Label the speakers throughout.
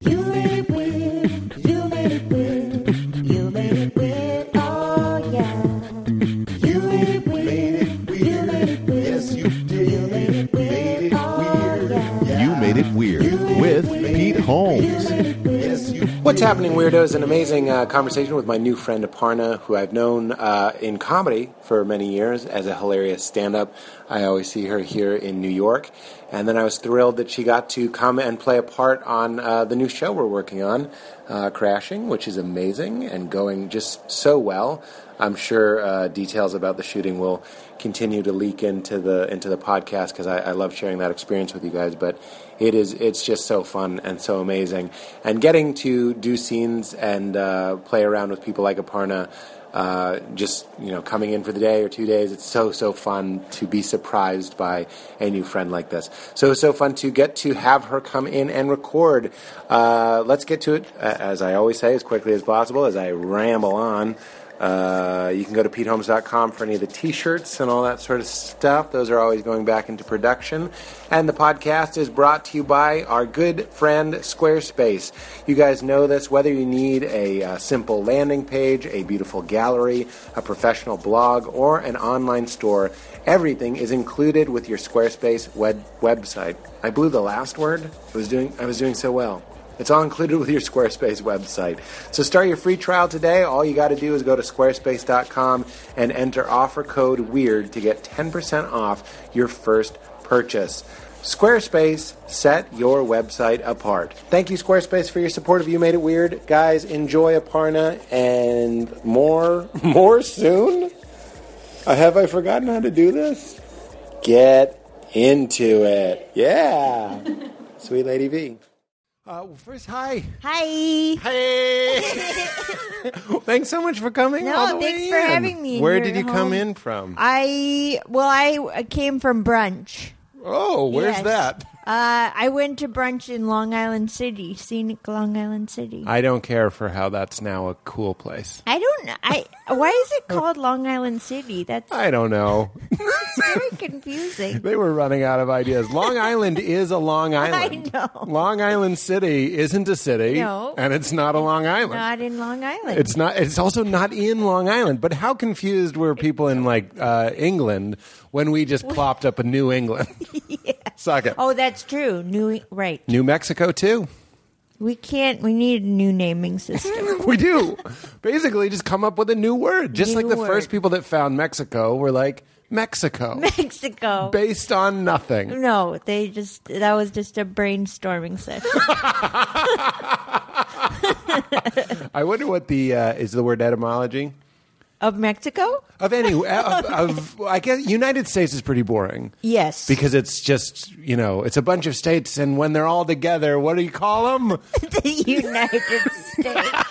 Speaker 1: You made it weird. You made it weird. You made it weird. Oh yeah. You made it weird. You made it weird. Yes, you did. You made it weird. Oh yeah.
Speaker 2: You Made It Weird with Pete Holmes.
Speaker 3: What's happening, weirdos? An amazing uh, conversation with my new friend Aparna, who I've known uh, in comedy for many years as a hilarious stand up. I always see her here in New York. And then I was thrilled that she got to come and play a part on uh, the new show we're working on, uh, Crashing, which is amazing and going just so well. I'm sure uh, details about the shooting will continue to leak into the into the podcast because I, I love sharing that experience with you guys. But it is it's just so fun and so amazing, and getting to do scenes and uh, play around with people like Aparna. Uh, just you know, coming in for the day or two days, it's so so fun to be surprised by a new friend like this. So so fun to get to have her come in and record. Uh, let's get to it, a- as I always say, as quickly as possible. As I ramble on, uh, you can go to PeteHolmes.com for any of the T-shirts and all that sort of stuff. Those are always going back into production. And the podcast is brought to you by our good friend Squarespace. You guys know this. Whether you need a uh, simple landing page, a beautiful gallery, a professional blog, or an online store, everything is included with your Squarespace web- website. I blew the last word. I was doing. I was doing so well. It's all included with your Squarespace website. So start your free trial today. All you got to do is go to squarespace.com and enter offer code WEIRD to get 10% off your first purchase. Squarespace, set your website apart. Thank you, Squarespace, for your support of You Made It Weird. Guys, enjoy Aparna and more, more soon? Uh, Have I forgotten how to do this? Get into it. Yeah. Sweet Lady V. Uh, well, first, hi.
Speaker 4: Hi.
Speaker 3: Hey! Thanks so much for coming.
Speaker 4: No,
Speaker 3: all the
Speaker 4: thanks
Speaker 3: way
Speaker 4: for
Speaker 3: in.
Speaker 4: having me in
Speaker 3: Where
Speaker 4: your
Speaker 3: did you come
Speaker 4: home. Uh,
Speaker 3: in from?
Speaker 4: I well, I uh, came from brunch.
Speaker 3: oh, where's
Speaker 4: Yes.
Speaker 3: that?
Speaker 4: Uh, I went to brunch in Long Island City, scenic Long Island City. I,
Speaker 3: I don't care for how that's now a cool place.
Speaker 4: don't. I why is it called Long Island City? That's
Speaker 3: I don't know.
Speaker 4: it's very confusing.
Speaker 3: they were running out of ideas. Long Island is a Long Island.
Speaker 4: know.
Speaker 3: Long Island City isn't a city,
Speaker 4: No.
Speaker 3: and it's not a Long Island.
Speaker 4: Not in Long Island.
Speaker 3: It's not. It's also not in Long Island. But how confused were people in like uh, England when we just plopped up a New England? Suck it.
Speaker 4: oh, that's true. New right.
Speaker 3: New Mexico too.
Speaker 4: We can't. We need a new naming system.
Speaker 3: we do. Basically, just come up with a new word. Just
Speaker 4: New
Speaker 3: like the
Speaker 4: word.
Speaker 3: first people that found Mexico were like Mexico,
Speaker 4: Mexico.
Speaker 3: based on nothing.
Speaker 4: no, they just that was just a brainstorming session.
Speaker 3: I wonder what the uh, is the word etymology
Speaker 4: of Mexico?
Speaker 3: of any of, of. I guess United States is pretty boring.
Speaker 4: Yes.
Speaker 3: Because it's just you know it's a bunch of states and when they're all together, what do you call them?
Speaker 4: the United States.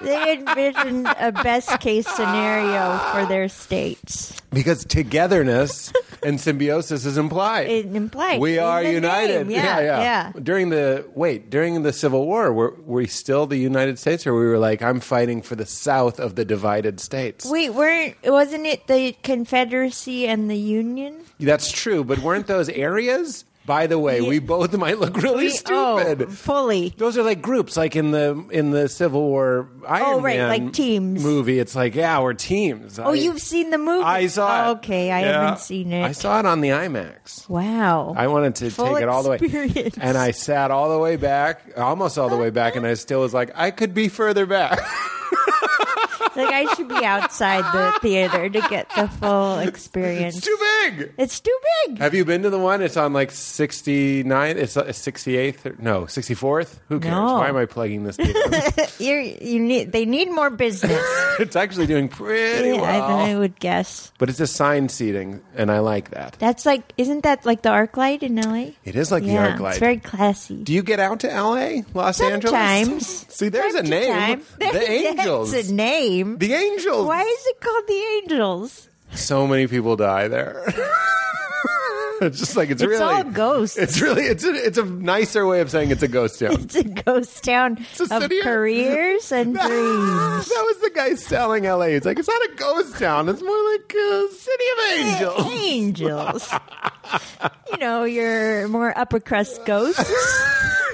Speaker 4: they envisioned a best case scenario for their states.
Speaker 3: Because togetherness and symbiosis is implied.
Speaker 4: It implied
Speaker 3: We
Speaker 4: in
Speaker 3: are
Speaker 4: the
Speaker 3: united.
Speaker 4: name. Yeah, yeah.
Speaker 3: During the wait, during the Civil War, were we still the United States, or we were like, I'm fighting for the South of the divided states?
Speaker 4: Wait, weren't wasn't it the Confederacy and the Union?
Speaker 3: That's true, but weren't those areas? By the way, we both might look really stupid.
Speaker 4: Oh, fully.
Speaker 3: Those are like groups, like in the in the Civil War Iron
Speaker 4: Oh, right,
Speaker 3: Man
Speaker 4: like teams.
Speaker 3: movie. It's like, yeah, we're teams.
Speaker 4: Oh, you've seen the movie?
Speaker 3: I saw.
Speaker 4: Oh,
Speaker 3: it.
Speaker 4: okay, I
Speaker 3: Yeah.
Speaker 4: haven't seen it.
Speaker 3: I saw it on the IMAX.
Speaker 4: Wow.
Speaker 3: I wanted to
Speaker 4: Full
Speaker 3: take it all the way,
Speaker 4: experience.
Speaker 3: and I sat all the way back, almost all the way back, and I still was like, I could be further back.
Speaker 4: like I should be outside the theater to get the full experience.
Speaker 3: it's too big.
Speaker 4: It's too big.
Speaker 3: Have you been to the one? It's on like 69th. It's uh, 68th. Or, no, 64th. Who cares?
Speaker 4: No.
Speaker 3: Why am I plugging this? theater?
Speaker 4: You're, you need. They need more business.
Speaker 3: it's actually doing pretty
Speaker 4: Yeah, I, I
Speaker 3: well,
Speaker 4: would guess.
Speaker 3: but it's assigned seating, and I like that.
Speaker 4: That's like, isn't that like the arc light in LA?
Speaker 3: It is like
Speaker 4: yeah,
Speaker 3: the ArcLight.
Speaker 4: it's very classy.
Speaker 3: Do you get out to L.A., Los Angeles?
Speaker 4: Sometimes.
Speaker 3: See, there's a
Speaker 4: Time to
Speaker 3: name.
Speaker 4: time. There-
Speaker 3: The Angels.
Speaker 4: That's a name.
Speaker 3: The Angels.
Speaker 4: Why is it called the Angels?
Speaker 3: so many people die there. it's just like it's,
Speaker 4: It's
Speaker 3: really
Speaker 4: all ghosts.
Speaker 3: It's really it's a, it's a nicer way of saying it's a ghost town.
Speaker 4: It's a ghost town
Speaker 3: a
Speaker 4: of
Speaker 3: city.
Speaker 4: careers and dreams.
Speaker 3: that was the guy selling LA. He's like, it's not a ghost town. It's more like a city of angels.
Speaker 4: Angels. you know, your more upper crust ghosts.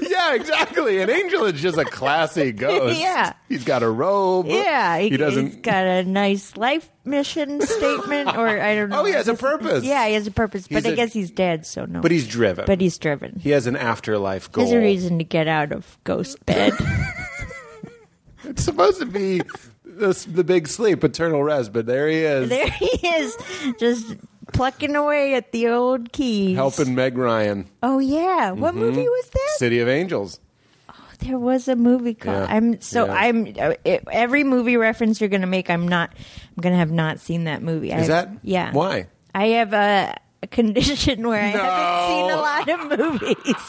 Speaker 2: yeah, exactly. An angel is just a classy ghost.
Speaker 4: Yeah.
Speaker 2: He's got a robe.
Speaker 4: Yeah,
Speaker 2: He,
Speaker 4: has
Speaker 2: doesn't.
Speaker 4: got a nice life mission statement, or I don't know.
Speaker 3: Oh, he has a purpose.
Speaker 4: Yeah, he has a purpose, but
Speaker 3: He's
Speaker 4: I
Speaker 3: a-
Speaker 4: guess he's dead, so no.
Speaker 3: But he's driven.
Speaker 4: but he's driven.
Speaker 3: he has an afterlife goal.
Speaker 4: There's a reason to get out of ghost bed.
Speaker 3: It's supposed to be the, the big sleep, eternal rest, but there he is.
Speaker 4: there he is, just plucking away at the old keys.
Speaker 3: Helping Mm-hmm. Meg Ryan,
Speaker 4: Oh yeah, what movie was that?
Speaker 3: City of Angels.
Speaker 4: There was a movie called.
Speaker 3: Yeah.
Speaker 4: I'm so
Speaker 3: Yeah.
Speaker 4: I'm uh, it, every movie reference you're going to make. I'm not. I'm going to have not seen that movie.
Speaker 3: Is
Speaker 4: I have,
Speaker 3: that
Speaker 4: yeah?
Speaker 3: Why?
Speaker 4: I have a, a condition where I
Speaker 3: No.
Speaker 4: haven't seen a lot of movies.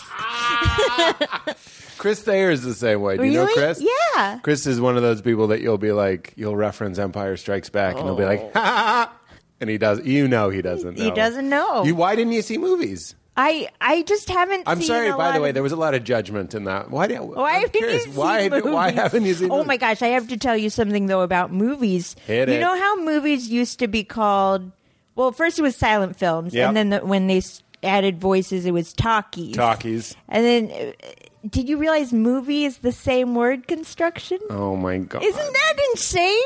Speaker 3: Chris Thayer is the same way. Do you know
Speaker 4: Really?
Speaker 3: Chris?
Speaker 4: Yeah.
Speaker 3: Chris is one of those people that you'll be like, you'll reference Empire Strikes Back, and he'll be like, ha ha, ha. And he does. You know he doesn't. Know.
Speaker 4: Oh. He doesn't know.
Speaker 3: You, why didn't you see movies?
Speaker 4: I I just haven't.
Speaker 3: I'm
Speaker 4: seen
Speaker 3: sorry.
Speaker 4: a
Speaker 3: By
Speaker 4: lot
Speaker 3: the way,
Speaker 4: of-
Speaker 3: there was a lot of judgment in that. Why? Did,
Speaker 4: Why
Speaker 3: I'm
Speaker 4: haven't
Speaker 3: curious.
Speaker 4: you
Speaker 3: why?
Speaker 4: seen movies?
Speaker 3: Why haven't you seen?
Speaker 4: Oh
Speaker 3: movies?
Speaker 4: my gosh, I have to tell you something though about movies.
Speaker 3: Hit
Speaker 4: you
Speaker 3: it.
Speaker 4: know how movies used to be called? Well, first it was silent films,
Speaker 3: Yep.
Speaker 4: and then the, when they s- added voices, it was talkies.
Speaker 3: Talkies.
Speaker 4: And then, uh, did you realize movie is the same word construction?
Speaker 3: Oh my god.
Speaker 4: Isn't that insane?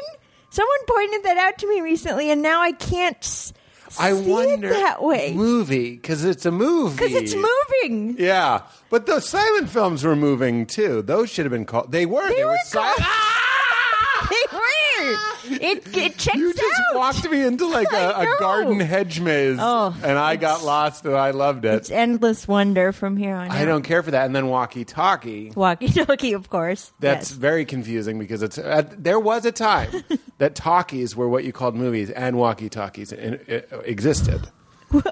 Speaker 4: Someone pointed that out to me recently, and now I can't s-
Speaker 3: I
Speaker 4: see
Speaker 3: wonder
Speaker 4: it that way
Speaker 3: Movie because it's a movie.
Speaker 4: because it's moving.
Speaker 3: Yeah, but those silent films were moving too. Those should have been called. They were. They,
Speaker 4: were
Speaker 3: silent.
Speaker 4: called- They were. It it checks
Speaker 3: You just
Speaker 4: out.
Speaker 3: walked me into like a,
Speaker 4: I
Speaker 3: a
Speaker 4: know.
Speaker 3: garden hedge maze,
Speaker 4: Oh,
Speaker 3: and I got lost, and I loved it.
Speaker 4: It's endless wonder from here on.
Speaker 3: I
Speaker 4: out.
Speaker 3: don't care for that. And then walkie talkie.
Speaker 4: walkie talkie, of course.
Speaker 3: That's
Speaker 4: yes.
Speaker 3: very confusing because it's uh, there was a time that talkies were what you called movies and walkie talkies existed.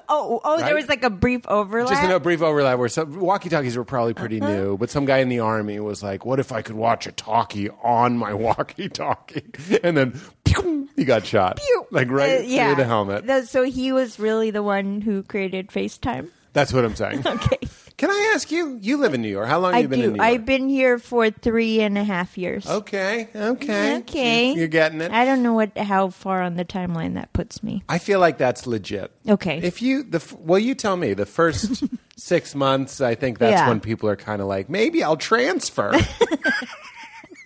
Speaker 4: oh oh.
Speaker 3: right?
Speaker 4: There was like a brief overlap.
Speaker 3: Just in a brief overlap where some walkie talkies were probably pretty
Speaker 4: Uh-huh.
Speaker 3: new, but some guy in the army was like, What if I could watch a talkie on my walkie talkie? And then pew, he got shot.
Speaker 4: Pew.
Speaker 3: Like right
Speaker 4: Uh, yeah.
Speaker 3: through the helmet.
Speaker 4: Tho- so he was really the one who created FaceTime.
Speaker 3: That's what I'm saying.
Speaker 4: Okay.
Speaker 3: Can I ask you? You live in New York. How long
Speaker 4: I
Speaker 3: have you been in
Speaker 4: do.
Speaker 3: New York?
Speaker 4: I've been here for three and a half years.
Speaker 3: Okay, okay.
Speaker 4: Okay.
Speaker 3: You- You're getting it.
Speaker 4: I don't know what how far on the timeline that puts me.
Speaker 3: I feel like that's legit.
Speaker 4: Okay.
Speaker 3: If you the f- well, you tell me the first six months. I think that's
Speaker 4: Yeah.
Speaker 3: when people are kind of like, maybe I'll transfer.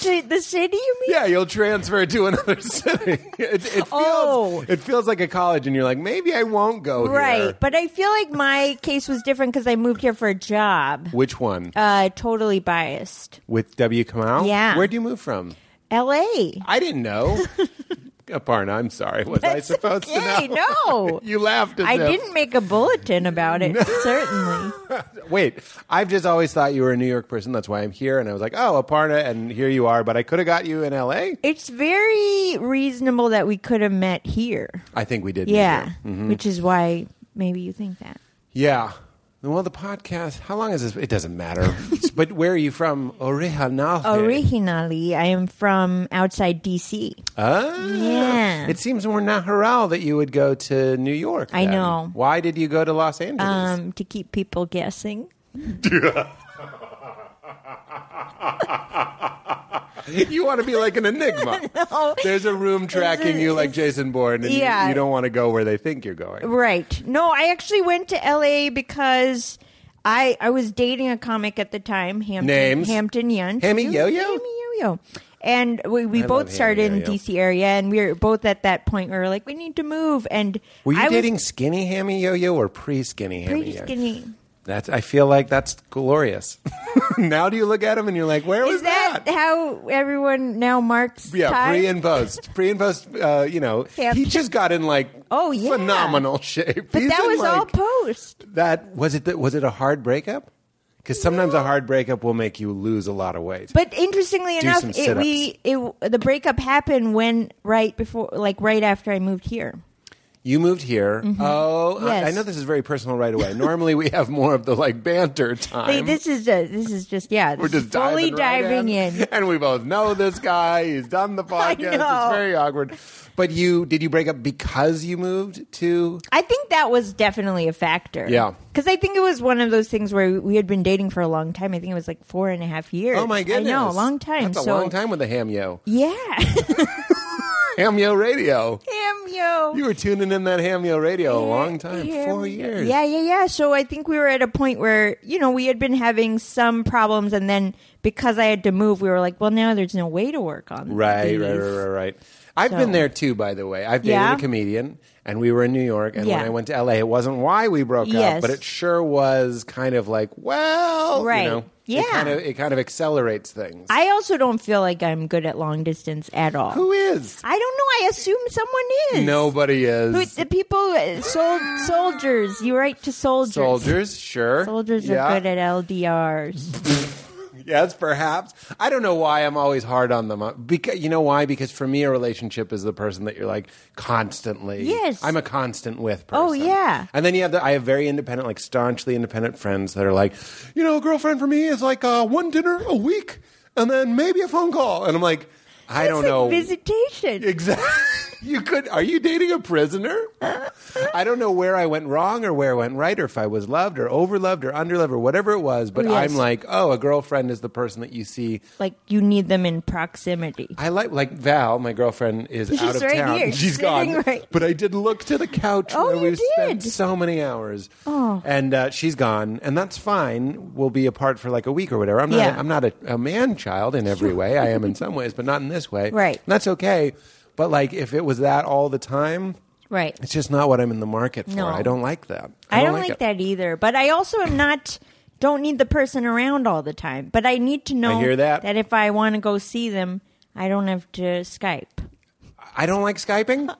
Speaker 4: To the city, you mean?
Speaker 3: yeah, you'll transfer to another city. It, it feels
Speaker 4: Oh.
Speaker 3: it feels like a college, and you're like, maybe I won't go
Speaker 4: Right,
Speaker 3: here.
Speaker 4: but I feel like my case was different because I moved here for a job.
Speaker 3: Which one?
Speaker 4: Uh, totally biased.
Speaker 3: With W. Kamau?
Speaker 4: Yeah.
Speaker 3: Where'd you move from?
Speaker 4: L.A.
Speaker 3: I didn't know. Aparna, I'm sorry. Was I
Speaker 4: That's
Speaker 3: supposed
Speaker 4: okay,
Speaker 3: to know?
Speaker 4: no.
Speaker 3: you laughed at
Speaker 4: I didn't make a bulletin about it. Certainly,
Speaker 3: Wait, I've just always thought you were a New York person. That's why I'm here. And I was like, oh, Aparna, and here you are. But I could have got you in LA.
Speaker 4: it's very reasonable that we could have met here.
Speaker 3: I think we did. meet
Speaker 4: Yeah,
Speaker 3: here.
Speaker 4: which is why maybe you think that.
Speaker 3: Yeah. Well, the podcast, how long is this? It doesn't matter. but where are you from? Original.
Speaker 4: Originally, I am from outside D.C.
Speaker 3: Ah.
Speaker 4: Yeah.
Speaker 3: It seems more natural that you would go to New York.
Speaker 4: I
Speaker 3: then.
Speaker 4: know.
Speaker 3: Why did you go to Los Angeles?
Speaker 4: um, to keep people guessing.
Speaker 3: you want to be like an enigma. There's a room tracking you like Jason Bourne, and you-
Speaker 4: Yeah.
Speaker 3: you don't want to go where they think you're going.
Speaker 4: Right. No, I actually went to LA because I I was dating a comic at the time, Hampton
Speaker 3: Names?
Speaker 4: Hampton Yunch.
Speaker 3: Hammy
Speaker 4: You-
Speaker 3: Yo-Yo?
Speaker 4: Hammy Yo-Yo. And we, we
Speaker 3: I love
Speaker 4: both started
Speaker 3: Hammy
Speaker 4: in
Speaker 3: Yo-Yo.
Speaker 4: DC area and we were both at that point where we were like, we need to move and
Speaker 3: Were you
Speaker 4: I
Speaker 3: dating
Speaker 4: was
Speaker 3: skinny hammy yo-yo or pre-skinny hammy
Speaker 4: pretty
Speaker 3: yo-yo?
Speaker 4: skinny.
Speaker 3: That's. I feel like that's glorious. now do you look at him and you're like, where was
Speaker 4: Is that, how everyone now marks
Speaker 3: yeah,
Speaker 4: time?
Speaker 3: pre and post, pre and post. Uh, you know,
Speaker 4: Yeah.
Speaker 3: he just got in like
Speaker 4: Oh, yeah.
Speaker 3: phenomenal shape.
Speaker 4: but
Speaker 3: He's
Speaker 4: that
Speaker 3: in,
Speaker 4: was all
Speaker 3: like-
Speaker 4: post.
Speaker 3: that was it. That was it a hard breakup? Because sometimes a hard breakup will make you lose a lot of weight.
Speaker 4: But interestingly
Speaker 3: Do
Speaker 4: enough,
Speaker 3: some
Speaker 4: it, we it the breakup happened when right before, like right after I moved here.
Speaker 3: You moved here. Oh, I- I,
Speaker 4: Mm-hmm. Yes.
Speaker 3: know this is very personal right away. Normally we have more of the like banter time.
Speaker 4: Like, this is a, this is just yeah.
Speaker 3: We're
Speaker 4: this is
Speaker 3: just
Speaker 4: fully
Speaker 3: diving, right
Speaker 4: diving in.
Speaker 3: and we both know this guy. He's done the
Speaker 4: I
Speaker 3: podcast. It's
Speaker 4: know.
Speaker 3: very awkward. But you did you break up because you moved to?
Speaker 4: I think that was definitely a factor.
Speaker 3: Yeah.
Speaker 4: because I think it was one of those things where we had been dating for a long time. I think it was like four and a half years.
Speaker 3: Oh my goodness!
Speaker 4: I know, a long time.
Speaker 3: That's a
Speaker 4: so
Speaker 3: long time with a ham yo.
Speaker 4: yeah,
Speaker 2: Hamyo Radio.
Speaker 4: Ham yo.
Speaker 2: You were tuning in that Hamyo Radio a long time,
Speaker 4: Yeah,
Speaker 2: four
Speaker 4: yeah.
Speaker 2: years.
Speaker 4: Yeah, yeah, yeah. So I think we were at a point where you know we had been having some problems, and then because I had to move, we were like, well, now there's no way to work on
Speaker 3: Right,
Speaker 4: these.
Speaker 3: right, right, right, right. I've
Speaker 4: So-
Speaker 3: been there too, by the way. I've dated
Speaker 4: Yeah?
Speaker 3: a comedian, and we were in New York. And
Speaker 4: Yeah.
Speaker 3: when I went to LA, it wasn't why we broke
Speaker 4: Yes.
Speaker 3: up, but it sure was kind of like, well,
Speaker 4: Right.
Speaker 3: You know,
Speaker 4: Yeah.
Speaker 3: It kind of, it kind of accelerates things.
Speaker 4: I also don't feel like I'm good at long distance at all.
Speaker 3: Who is?
Speaker 4: I don't know. I assume someone is.
Speaker 3: Nobody is.
Speaker 4: Who- the people, uh, sol- soldiers. You write to soldiers.
Speaker 3: Soldiers, sure.
Speaker 4: Soldiers
Speaker 3: yeah.
Speaker 4: are good at LDRs.
Speaker 3: Yes, perhaps. I don't know why I'm always hard on them. Because you know why? Because for me, a relationship is the person that you're like constantly.
Speaker 4: Yes.
Speaker 3: I'm a constant with person.
Speaker 4: Oh, yeah.
Speaker 3: And then you have the I have very independent, like staunchly independent friends that are like, you know, a girlfriend for me is like uh, one dinner a week, and then maybe a phone call, and I'm like, I
Speaker 4: It's
Speaker 3: don't
Speaker 4: like
Speaker 3: know.
Speaker 4: Visitation.
Speaker 3: Exactly. You could. Are you dating a prisoner? I don't know where I went wrong or where I went right, or if I was loved or overloved or underloved or whatever it was. But
Speaker 4: Yes.
Speaker 3: I'm like, oh, a girlfriend is the person that you see.
Speaker 4: like you need them in proximity.
Speaker 3: I like like Val, my girlfriend is
Speaker 4: She's
Speaker 3: out of
Speaker 4: right
Speaker 3: town.
Speaker 4: here,
Speaker 3: She's
Speaker 4: sitting
Speaker 3: gone.
Speaker 4: right-
Speaker 3: But I did look to the couch
Speaker 4: Oh,
Speaker 3: where
Speaker 4: you
Speaker 3: we spent
Speaker 4: did.
Speaker 3: so many hours. Oh. And uh, she's gone, and that's fine. We'll be apart for like a week or whatever. I'm not
Speaker 4: Yeah.
Speaker 3: I'm not a, a man child in every way. I am in some ways, but not in this way.
Speaker 4: Right.
Speaker 3: And that's okay. But like if it was that all the time,
Speaker 4: Right.
Speaker 3: it's just not what I'm in the market for.
Speaker 4: No.
Speaker 3: I don't like that.
Speaker 4: I don't, like,
Speaker 3: it.
Speaker 4: that either. But I also am not don't need the person around all the time. But I need to know
Speaker 3: I hear that.
Speaker 4: if I want to go see them, I don't have to Skype.
Speaker 3: I don't like Skyping.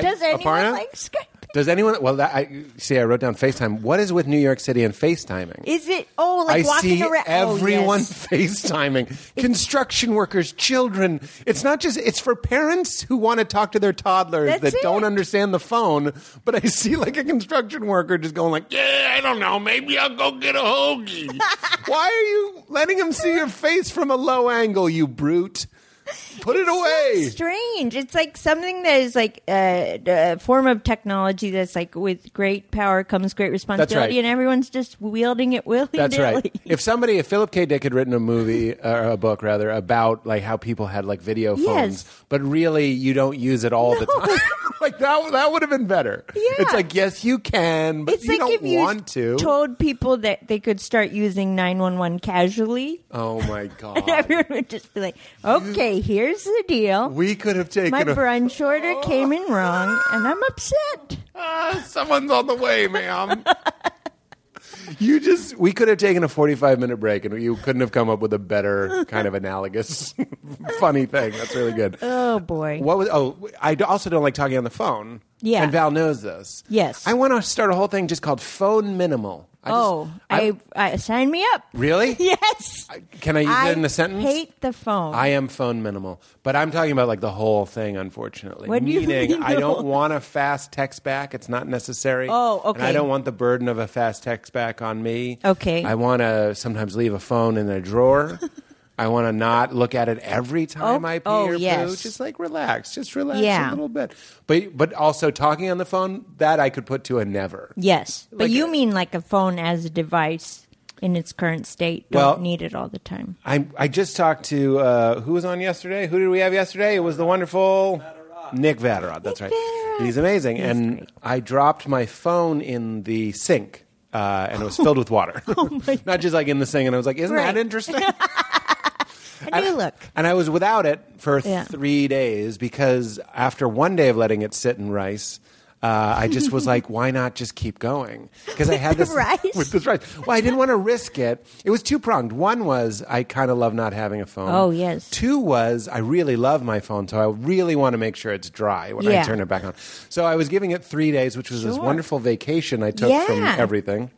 Speaker 4: Does anyone
Speaker 3: Aparna?
Speaker 4: like Skype?
Speaker 3: Does anyone? Well, that, I see. I wrote down FaceTime. What is with New York City and FaceTiming?
Speaker 4: Is it oh like
Speaker 3: I
Speaker 4: walking
Speaker 3: see
Speaker 4: around
Speaker 3: everyone
Speaker 4: Oh, yes.
Speaker 3: FaceTiming. Construction workers, children. It's not just it's for parents who want to talk to their toddlers
Speaker 4: That's
Speaker 3: that don't
Speaker 4: it.
Speaker 3: understand the phone, but I see like a construction worker just going like, "Yeah, I don't know, maybe I'll go get a hoagie." Why are you letting him see your face from a low angle, you brute? Put it away.
Speaker 4: strange. It's like something that is like a, a form of technology that's like with great power comes great responsibility,
Speaker 3: right.
Speaker 4: and everyone's just wielding it willy
Speaker 3: That's
Speaker 4: nilly.
Speaker 3: right. If somebody, if Philip K. Dick had written a movie uh, or a book rather about like how people had like video phones,
Speaker 4: Yes.
Speaker 3: but really you don't use it all the
Speaker 4: No.
Speaker 3: time. like that, that would have been better.
Speaker 4: Yeah.
Speaker 3: It's like yes, you can, but
Speaker 4: It's
Speaker 3: you
Speaker 4: like
Speaker 3: don't
Speaker 4: if you
Speaker 3: want to.
Speaker 4: told people that they could start using 911 casually.
Speaker 3: oh my
Speaker 4: And
Speaker 3: god.
Speaker 4: everyone would just be like, okay, here's the deal.
Speaker 3: We could have taken
Speaker 4: My
Speaker 3: a,
Speaker 4: brunch order came in wrong, and I'm upset.
Speaker 3: Ah, someone's on the way, ma'am. You just, we could have taken a 45 minute break and you couldn't have come up with a better kind of analogous funny thing. That's really good.
Speaker 4: Oh, boy.
Speaker 3: What was? Oh, I d- also don't like talking on the phone.
Speaker 4: Yeah.
Speaker 3: and Val knows this.
Speaker 4: Yes.
Speaker 3: I want to start a whole thing just called phone minimal. I just-
Speaker 4: oh, I, I, sign me up.
Speaker 3: really?
Speaker 4: Yes.
Speaker 3: Can I use
Speaker 4: I
Speaker 3: it in a sentence?
Speaker 4: hate the phone.
Speaker 3: I am phone minimal, but I'm talking about like the whole thing. Unfortunately,
Speaker 4: What do you
Speaker 3: meaning
Speaker 4: mean,
Speaker 3: I
Speaker 4: no?
Speaker 3: don't want a fast text back. It's not necessary.
Speaker 4: Oh,
Speaker 3: And I
Speaker 4: okay.
Speaker 3: don't want the burden of a fast text back on me.
Speaker 4: Okay.
Speaker 3: I want to sometimes leave a phone in a drawer. I want to not look at it every time
Speaker 4: Oh,
Speaker 3: I pee
Speaker 4: oh,
Speaker 3: or poo.
Speaker 4: yes.
Speaker 3: Just like relax, just relax
Speaker 4: Yeah.
Speaker 3: a little bit. But but also talking on the phone that I could put to a never.
Speaker 4: yes. But
Speaker 3: Like
Speaker 4: you
Speaker 3: a-
Speaker 4: mean like a phone as a device in its current state. Don't
Speaker 3: Well-
Speaker 4: need it all the time.
Speaker 3: I I just talked to uh, who was on yesterday. Who did we have yesterday? It was the wonderful Nick Vatterott. That's
Speaker 4: Nick
Speaker 3: right.
Speaker 4: Vatterott.
Speaker 3: He's amazing. and
Speaker 4: great.
Speaker 3: I dropped my phone in the sink, uh, and it was filled with water. Not just like in the sink. And I was like, "Isn't
Speaker 4: Oh Right.
Speaker 3: that interesting?"
Speaker 4: A new look.
Speaker 3: And I was without it for
Speaker 4: Yeah.
Speaker 3: three days because after one day of letting it sit in rice. Uh, I just was like, why not just keep going? Because I had
Speaker 4: the
Speaker 3: this
Speaker 4: rice?
Speaker 3: with this rice. Well, I didn't want to risk it. It was two pronged. One was I kind of love not having a phone.
Speaker 4: Oh, yes.
Speaker 3: Two was I really love my phone, so I really want to make sure it's dry when
Speaker 4: Yeah.
Speaker 3: I turn it back on. So I was giving it three days, which was this
Speaker 4: Sure.
Speaker 3: wonderful vacation I took from
Speaker 4: Yeah.
Speaker 3: everything.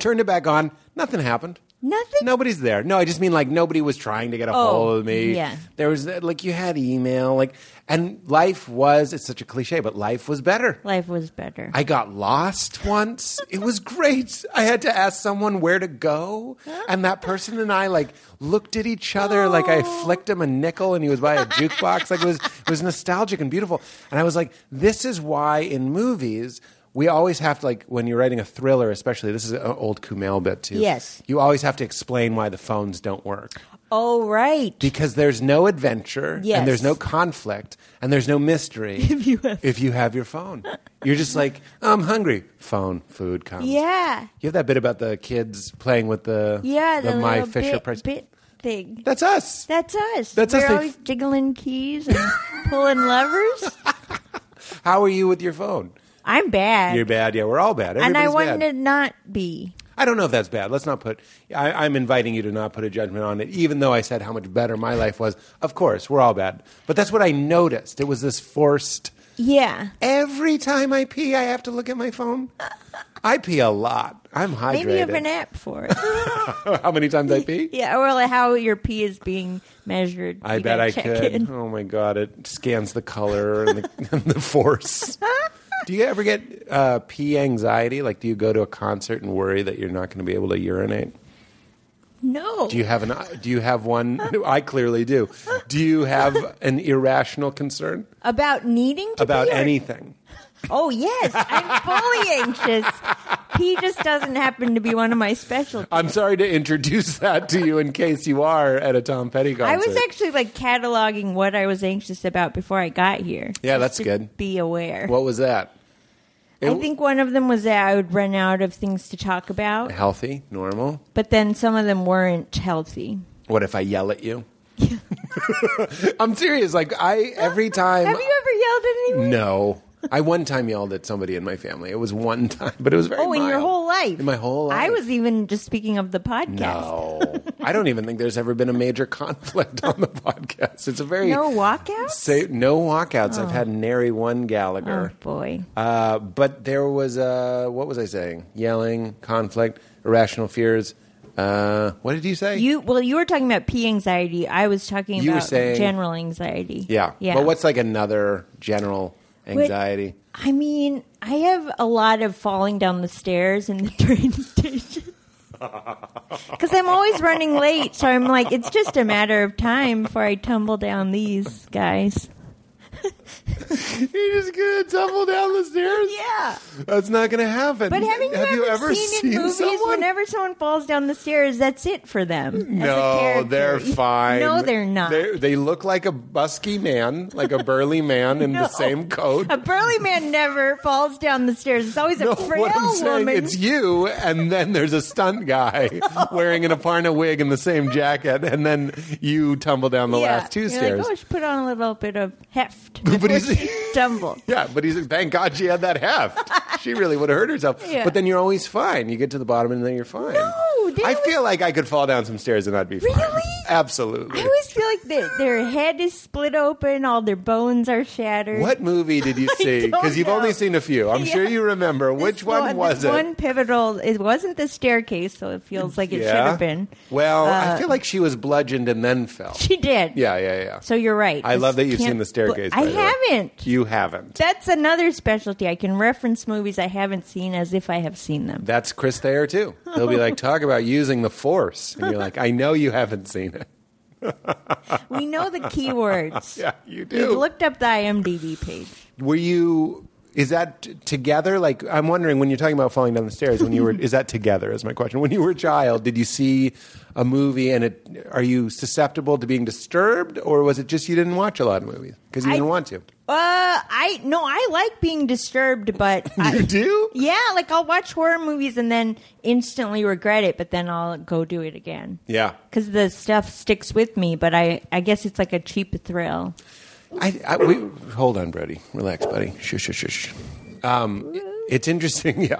Speaker 3: Turned it back on. Nothing happened.
Speaker 4: Nothing?
Speaker 3: Nobody's there. No, I just mean like nobody was trying to get a
Speaker 4: Oh,
Speaker 3: hold of me.
Speaker 4: yeah.
Speaker 3: There was like you had email, like and life was it's such a cliche, but life was better.
Speaker 4: Life was better.
Speaker 3: I got lost once. It was great. I had to ask someone where to go, and that person and I like looked at each other like I flicked him a nickel and he was by a jukebox. Like it was it was nostalgic and beautiful. And I was like, this is why in movies we always have to like when you're writing a thriller, especially this is an old Kumail bit too.
Speaker 4: Yes.
Speaker 3: you always have to explain why the phones don't work
Speaker 4: Oh, right.
Speaker 3: because there's no adventure
Speaker 4: Yes.
Speaker 3: and there's no conflict and there's no mystery if you have, your phone. You're just like "Oh, I'm hungry. Phone, food comes.
Speaker 4: Yeah.
Speaker 3: You have that bit about the kids playing with the
Speaker 4: Yeah,
Speaker 3: the,
Speaker 4: the,
Speaker 3: my
Speaker 4: little
Speaker 3: Fisher
Speaker 4: bit,
Speaker 3: Price.
Speaker 4: bit thing.
Speaker 3: That's us.
Speaker 4: That's us.
Speaker 3: That's
Speaker 4: We're
Speaker 3: us. They-
Speaker 4: always jiggling keys and pulling levers.
Speaker 3: How are you with your phone?
Speaker 4: I'm bad.
Speaker 3: You're bad. Yeah, we're all bad.
Speaker 4: and I
Speaker 3: Everybody's
Speaker 4: wanted to
Speaker 3: bad.
Speaker 4: not be.
Speaker 3: I don't know if that's bad. Let's not put. I, I'm inviting you to not put a judgment on it, even though I said how much better my life was. Of course, we're all bad, but that's what I noticed. It was this forced.
Speaker 4: Yeah.
Speaker 3: Every time I pee, I have to look at my phone. I pee a lot. I'm hydrated.
Speaker 4: Maybe you have an app for it.
Speaker 3: how many times I pee?
Speaker 4: yeah, or like how your pee is being measured.
Speaker 3: I
Speaker 4: You
Speaker 3: bet
Speaker 4: gotta
Speaker 3: I
Speaker 4: check
Speaker 3: could.
Speaker 4: in.
Speaker 3: Oh my god! It scans the color and the, and the force. Do you ever get uh, pee anxiety? Like, do you go to a concert and worry that you're not going to be able to urinate?
Speaker 4: No.
Speaker 3: Do you have an? Do you have one? I clearly do. Do you have an irrational concern
Speaker 4: About needing to
Speaker 3: about
Speaker 4: pee or-
Speaker 3: anything?
Speaker 4: Oh yes, I'm fully anxious. Pee just doesn't happen to be one of my specialties.
Speaker 3: I'm sorry to introduce that to you in case you are at a Tom Petty concert.
Speaker 4: I was actually like cataloging what I was anxious about before I got here.
Speaker 3: Yeah,
Speaker 4: Just
Speaker 3: that's
Speaker 4: to
Speaker 3: good.
Speaker 4: Be aware.
Speaker 3: What was that?
Speaker 4: I think one of them was that I would run out of things to talk about,
Speaker 3: healthy, normal.
Speaker 4: but then some of them weren't healthy.
Speaker 3: What if I yell at you? I'm serious. Like I every time.
Speaker 4: Have you ever yelled at anyone?
Speaker 3: No. I one time yelled at somebody in my family. It was one time, but it was very.
Speaker 4: Oh, in your
Speaker 3: mild.
Speaker 4: whole life.
Speaker 3: In my whole life.
Speaker 4: I was even just speaking of the podcast.
Speaker 3: No, I don't even think there's ever been a major conflict on the podcast. It's a very
Speaker 4: No walkouts?
Speaker 3: Say, no walkouts. I've had nary one
Speaker 4: Oh
Speaker 3: Gallagher.
Speaker 4: boy.
Speaker 3: Uh, but there was uh, what was I saying? Yelling, conflict, irrational fears. Uh, what did you say?
Speaker 4: You well, you were talking about pee anxiety. I was talking
Speaker 3: You were
Speaker 4: about
Speaker 3: saying-
Speaker 4: general anxiety.
Speaker 3: yeah,
Speaker 4: yeah.
Speaker 3: But what's like another general anxiety?
Speaker 4: I mean, I have a lot of falling down the stairs in the train station. Because I'm always running late, so I'm like, it's just a matter of time before I tumble down these guys.
Speaker 3: You're just gonna tumble down the stairs.
Speaker 4: Yeah,
Speaker 3: That's not gonna happen.
Speaker 4: but haven't you,
Speaker 3: Have
Speaker 4: ever,
Speaker 3: you ever
Speaker 4: seen,
Speaker 3: seen
Speaker 4: in movies
Speaker 3: someone?
Speaker 4: whenever someone falls down the stairs, that's it for them? as a
Speaker 3: No,
Speaker 4: character?
Speaker 3: they're fine.
Speaker 4: No, they're not.
Speaker 3: They, they look like a busky man, like a burly man in
Speaker 4: No.
Speaker 3: the same coat.
Speaker 4: A burly man never falls down the stairs. It's always a
Speaker 3: No,
Speaker 4: frail
Speaker 3: what I'm saying,
Speaker 4: woman.
Speaker 3: it's you, and then there's a stunt guy wearing an Aparna wig and the same jacket, and then you tumble down the last 2
Speaker 4: You're
Speaker 3: stairs.
Speaker 4: Like, oh, she put on a little bit of heft
Speaker 3: But
Speaker 4: before
Speaker 3: he's-
Speaker 4: she stumbled.
Speaker 3: yeah, but he's thank God she had that heft. she really would have hurt herself.
Speaker 4: Yeah.
Speaker 3: But then you're always fine. You get to the bottom, and then you're fine.
Speaker 4: No, there
Speaker 3: I
Speaker 4: was-
Speaker 3: feel like I could fall down some stairs and I'd be fine.
Speaker 4: Really?
Speaker 3: Absolutely.
Speaker 4: I always feel like their their head is split open, all their bones are shattered.
Speaker 3: What movie did you see?
Speaker 4: don't
Speaker 3: Because you've
Speaker 4: know.
Speaker 3: only seen a few. I'm
Speaker 4: Yeah.
Speaker 3: sure you remember.
Speaker 4: This
Speaker 3: Which one,
Speaker 4: this
Speaker 3: was it?
Speaker 4: One pivotal. It wasn't the staircase, so it feels like it
Speaker 3: Yeah.
Speaker 4: should have been.
Speaker 3: Well, I
Speaker 4: Uh,
Speaker 3: feel like she was bludgeoned and then fell.
Speaker 4: She did.
Speaker 3: Yeah, yeah, yeah.
Speaker 4: So you're right.
Speaker 3: I love that you've
Speaker 4: Can't-
Speaker 3: seen the staircase.
Speaker 4: I
Speaker 3: by the way.
Speaker 4: haven't.
Speaker 3: You haven't.
Speaker 4: That's another specialty. I can reference movies I haven't seen as if I have seen them.
Speaker 3: That's Chris Thayer too. He'll be like, talk about using the force, and you're like, I know you haven't seen it.
Speaker 4: We know the keywords.
Speaker 3: Yeah, you do.
Speaker 4: We've looked up the IMDb page.
Speaker 3: Were you? Is that t- together? Like, I'm wondering when you're talking about falling down the stairs. When you were, is that together? Is my question. When you were a child, did you see a movie and it? Are you susceptible to being disturbed, or was it just you didn't watch a lot of movies because you
Speaker 4: I-
Speaker 3: didn't want to?
Speaker 4: Uh, I no, I like being disturbed, but I,
Speaker 3: You do?
Speaker 4: Yeah, like I'll watch horror movies and then instantly regret it, but then I'll go do it again.
Speaker 3: Yeah.
Speaker 4: Because the stuff sticks with me, but I, I guess it's like a cheap thrill.
Speaker 3: I, I we, hold on, Brody. Relax, buddy. Shush, shush, shush. Um, it's interesting.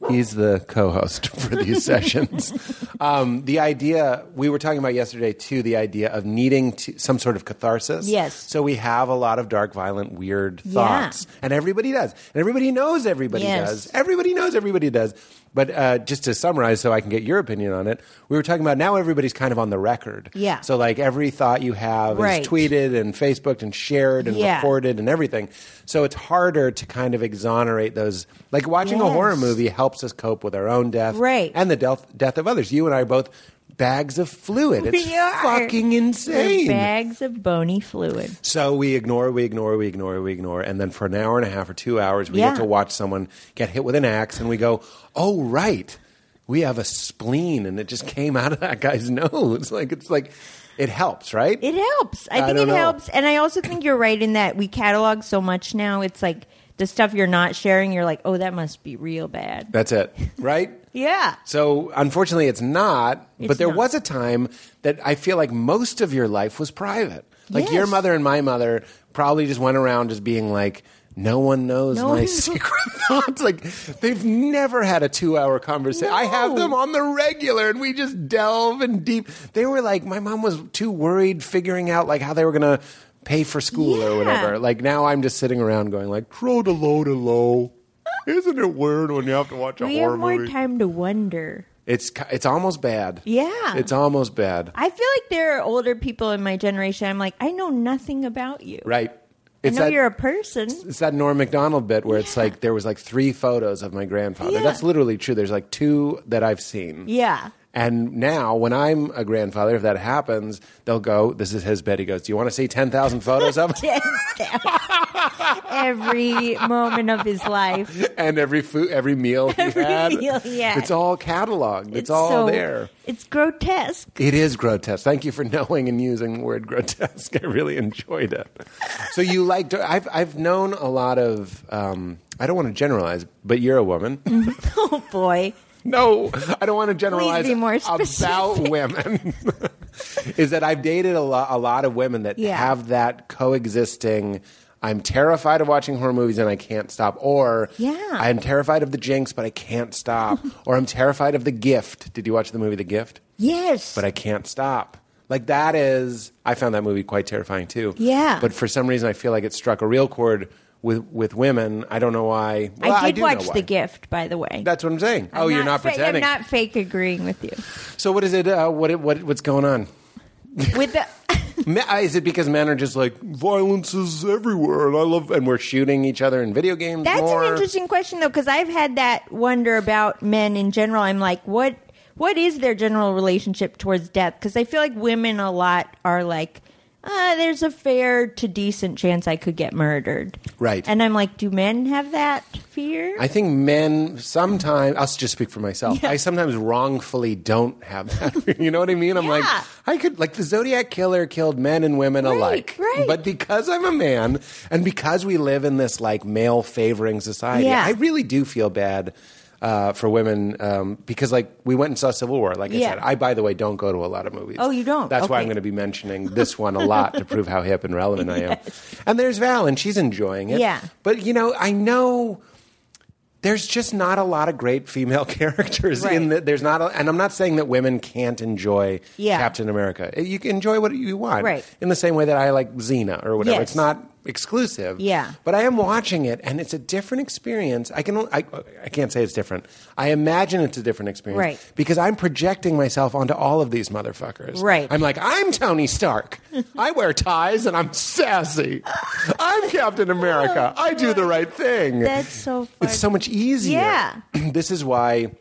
Speaker 3: Yeah, he's the co-host for these sessions. Um, the idea we were talking about yesterday too. The idea of needing to, some sort of catharsis.
Speaker 4: Yes.
Speaker 3: So we have a lot of dark, violent, weird thoughts, and everybody does, and everybody knows everybody
Speaker 4: Yes.
Speaker 3: does. Everybody knows everybody does. But uh, just to summarize, so I can get your opinion on it, we were talking about now everybody's kind of on the record.
Speaker 4: Yeah.
Speaker 3: So like every thought you have
Speaker 4: Right.
Speaker 3: is tweeted and Facebooked and shared and
Speaker 4: Yeah.
Speaker 3: recorded and everything. So it's harder to kind of exonerate those. Like watching a
Speaker 4: Yes.
Speaker 3: horror movie helps us cope with our own death
Speaker 4: Right.
Speaker 3: and the death, death of others. You and I both bags of fluid. It's
Speaker 4: We are.
Speaker 3: fucking insane.
Speaker 4: They're bags of bony fluid.
Speaker 3: So we ignore, we ignore, we ignore, we ignore. And then for an hour and a half or two hours, we
Speaker 4: Yeah.
Speaker 3: get to watch someone get hit with an axe and we go, oh, right, we have a spleen. And it just came out of that guy's nose. Like, it's like, it helps, right?
Speaker 4: It helps. I
Speaker 3: I
Speaker 4: think
Speaker 3: don't
Speaker 4: it
Speaker 3: know.
Speaker 4: helps. And I also think you're right in that we catalog so much now. It's like the stuff you're not sharing, you're like, oh, that must be real bad.
Speaker 3: That's it, right?
Speaker 4: Yeah.
Speaker 3: So unfortunately, it's not.
Speaker 4: It's
Speaker 3: but there
Speaker 4: not.
Speaker 3: was a time that I feel like most of your life was private. Like your
Speaker 4: Yes.
Speaker 3: mother and my mother probably just went around just being like, no one knows
Speaker 4: No
Speaker 3: my
Speaker 4: one knows."
Speaker 3: secret thoughts. Like they've never had a two-hour conversation. I have
Speaker 4: No.
Speaker 3: them on the regular, and we just delve and deep. They were like, my mom was too worried figuring out like how they were gonna pay for school
Speaker 4: Yeah.
Speaker 3: or whatever. Like now, I'm just sitting around going like, tro de lo de lo. Isn't it weird when you have to watch a
Speaker 4: We
Speaker 3: horror
Speaker 4: have more
Speaker 3: movie?
Speaker 4: time to wonder.
Speaker 3: It's ki- it's almost bad.
Speaker 4: Yeah.
Speaker 3: it's almost bad.
Speaker 4: I feel like there are older people in my generation. I'm like, I know nothing about you.
Speaker 3: Right.
Speaker 4: I
Speaker 3: It's
Speaker 4: know
Speaker 3: that,
Speaker 4: you're a person.
Speaker 3: it's that Norm Macdonald bit where it's like there was like three photos of my grandfather.
Speaker 4: Yeah.
Speaker 3: That's literally true. There's like two that I've seen.
Speaker 4: Yeah.
Speaker 3: And now, when I'm a grandfather, if that happens, they'll go, "This is his bed." He goes, "Do you want to see ten thousand photos of him?"
Speaker 4: Every moment of his life.
Speaker 3: and every food, every meal he
Speaker 4: Every
Speaker 3: had,
Speaker 4: meal he had.
Speaker 3: it's all cataloged. It's, all
Speaker 4: so-
Speaker 3: there.
Speaker 4: It's grotesque.
Speaker 3: It is grotesque. Thank you for knowing and using the word grotesque. I really enjoyed it. So you liked? I've I've known a lot of. Um, I don't want to generalize, but you're a woman.
Speaker 4: Oh, boy.
Speaker 3: no, I don't want to generalize
Speaker 4: be more
Speaker 3: about
Speaker 4: specific.
Speaker 3: women. is that I've dated a lot a lot of women that
Speaker 4: Yeah.
Speaker 3: have that coexisting. I'm terrified of watching horror movies and I can't stop. Or
Speaker 4: Yeah.
Speaker 3: I'm terrified of the jinx, but I can't stop. or I'm terrified of the gift. Did you watch the movie The Gift?
Speaker 4: Yes.
Speaker 3: but I can't stop. Like that is, I found that movie quite terrifying too.
Speaker 4: Yeah.
Speaker 3: But for some reason, I feel like it struck a real chord with with women. I don't know why. Well,
Speaker 4: I did
Speaker 3: do know
Speaker 4: watch
Speaker 3: why.
Speaker 4: The Gift, by the way.
Speaker 3: That's what I'm saying. oh,
Speaker 4: I'm
Speaker 3: you're not
Speaker 4: fa-
Speaker 3: pretending.
Speaker 4: I'm not fake agreeing with you.
Speaker 3: So what is it? Uh, what what what's going on?
Speaker 4: With the
Speaker 3: Me- uh, Is it because men are just like violence is everywhere, and I love, and we're shooting each other in video games?
Speaker 4: That's
Speaker 3: more?
Speaker 4: an interesting question though, because I've had that wonder about men in general. I'm like, what what is their general relationship towards death? Because I feel like women a lot are like, uh, there's a fair to decent chance I could get murdered.
Speaker 3: Right.
Speaker 4: And I'm like, do men have that fear?
Speaker 3: I think men sometimes, I'll just speak for myself, I sometimes wrongfully don't have that. you know what I mean? I'm like,
Speaker 4: Yeah.
Speaker 3: I could, like, the Zodiac Killer killed men and women
Speaker 4: Right,
Speaker 3: alike.
Speaker 4: right.
Speaker 3: But because I'm a man and because we live in this, like, male favoring society,
Speaker 4: Yeah.
Speaker 3: I really do feel bad. Uh, for women, um, because like we went and saw Civil War, like I
Speaker 4: Yeah.
Speaker 3: said, I by the way don't go to a lot of movies.
Speaker 4: Oh, you don't?
Speaker 3: That's why
Speaker 4: Okay.
Speaker 3: I'm going to be mentioning this one a lot to prove how hip and relevant I am. And there's Val, and she's enjoying it.
Speaker 4: Yeah.
Speaker 3: But you know, I know there's just not a lot of great female characters
Speaker 4: Right.
Speaker 3: in the, there's not a, and I'm not saying that women can't enjoy
Speaker 4: Yeah.
Speaker 3: Captain America. Eh, You can enjoy what you want.
Speaker 4: Right.
Speaker 3: In the same way that I like Xena or whatever.
Speaker 4: Yes.
Speaker 3: It's not exclusive.
Speaker 4: Yeah.
Speaker 3: But I am watching it and it's a different experience. I can I, I can't say it's different. I imagine it's a different experience
Speaker 4: Right.
Speaker 3: because I'm projecting myself onto all of these motherfuckers.
Speaker 4: Right.
Speaker 3: I'm like, I'm Tony Stark. I wear ties and I'm sassy. I'm Captain America. I do the right thing.
Speaker 4: That's so funny.
Speaker 3: It's so much easier.
Speaker 4: Yeah.
Speaker 3: this is why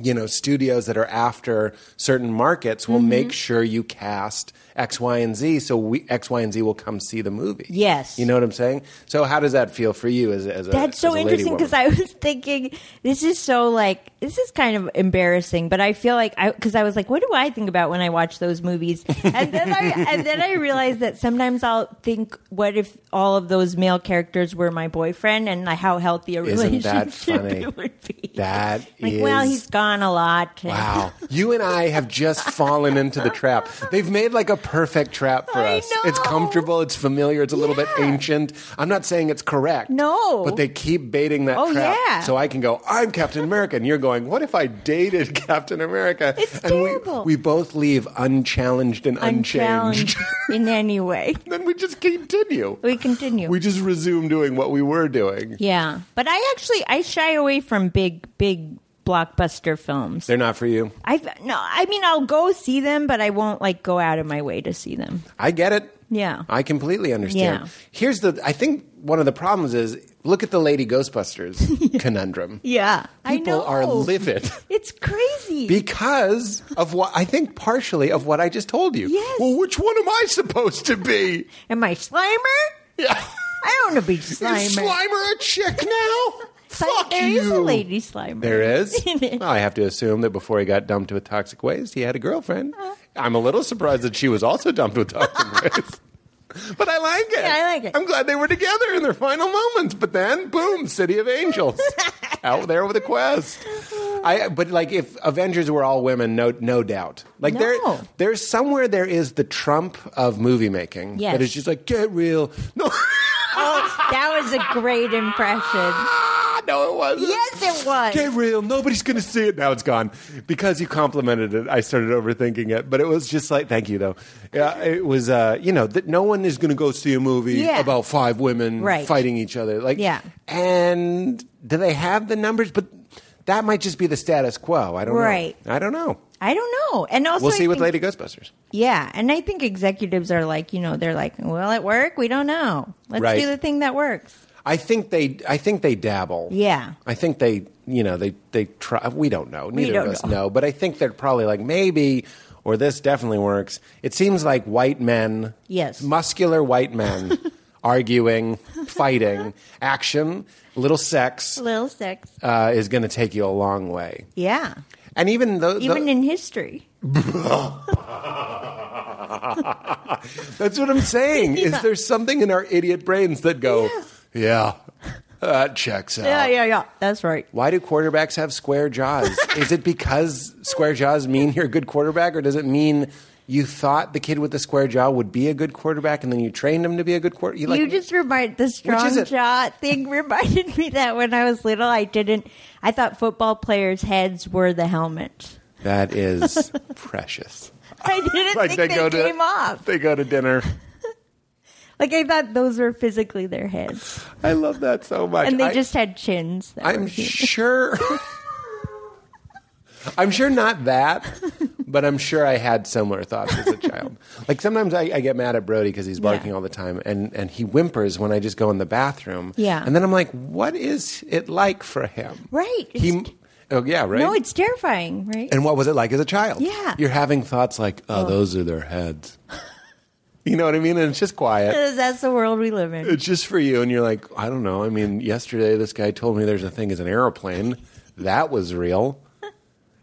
Speaker 3: you know studios that are after certain markets
Speaker 4: Mm-hmm.
Speaker 3: will make sure you cast X, Y, and Z, so we, X, Y, and Z will come see the movie.
Speaker 4: Yes.
Speaker 3: you know what I'm saying. So how does that feel for you as, as a
Speaker 4: That's so
Speaker 3: as a lady
Speaker 4: interesting
Speaker 3: woman?
Speaker 4: because I was thinking this is so like this is kind of embarrassing, but I feel like I because I was like, what do I think about when I watch those movies? And then I and then I realized that sometimes I'll think, what if all of those male characters were my boyfriend, and like, how healthy a
Speaker 3: Isn't
Speaker 4: relationship
Speaker 3: that funny?
Speaker 4: it would be?
Speaker 3: That
Speaker 4: like, well,
Speaker 3: is-
Speaker 4: he's gone a lot. and-
Speaker 3: Wow. You and I have just fallen into the trap. They've made like a perfect trap for
Speaker 4: I
Speaker 3: us. It's
Speaker 4: know.
Speaker 3: comfortable, it's familiar, it's a little bit
Speaker 4: Yeah.
Speaker 3: ancient. I'm not saying it's correct.
Speaker 4: No.
Speaker 3: But they keep baiting that
Speaker 4: Oh,
Speaker 3: trap.
Speaker 4: yeah.
Speaker 3: So I can go, I'm Captain America. And you're going, what if I dated Captain America?
Speaker 4: It's
Speaker 3: and we,
Speaker 4: terrible.
Speaker 3: we both leave unchallenged and unchanged.
Speaker 4: unchallenged in any way.
Speaker 3: then we just continue.
Speaker 4: We continue.
Speaker 3: We just resume doing what we were doing.
Speaker 4: yeah, but I actually I shy away from big big blockbuster films.
Speaker 3: They're not for you.
Speaker 4: I no, I mean I'll go see them, but I won't like go out of my way to see them.
Speaker 3: I get it.
Speaker 4: Yeah.
Speaker 3: I completely understand.
Speaker 4: Yeah.
Speaker 3: Here's the I think one of the problems is Look at the Lady Ghostbusters conundrum.
Speaker 4: Yeah, I
Speaker 3: People
Speaker 4: know.
Speaker 3: are livid.
Speaker 4: It's crazy.
Speaker 3: Because of what I think, partially of what I just told you.
Speaker 4: Yes.
Speaker 3: Well, which one am I supposed to be?
Speaker 4: Am I Slimer?
Speaker 3: Yeah.
Speaker 4: I don't know be
Speaker 3: Is
Speaker 4: Slimer.
Speaker 3: Slimer a chick now? Fuck
Speaker 4: There
Speaker 3: you.
Speaker 4: is a lady Slimer.
Speaker 3: There is. Ah. well, I have to assume that before he got dumped with toxic waste, he had a girlfriend.
Speaker 4: Uh-huh.
Speaker 3: I'm a little surprised that she was also dumped with toxic waste. But I like it.
Speaker 4: Yeah, I like it.
Speaker 3: I'm glad they were together in their final moments. But then, boom, City of Angels, out there with a quest. I but like if Avengers were all women, no, no doubt. Like there,
Speaker 4: No.
Speaker 3: there's somewhere there is the Trump of movie making
Speaker 4: Yes.
Speaker 3: that is just like get real. No,
Speaker 4: That was a great impression.
Speaker 3: no, it wasn't.
Speaker 4: Yes, it was.
Speaker 3: Get real. Nobody's going to see it. Now it's gone. Because you complimented it, I started overthinking it. But it was just like, thank you, though. Yeah, it was, uh, you know, that no one is going to go see a movie
Speaker 4: Yeah.
Speaker 3: about five women
Speaker 4: Right.
Speaker 3: fighting each other. Like,
Speaker 4: Yeah.
Speaker 3: And do they have the numbers? But that might just be the status quo. I don't
Speaker 4: Right.
Speaker 3: know. I don't know.
Speaker 4: I don't know. And also,
Speaker 3: We'll
Speaker 4: I
Speaker 3: see with
Speaker 4: think-
Speaker 3: Lady Ghostbusters.
Speaker 4: Yeah, and I think executives are like, you know, they're like, will it work? We don't know. Let's
Speaker 3: Right.
Speaker 4: do the thing that works.
Speaker 3: I think they, I think they dabble.
Speaker 4: Yeah.
Speaker 3: I think they, you know, they they try. We don't know. Neither
Speaker 4: don't
Speaker 3: of us
Speaker 4: know.
Speaker 3: know. But I think they're probably like maybe or this definitely works. It seems like white men,
Speaker 4: Yes.
Speaker 3: muscular white men, arguing, fighting, action, little sex
Speaker 4: Little sex.
Speaker 3: uh, is going to take you a long way.
Speaker 4: Yeah.
Speaker 3: And even though
Speaker 4: Even in history.
Speaker 3: That's what I'm saying. Is there something in our idiot brains that go, yeah, that checks out.
Speaker 4: Yeah, yeah, yeah. That's right.
Speaker 3: Why do quarterbacks have square jaws? Is it because square jaws mean you're a good quarterback, or does it mean you thought the kid with the square jaw would be a good quarterback, and then you trained him to be a good quarterback?
Speaker 4: you just remind the
Speaker 3: is
Speaker 4: strong
Speaker 3: it?
Speaker 4: jaw thing reminded me that when I was little, I didn't. I thought football players' heads were the helmet.
Speaker 3: that is precious.
Speaker 4: I didn't think they, came off.
Speaker 3: They go to dinner.
Speaker 4: Like I thought those were physically their heads,
Speaker 3: I love that so much.
Speaker 4: and they
Speaker 3: I-
Speaker 4: just had chins. That
Speaker 3: I'm
Speaker 4: were human.
Speaker 3: sure. I'm sure not that, but I'm sure I had similar thoughts as a child. Like sometimes I, I get mad at Brody because he's barking
Speaker 4: Yeah.
Speaker 3: all the time, and, and he whimpers when I just go in the bathroom.
Speaker 4: Yeah.
Speaker 3: and then I'm like, what is it like for him?
Speaker 4: Right.
Speaker 3: He.
Speaker 4: It's-
Speaker 3: Oh yeah, right.
Speaker 4: No, it's terrifying, right?
Speaker 3: and what was it like as a child?
Speaker 4: Yeah.
Speaker 3: you're having thoughts like, oh, those are their heads. you know what I mean? And it's just quiet.
Speaker 4: Because that's the world we live in.
Speaker 3: It's just for you, and you're like, I don't know. I mean, yesterday this guy told me there's a thing as an airplane. That was real.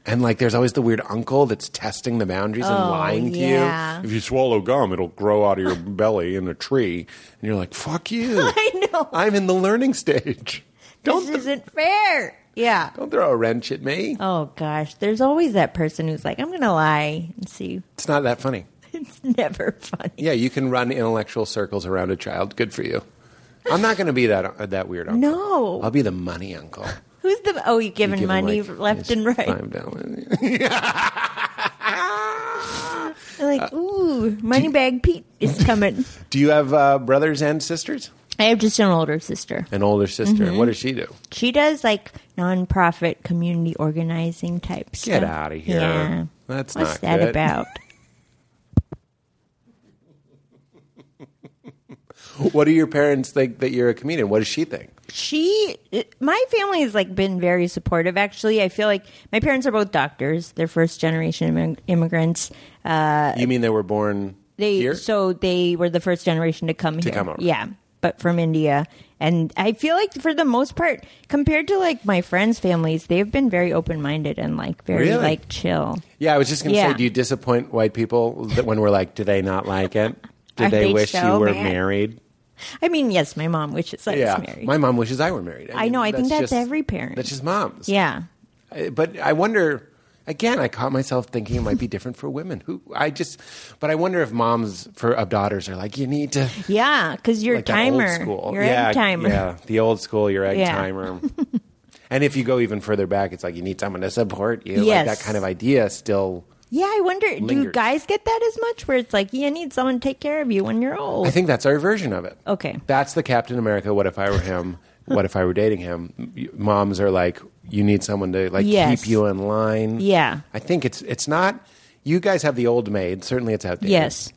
Speaker 3: And like, there's always the weird uncle that's testing the boundaries and lying to
Speaker 4: Oh, yeah.
Speaker 3: you. If you swallow gum, it'll grow out of your belly in a tree, and you're like, "Fuck you!"
Speaker 4: I know.
Speaker 3: I'm in the learning stage. Don't
Speaker 4: this isn't fair. Yeah.
Speaker 3: don't throw a wrench at me.
Speaker 4: Oh gosh, there's always that person who's like, I'm gonna lie and see.
Speaker 3: It's not that funny.
Speaker 4: It's never funny.
Speaker 3: Yeah, you can run intellectual circles around a child. Good for you. I'm not going to be that that weird uncle.
Speaker 4: No.
Speaker 3: I'll be the money uncle.
Speaker 4: Who's the? Oh, you giving
Speaker 3: give them,
Speaker 4: money
Speaker 3: like,
Speaker 4: left
Speaker 3: yes,
Speaker 4: and right?
Speaker 3: Five dollars.
Speaker 4: They're
Speaker 3: Uh,
Speaker 4: like, ooh, money bag Pete is coming.
Speaker 3: Do you have uh, brothers and sisters?
Speaker 4: I have just an older sister.
Speaker 3: An older sister.
Speaker 4: Mm-hmm.
Speaker 3: And what does she do?
Speaker 4: She does like nonprofit community organizing type stuff.
Speaker 3: Get outta here.
Speaker 4: Yeah.
Speaker 3: That's
Speaker 4: What's
Speaker 3: not
Speaker 4: that
Speaker 3: good.
Speaker 4: about?
Speaker 3: What do your parents think that you're a comedian? What does she think?
Speaker 4: she my family has like been very supportive actually i feel like my parents are both doctors they're first generation immi- immigrants
Speaker 3: you mean they were born
Speaker 4: Uh, they
Speaker 3: here?
Speaker 4: so they were the first generation to come here
Speaker 3: come over.
Speaker 4: yeah but from india and i feel like for the most part compared to like my friends families they've been very open-minded and like very
Speaker 3: Really?
Speaker 4: like chill
Speaker 3: yeah, I was just going to
Speaker 4: Yeah.
Speaker 3: say, do you disappoint white people that when we're like, do they not like it? Do
Speaker 4: I
Speaker 3: they
Speaker 4: think
Speaker 3: wish
Speaker 4: so,
Speaker 3: you were
Speaker 4: man.
Speaker 3: married?
Speaker 4: i mean yes my mom wishes i was married
Speaker 3: my mom wishes I were married.
Speaker 4: I know, I think that's
Speaker 3: just-
Speaker 4: every parent.
Speaker 3: That's just moms.
Speaker 4: yeah
Speaker 3: I- but I wonder. Again, I caught myself thinking it might be different for women. Who I just, but I wonder if moms for of daughters are like, you need to
Speaker 4: yeah because you're
Speaker 3: like that
Speaker 4: timer
Speaker 3: old school.
Speaker 4: you're
Speaker 3: yeah,
Speaker 4: egg timer
Speaker 3: Yeah, the old school, your egg
Speaker 4: Yeah.
Speaker 3: timer. and if you go even further back, it's like you need someone to support you.
Speaker 4: Yes.
Speaker 3: Like that kind of idea still.
Speaker 4: Yeah, I wonder, do
Speaker 3: Lingers.
Speaker 4: guys get that as much? Where it's like, you need someone to take care of you when you're old.
Speaker 3: I think that's our version of it.
Speaker 4: Okay.
Speaker 3: That's the Captain America. What if I were him? what if I were dating him? Moms are like, you need someone to like
Speaker 4: Yes.
Speaker 3: keep you in line.
Speaker 4: Yeah.
Speaker 3: I think it's it's not. You guys have the old maid. Certainly, it's outdated.
Speaker 4: yes.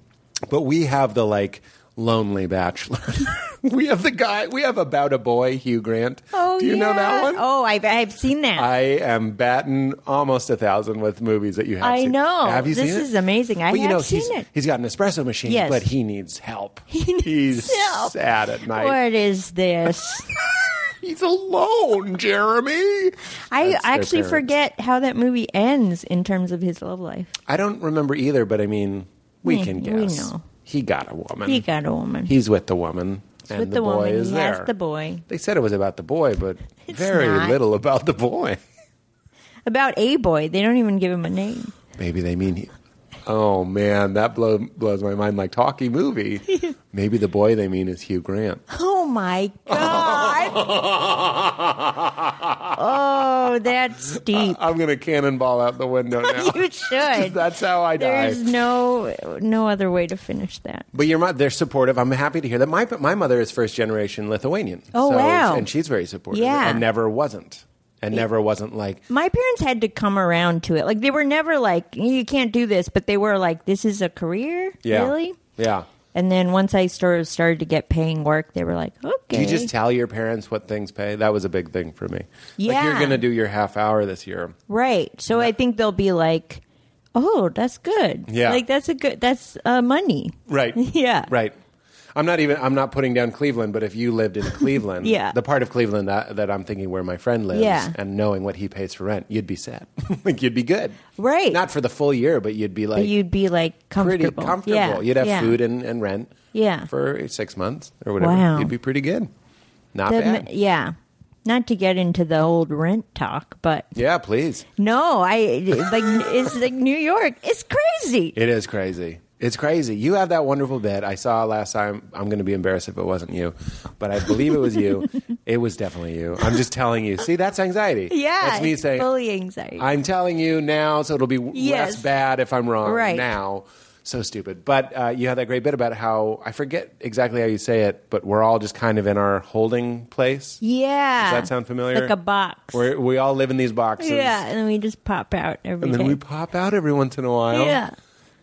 Speaker 3: But we have the like lonely bachelor.
Speaker 2: we have the guy. We have about a boy, Hugh Grant.
Speaker 4: Oh,
Speaker 2: do you know that
Speaker 4: yeah.
Speaker 2: one?
Speaker 4: Oh, I've I've seen that.
Speaker 2: I am batting almost a thousand with movies that you have.
Speaker 4: I
Speaker 2: seen.
Speaker 4: know.
Speaker 2: Have you
Speaker 4: This
Speaker 2: seen it?
Speaker 4: is amazing. I
Speaker 2: Well, you
Speaker 4: have
Speaker 2: know,
Speaker 4: seen
Speaker 2: he's,
Speaker 4: it.
Speaker 3: He's got an espresso machine,
Speaker 4: Yes.
Speaker 3: but he needs help.
Speaker 4: needs
Speaker 2: He's
Speaker 4: help.
Speaker 2: sad at night.
Speaker 4: What is this?
Speaker 2: He's alone, Jeremy.
Speaker 4: I
Speaker 3: their
Speaker 4: actually
Speaker 3: parents.
Speaker 4: forget how that movie ends in terms of his love life.
Speaker 3: I don't remember either, but I mean, we
Speaker 4: Yeah,
Speaker 3: can
Speaker 4: Hmm, we
Speaker 3: guess.
Speaker 4: know.
Speaker 3: He got a woman.
Speaker 4: He got a woman.
Speaker 3: He's with the woman. Mm. and
Speaker 4: with
Speaker 3: the, boy
Speaker 4: woman.
Speaker 3: is
Speaker 4: he
Speaker 3: there.
Speaker 4: has the boy.
Speaker 3: They said it was about the boy, but
Speaker 4: It's
Speaker 3: very
Speaker 4: not.
Speaker 3: little about the boy.
Speaker 4: About a boy. They don't even give him a name.
Speaker 3: Maybe they mean he. Oh man, that blow, blows my mind. Like talkie movie. Maybe the boy they mean is Hugh Grant.
Speaker 4: Oh my god. oh, that's deep.
Speaker 2: I'm gonna cannonball out the window now.
Speaker 4: You should.
Speaker 2: That's how I
Speaker 4: There's
Speaker 2: die.
Speaker 4: no no other way to finish that.
Speaker 3: But your mother, they're supportive. I'm happy to hear that. My my mother is first generation Lithuanian.
Speaker 4: Oh, wow.
Speaker 3: And she's very supportive.
Speaker 4: Yeah.
Speaker 3: And never wasn't. And never wasn't like
Speaker 4: My parents had to come around to it. Like they were never like you can't do this, but they were like this is a career?
Speaker 3: yeah,
Speaker 4: Really?
Speaker 3: yeah.
Speaker 4: And then once I started started to get paying work, they were like, "Okay."
Speaker 3: Do you just tell your parents what things pay? That was a big thing for me. Like you're
Speaker 4: Yeah.
Speaker 3: going to do your half hour this year.
Speaker 4: Right. So I think they'll be like, "Oh, that's good.
Speaker 3: Yeah.
Speaker 4: like that's a good. That's uh, money.
Speaker 3: Right.
Speaker 4: Yeah.
Speaker 3: Right. I'm not even. I'm not putting down Cleveland, but if you lived in Cleveland,
Speaker 4: Yeah.
Speaker 3: the part of Cleveland that, that I'm thinking where my friend lives,
Speaker 4: Yeah.
Speaker 3: and knowing what he pays for rent, you'd be sad. like you'd be good,
Speaker 4: Right.
Speaker 3: Not for the full year, but you'd be like
Speaker 4: You'd be like
Speaker 3: pretty
Speaker 4: comfortable.
Speaker 3: comfortable.
Speaker 4: Yeah.
Speaker 3: You'd have
Speaker 4: Yeah.
Speaker 3: food and, and rent,
Speaker 4: Yeah.
Speaker 3: for six months or whatever.
Speaker 4: Wow.
Speaker 3: You'd be pretty good. Not
Speaker 4: The-
Speaker 3: bad.
Speaker 4: yeah. Not to get into the old rent talk, but
Speaker 3: yeah, please.
Speaker 4: no, I like it's like New York. It's crazy.
Speaker 3: It is crazy. It's crazy. You have that wonderful bit I saw last time. I'm going to be embarrassed if it wasn't you, but I believe it was you. it was definitely you. I'm just telling you. See, that's anxiety.
Speaker 4: Yeah,
Speaker 3: that's me
Speaker 4: it's
Speaker 3: saying
Speaker 4: fully anxiety.
Speaker 3: I'm telling you now, so it'll be w-
Speaker 4: Yes.
Speaker 3: less bad if I'm wrong
Speaker 4: Right.
Speaker 3: now. So stupid. But uh, you had that great bit about how I forget exactly how you say it, but we're all just kind of in our holding place.
Speaker 4: yeah.
Speaker 3: Does that sound familiar?
Speaker 4: Like a box.
Speaker 3: Where we all live in these boxes.
Speaker 4: yeah, and then we just pop out every
Speaker 3: And then
Speaker 4: day.
Speaker 3: we pop out every once in a while.
Speaker 4: Yeah.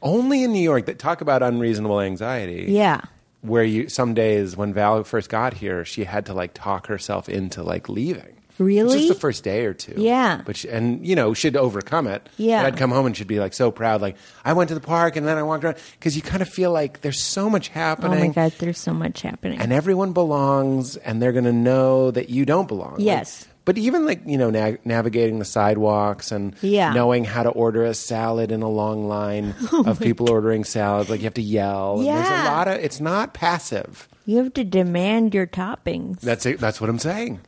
Speaker 3: Only in New York that talk about unreasonable anxiety.
Speaker 4: Yeah.
Speaker 3: Where you some days when Val first got here, she had to like talk herself into like leaving.
Speaker 4: Really?
Speaker 3: Just the first day or two.
Speaker 4: Yeah.
Speaker 3: But she, and you know she'd overcome it.
Speaker 4: Yeah.
Speaker 3: But I'd come home and she'd be like so proud, like I went to the park and then I walked around because you kind of feel like there's so much
Speaker 4: Oh
Speaker 3: happening
Speaker 4: my god, there's so much happening.
Speaker 3: and everyone belongs and they're going to know that you don't belong Like,
Speaker 4: Yes.
Speaker 3: but even like you know na- navigating the sidewalks and
Speaker 4: Yeah. Oh
Speaker 3: knowing how to order a salad in a long line of people ordering salads like you have to yell and there's a
Speaker 4: Yeah.
Speaker 3: lot of it's not passive
Speaker 4: you have to demand your toppings.
Speaker 3: that's it that's what i'm saying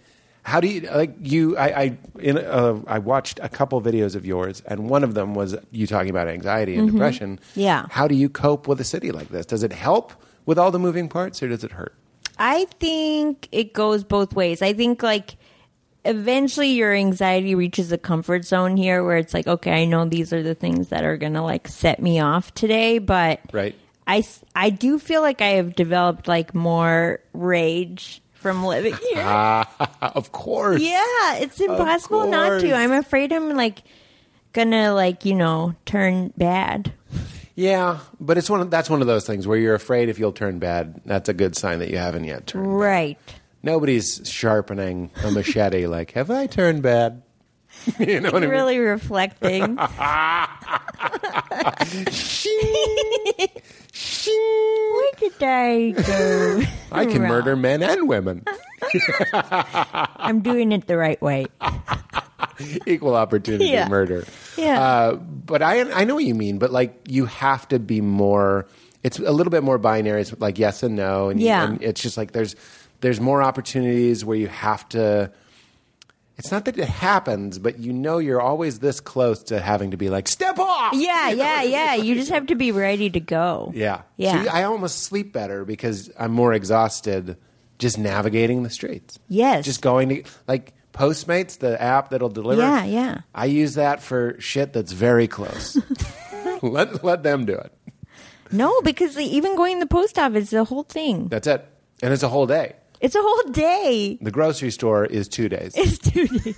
Speaker 3: how do you like you i i in uh, i watched a couple videos of yours and one of them was you talking about anxiety and depression
Speaker 4: Mm-hmm. Yeah.
Speaker 3: how do you cope with a city like this does it help with all the moving parts or does it hurt
Speaker 4: I think it goes both ways. I think like eventually your anxiety reaches a comfort zone here where it's like, okay, I know these are the things that are going to like set me off today, but
Speaker 3: Right.
Speaker 4: I s- I do feel like I have developed like more rage from living here.
Speaker 3: Uh, of course
Speaker 4: Yeah, it's impossible not to.
Speaker 3: course.
Speaker 4: I'm afraid I'm like gonna like, you know, turn bad.
Speaker 3: Yeah, but it's one. Of, that's one of those things where you're afraid if you'll turn bad. That's a good sign that you haven't yet turned. bad.
Speaker 4: Right.
Speaker 3: Nobody's sharpening a machete. like, have I turned bad? you know what I mean?
Speaker 4: Really reflecting.
Speaker 3: Shing!
Speaker 4: Where did I go?
Speaker 3: I can
Speaker 4: wrong?
Speaker 3: murder men and women.
Speaker 4: I'm doing it the right way.
Speaker 3: Equal opportunity
Speaker 4: Yeah.
Speaker 3: murder.
Speaker 4: Yeah.
Speaker 3: Uh, but I I know what you mean. But like, you have to be more. It's a little bit more binary. It's like yes and no. And you-
Speaker 4: Yeah.
Speaker 3: and it's just like there's there's more opportunities where you have to. It's not that it happens, but you know you're always this close to having to be like step off.
Speaker 4: yeah, yeah, yeah. You just have to be ready to go.
Speaker 3: Yeah.
Speaker 4: Yeah.
Speaker 3: See, I almost sleep better because I'm more exhausted just navigating the streets.
Speaker 4: Yes.
Speaker 3: Just going to like Postmates, the app that'll deliver.
Speaker 4: Yeah, yeah.
Speaker 3: I use that for shit that's very close. let let them do it.
Speaker 4: no, because even going to the post office is a whole thing.
Speaker 3: That's it. And it's a whole day.
Speaker 4: It's a whole day.
Speaker 3: The grocery store is two days.
Speaker 4: It's two days.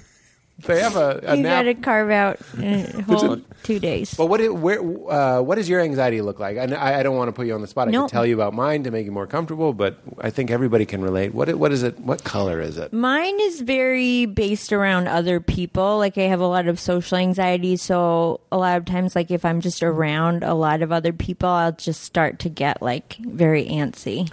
Speaker 2: They have a, a
Speaker 4: you
Speaker 2: nap.
Speaker 4: got to carve out a whole two days.
Speaker 3: But what it, where uh, what does your anxiety look like? And I, I don't want to put you on the spot. I
Speaker 4: No.
Speaker 3: can tell you about mine to make you more comfortable, but I think everybody can relate. What it- what is it? What color is it?
Speaker 4: Mine is very based around other people. Like I have a lot of social anxiety, so a lot of times like if I'm just around a lot of other people, I'll just start to get like very antsy.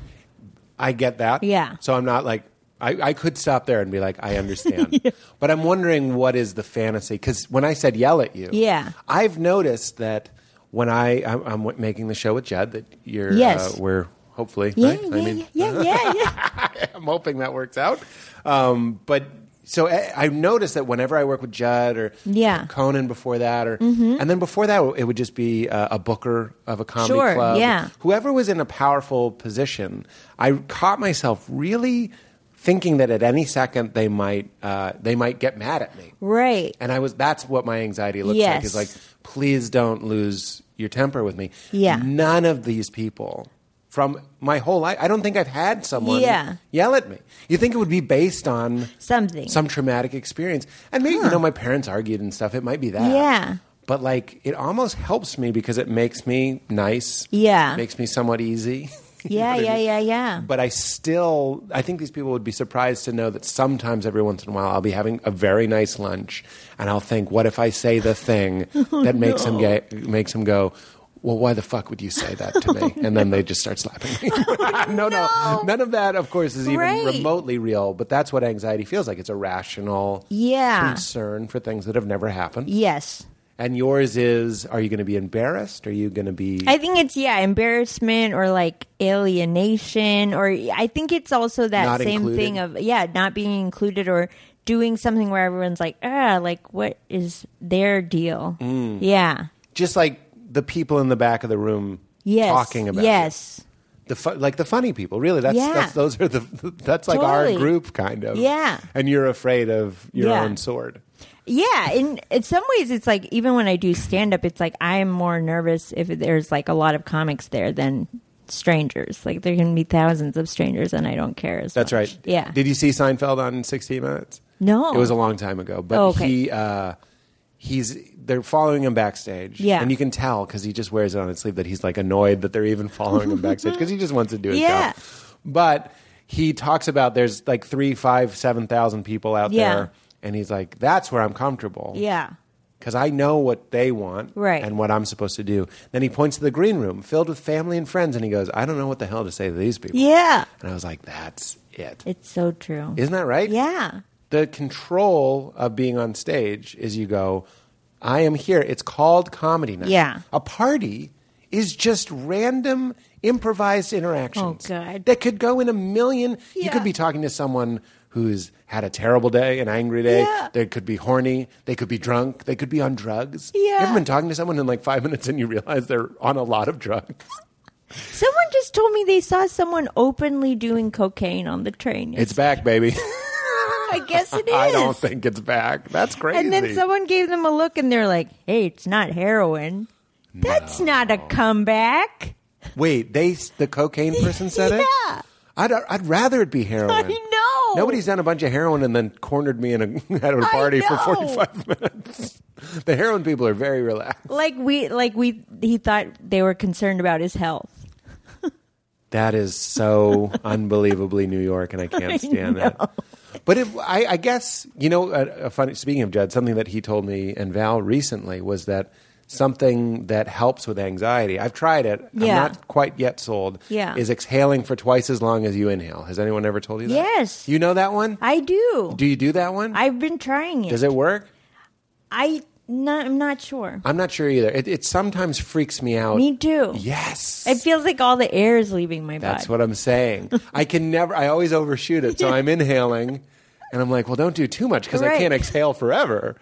Speaker 3: I get that.
Speaker 4: Yeah.
Speaker 3: So I'm not like I, I could stop there and be like I understand, but I'm wondering what is the fantasy? Because when I said yell at you,
Speaker 4: Yeah.
Speaker 3: I've noticed that when I I'm, I'm w- making the show with Jed that you're
Speaker 4: Yes.
Speaker 3: uh, we're hopefully
Speaker 4: Yeah,
Speaker 3: right?
Speaker 4: yeah,
Speaker 3: I mean
Speaker 4: yeah, yeah, yeah.
Speaker 3: I'm hoping that works out. Um, but so I, I noticed that whenever I work with Judd or
Speaker 4: Yeah. Mm-hmm.
Speaker 3: Conan before that, or and then before that, it would just be uh, a booker of a comedy
Speaker 4: Sure,
Speaker 3: club.
Speaker 4: yeah.
Speaker 3: Whoever was in a powerful position, I caught myself really thinking that at any second they might uh, they might get mad at me.
Speaker 4: right.
Speaker 3: And I was that's what my anxiety looks like
Speaker 4: Yes.
Speaker 3: is like please don't lose your temper with me.
Speaker 4: Yeah.
Speaker 3: None of these people from my whole life I don't think I've had someone
Speaker 4: Yeah.
Speaker 3: yell at me. You think it would be based on
Speaker 4: Something.
Speaker 3: some traumatic experience. And maybe you know my parents argued and stuff it might be that.
Speaker 4: Yeah.
Speaker 3: But like it almost helps me because it makes me nice.
Speaker 4: Yeah.
Speaker 3: Makes me somewhat easy. You know
Speaker 4: yeah,
Speaker 3: what I
Speaker 4: yeah,
Speaker 3: mean?
Speaker 4: yeah, yeah.
Speaker 3: but I still I think these people would be surprised to know that sometimes every once in a while I'll be having a very nice lunch and I'll think, what if I say the thing
Speaker 4: Oh,
Speaker 3: that makes him get makes him go. Well, why the fuck would you say that to
Speaker 4: Oh,
Speaker 3: me? And then they just start slapping me. no, no, None of that, of course, is even
Speaker 4: Right.
Speaker 3: remotely real, but that's what anxiety feels like. It's a rational
Speaker 4: Yeah.
Speaker 3: concern for things that have never happened.
Speaker 4: Yes.
Speaker 3: And yours is are you going to be embarrassed? Are you going to be.
Speaker 4: I think it's yeah, embarrassment or like alienation or I think it's also that
Speaker 3: Not
Speaker 4: same
Speaker 3: included.
Speaker 4: thing of yeah, not being included or doing something where everyone's like, ah, like what is their deal?
Speaker 3: Mm.
Speaker 4: Yeah.
Speaker 3: just like the people in the back of the room
Speaker 4: Yes.
Speaker 3: talking about it.
Speaker 4: Yes.
Speaker 3: the fu- like the funny people really that's,
Speaker 4: Yeah.
Speaker 3: that's those are the that's like our
Speaker 4: Totally.
Speaker 3: group kind of
Speaker 4: Yeah.
Speaker 3: and you're afraid of your
Speaker 4: Yeah.
Speaker 3: own sword
Speaker 4: Yeah, in in some ways it's like even when I do stand up it's like I'm more nervous if there's like a lot of comics there than strangers. Like there can be thousands of strangers and I don't care as
Speaker 3: that's
Speaker 4: much.
Speaker 3: right
Speaker 4: Yeah.
Speaker 3: did you see seinfeld on 60 minutes
Speaker 4: No.
Speaker 3: it was a long time ago but
Speaker 4: Oh, okay.
Speaker 3: he uh he's they're following him backstage
Speaker 4: Yeah.
Speaker 3: and you can tell because he just wears it on his sleeve that he's like annoyed that they're even following him backstage because he just wants to do his
Speaker 4: Yeah.
Speaker 3: job but he talks about there's like three five seven thousand people out
Speaker 4: Yeah.
Speaker 3: there and he's like that's where i'm comfortable
Speaker 4: Yeah.
Speaker 3: because I know what they want
Speaker 4: Right.
Speaker 3: and what I'm supposed to do. Then he points to the green room filled with family and friends and he goes, I don't know what the hell to say to these people.
Speaker 4: Yeah.
Speaker 3: And I was like, that's it.
Speaker 4: It's so true.
Speaker 3: Isn't that right?
Speaker 4: yeah.
Speaker 3: The control of being on stage is you go, I am here. It's called comedy night.
Speaker 4: Yeah.
Speaker 3: A party is just random improvised interactions.
Speaker 4: Oh, God.
Speaker 3: That could go in a million. You
Speaker 4: Yeah.
Speaker 3: could be talking to someone who's had a terrible day, an angry day.
Speaker 4: Yeah.
Speaker 3: They could be horny. They could be drunk. They could be on drugs.
Speaker 4: Yeah.
Speaker 3: You ever been talking to someone in like five minutes and you realize they're on a lot of drugs?
Speaker 4: Someone just told me they saw someone openly doing cocaine on the train.
Speaker 3: It's back, baby.
Speaker 4: I guess it is.
Speaker 3: I don't think it's back. That's crazy.
Speaker 4: And then someone gave them a look and they're like, hey, it's not heroin. That's not a comeback.
Speaker 3: Wait, they the cocaine person said it.
Speaker 4: Yeah.
Speaker 3: I'd I'd rather it be heroin.
Speaker 4: I know.
Speaker 3: Nobody's done a bunch of heroin and then cornered me in a at a
Speaker 4: I
Speaker 3: party for
Speaker 4: know.
Speaker 3: forty five minutes. The heroin people are very relaxed.
Speaker 4: Like we, like we, he thought they were concerned about his health.
Speaker 3: That is so unbelievably New York, and I can't stand that. But it, I, I guess you know. A, a funny, speaking of Judd, something that he told me and Val recently was that something that helps with anxiety. I've tried it.
Speaker 4: Yeah.
Speaker 3: I'm not quite yet sold.
Speaker 4: Yeah.
Speaker 3: Is exhaling for twice as long as you inhale. Has anyone ever told you that?
Speaker 4: Yes.
Speaker 3: You know that one?
Speaker 4: I do.
Speaker 3: Do you do that one?
Speaker 4: I've been trying it.
Speaker 3: Does it work?
Speaker 4: I, not, I'm not sure.
Speaker 3: I'm not sure either. It, it sometimes freaks me out.
Speaker 4: Me too.
Speaker 3: Uh, Yes.
Speaker 4: It feels like all the air is leaving my
Speaker 3: That's
Speaker 4: body.
Speaker 3: what I'm saying. I can never. I always overshoot it, so I'm inhaling, and I'm like, well, don't do too much because I
Speaker 4: Right.
Speaker 3: can't exhale forever.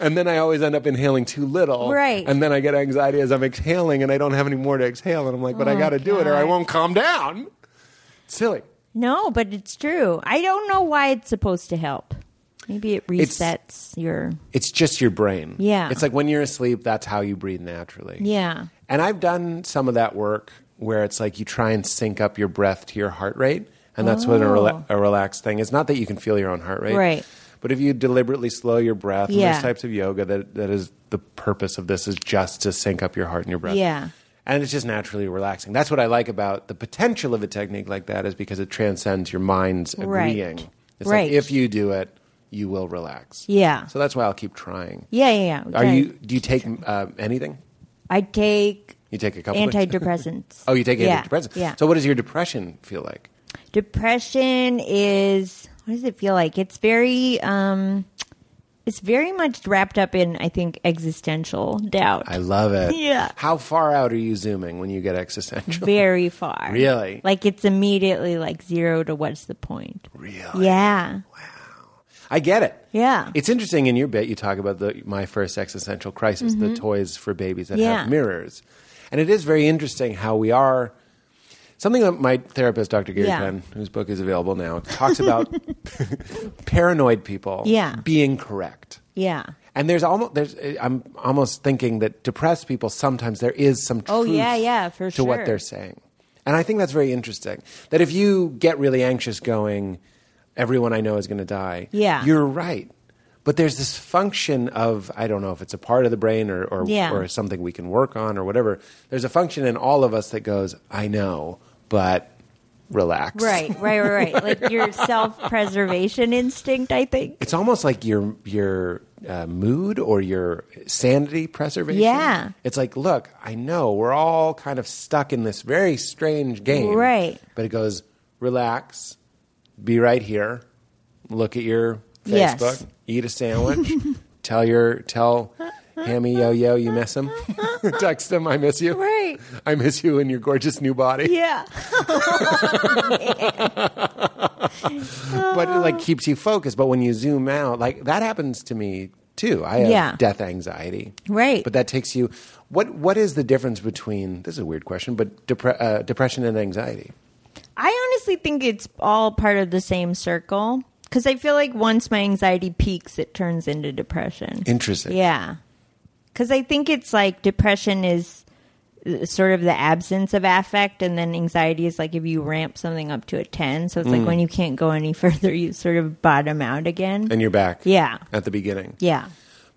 Speaker 3: And then I always end up inhaling too little,
Speaker 4: Right.
Speaker 3: And then I get anxiety as I'm exhaling, and I don't have any more to exhale, and I'm like, but I
Speaker 4: Oh,
Speaker 3: got to do it, or I
Speaker 4: God.
Speaker 3: won't calm down. Silly.
Speaker 4: No, but it's true. I don't know why it's supposed to help. Maybe it
Speaker 3: It's-
Speaker 4: resets your.
Speaker 3: It's just your brain.
Speaker 4: Yeah.
Speaker 3: It's like when you're asleep, that's how you breathe naturally.
Speaker 4: Yeah.
Speaker 3: And I've done some of that work where it's like you try and sync up your breath to your heart rate. And that's what a, rela- a relaxed thing is. Not that you can feel your own heart rate.
Speaker 4: Oh. Right.
Speaker 3: But if you deliberately slow your breath, and
Speaker 4: Yeah.
Speaker 3: there's types of yoga that, that is the purpose of this is just to sync up your heart and your breath.
Speaker 4: Yeah.
Speaker 3: And it's just naturally relaxing. That's what I like about the potential of a technique like that is because it transcends your mind's
Speaker 4: Right.
Speaker 3: agreeing. It's
Speaker 4: Right.
Speaker 3: like if you do it, you will relax.
Speaker 4: Yeah.
Speaker 3: So that's why I'll keep trying.
Speaker 4: Yeah, yeah, yeah.
Speaker 3: Are
Speaker 4: Okay.
Speaker 3: you? Do you take uh, anything?
Speaker 4: I take
Speaker 3: You take a couple. things?
Speaker 4: antidepressants.
Speaker 3: oh, you take
Speaker 4: Yeah,
Speaker 3: antidepressants.
Speaker 4: Yeah.
Speaker 3: So what does your depression feel like?
Speaker 4: depression is what does it feel like it's very um it's very much wrapped up in i think existential doubt
Speaker 3: I love it.
Speaker 4: Yeah.
Speaker 3: How far out are you zooming when you get existential?
Speaker 4: very far
Speaker 3: Really?
Speaker 4: like it's immediately like zero to what's the point
Speaker 3: Really?
Speaker 4: yeah
Speaker 3: I get it.
Speaker 4: Yeah.
Speaker 3: It's interesting in your bit you talk about the my first existential crisis, the toys for babies that
Speaker 4: Mm-hmm. Yeah.
Speaker 3: have mirrors. And it is very interesting how we are something that my therapist Dr. Gary
Speaker 4: Yeah.
Speaker 3: Penn, whose book is available now, talks about paranoid people
Speaker 4: Yeah.
Speaker 3: being correct.
Speaker 4: yeah
Speaker 3: And there's almost there's I'm almost thinking that depressed people sometimes there is some truth
Speaker 4: Oh, yeah, yeah, for
Speaker 3: to
Speaker 4: sure.
Speaker 3: what they're saying. And I think that's very interesting. That if you get really anxious going everyone I know is going to die.
Speaker 4: Yeah.
Speaker 3: You're right. But there's this function of I don't know if it's a part of the brain or or,
Speaker 4: Yeah.
Speaker 3: or something we can work on or whatever. There's a function in all of us that goes, I know, but relax.
Speaker 4: right right right right like your self-preservation instinct i think
Speaker 3: It's almost like your your uh, mood or your sanity preservation.
Speaker 4: Yeah.
Speaker 3: It's like, look, I know we're all kind of stuck in this very strange game.
Speaker 4: Right.
Speaker 3: But it goes, relax, be right here, look at your Facebook,
Speaker 4: Yes.
Speaker 3: eat a sandwich, tell your tell Hammy Yo Yo you miss him, text him I miss you.
Speaker 4: Right.
Speaker 3: I miss you in your gorgeous new body.
Speaker 4: yeah
Speaker 3: but it like keeps you focused. But when you zoom out, like that happens to me too. I have
Speaker 4: Yeah.
Speaker 3: death anxiety,
Speaker 4: Right.
Speaker 3: But that takes you. What What is the difference between? This is a weird question, but depre- uh, depression and anxiety.
Speaker 4: I honestly think it's all part of the same circle because I feel like once my anxiety peaks, it turns into depression.
Speaker 3: Interesting.
Speaker 4: Yeah. Because I think it's like depression is uh, sort of the absence of affect, and then anxiety is like if you ramp something up to a 10. So it's
Speaker 3: Mm.
Speaker 4: like when you can't go any further, you sort of bottom out again.
Speaker 3: And you're back.
Speaker 4: Yeah.
Speaker 3: At the beginning.
Speaker 4: yeah.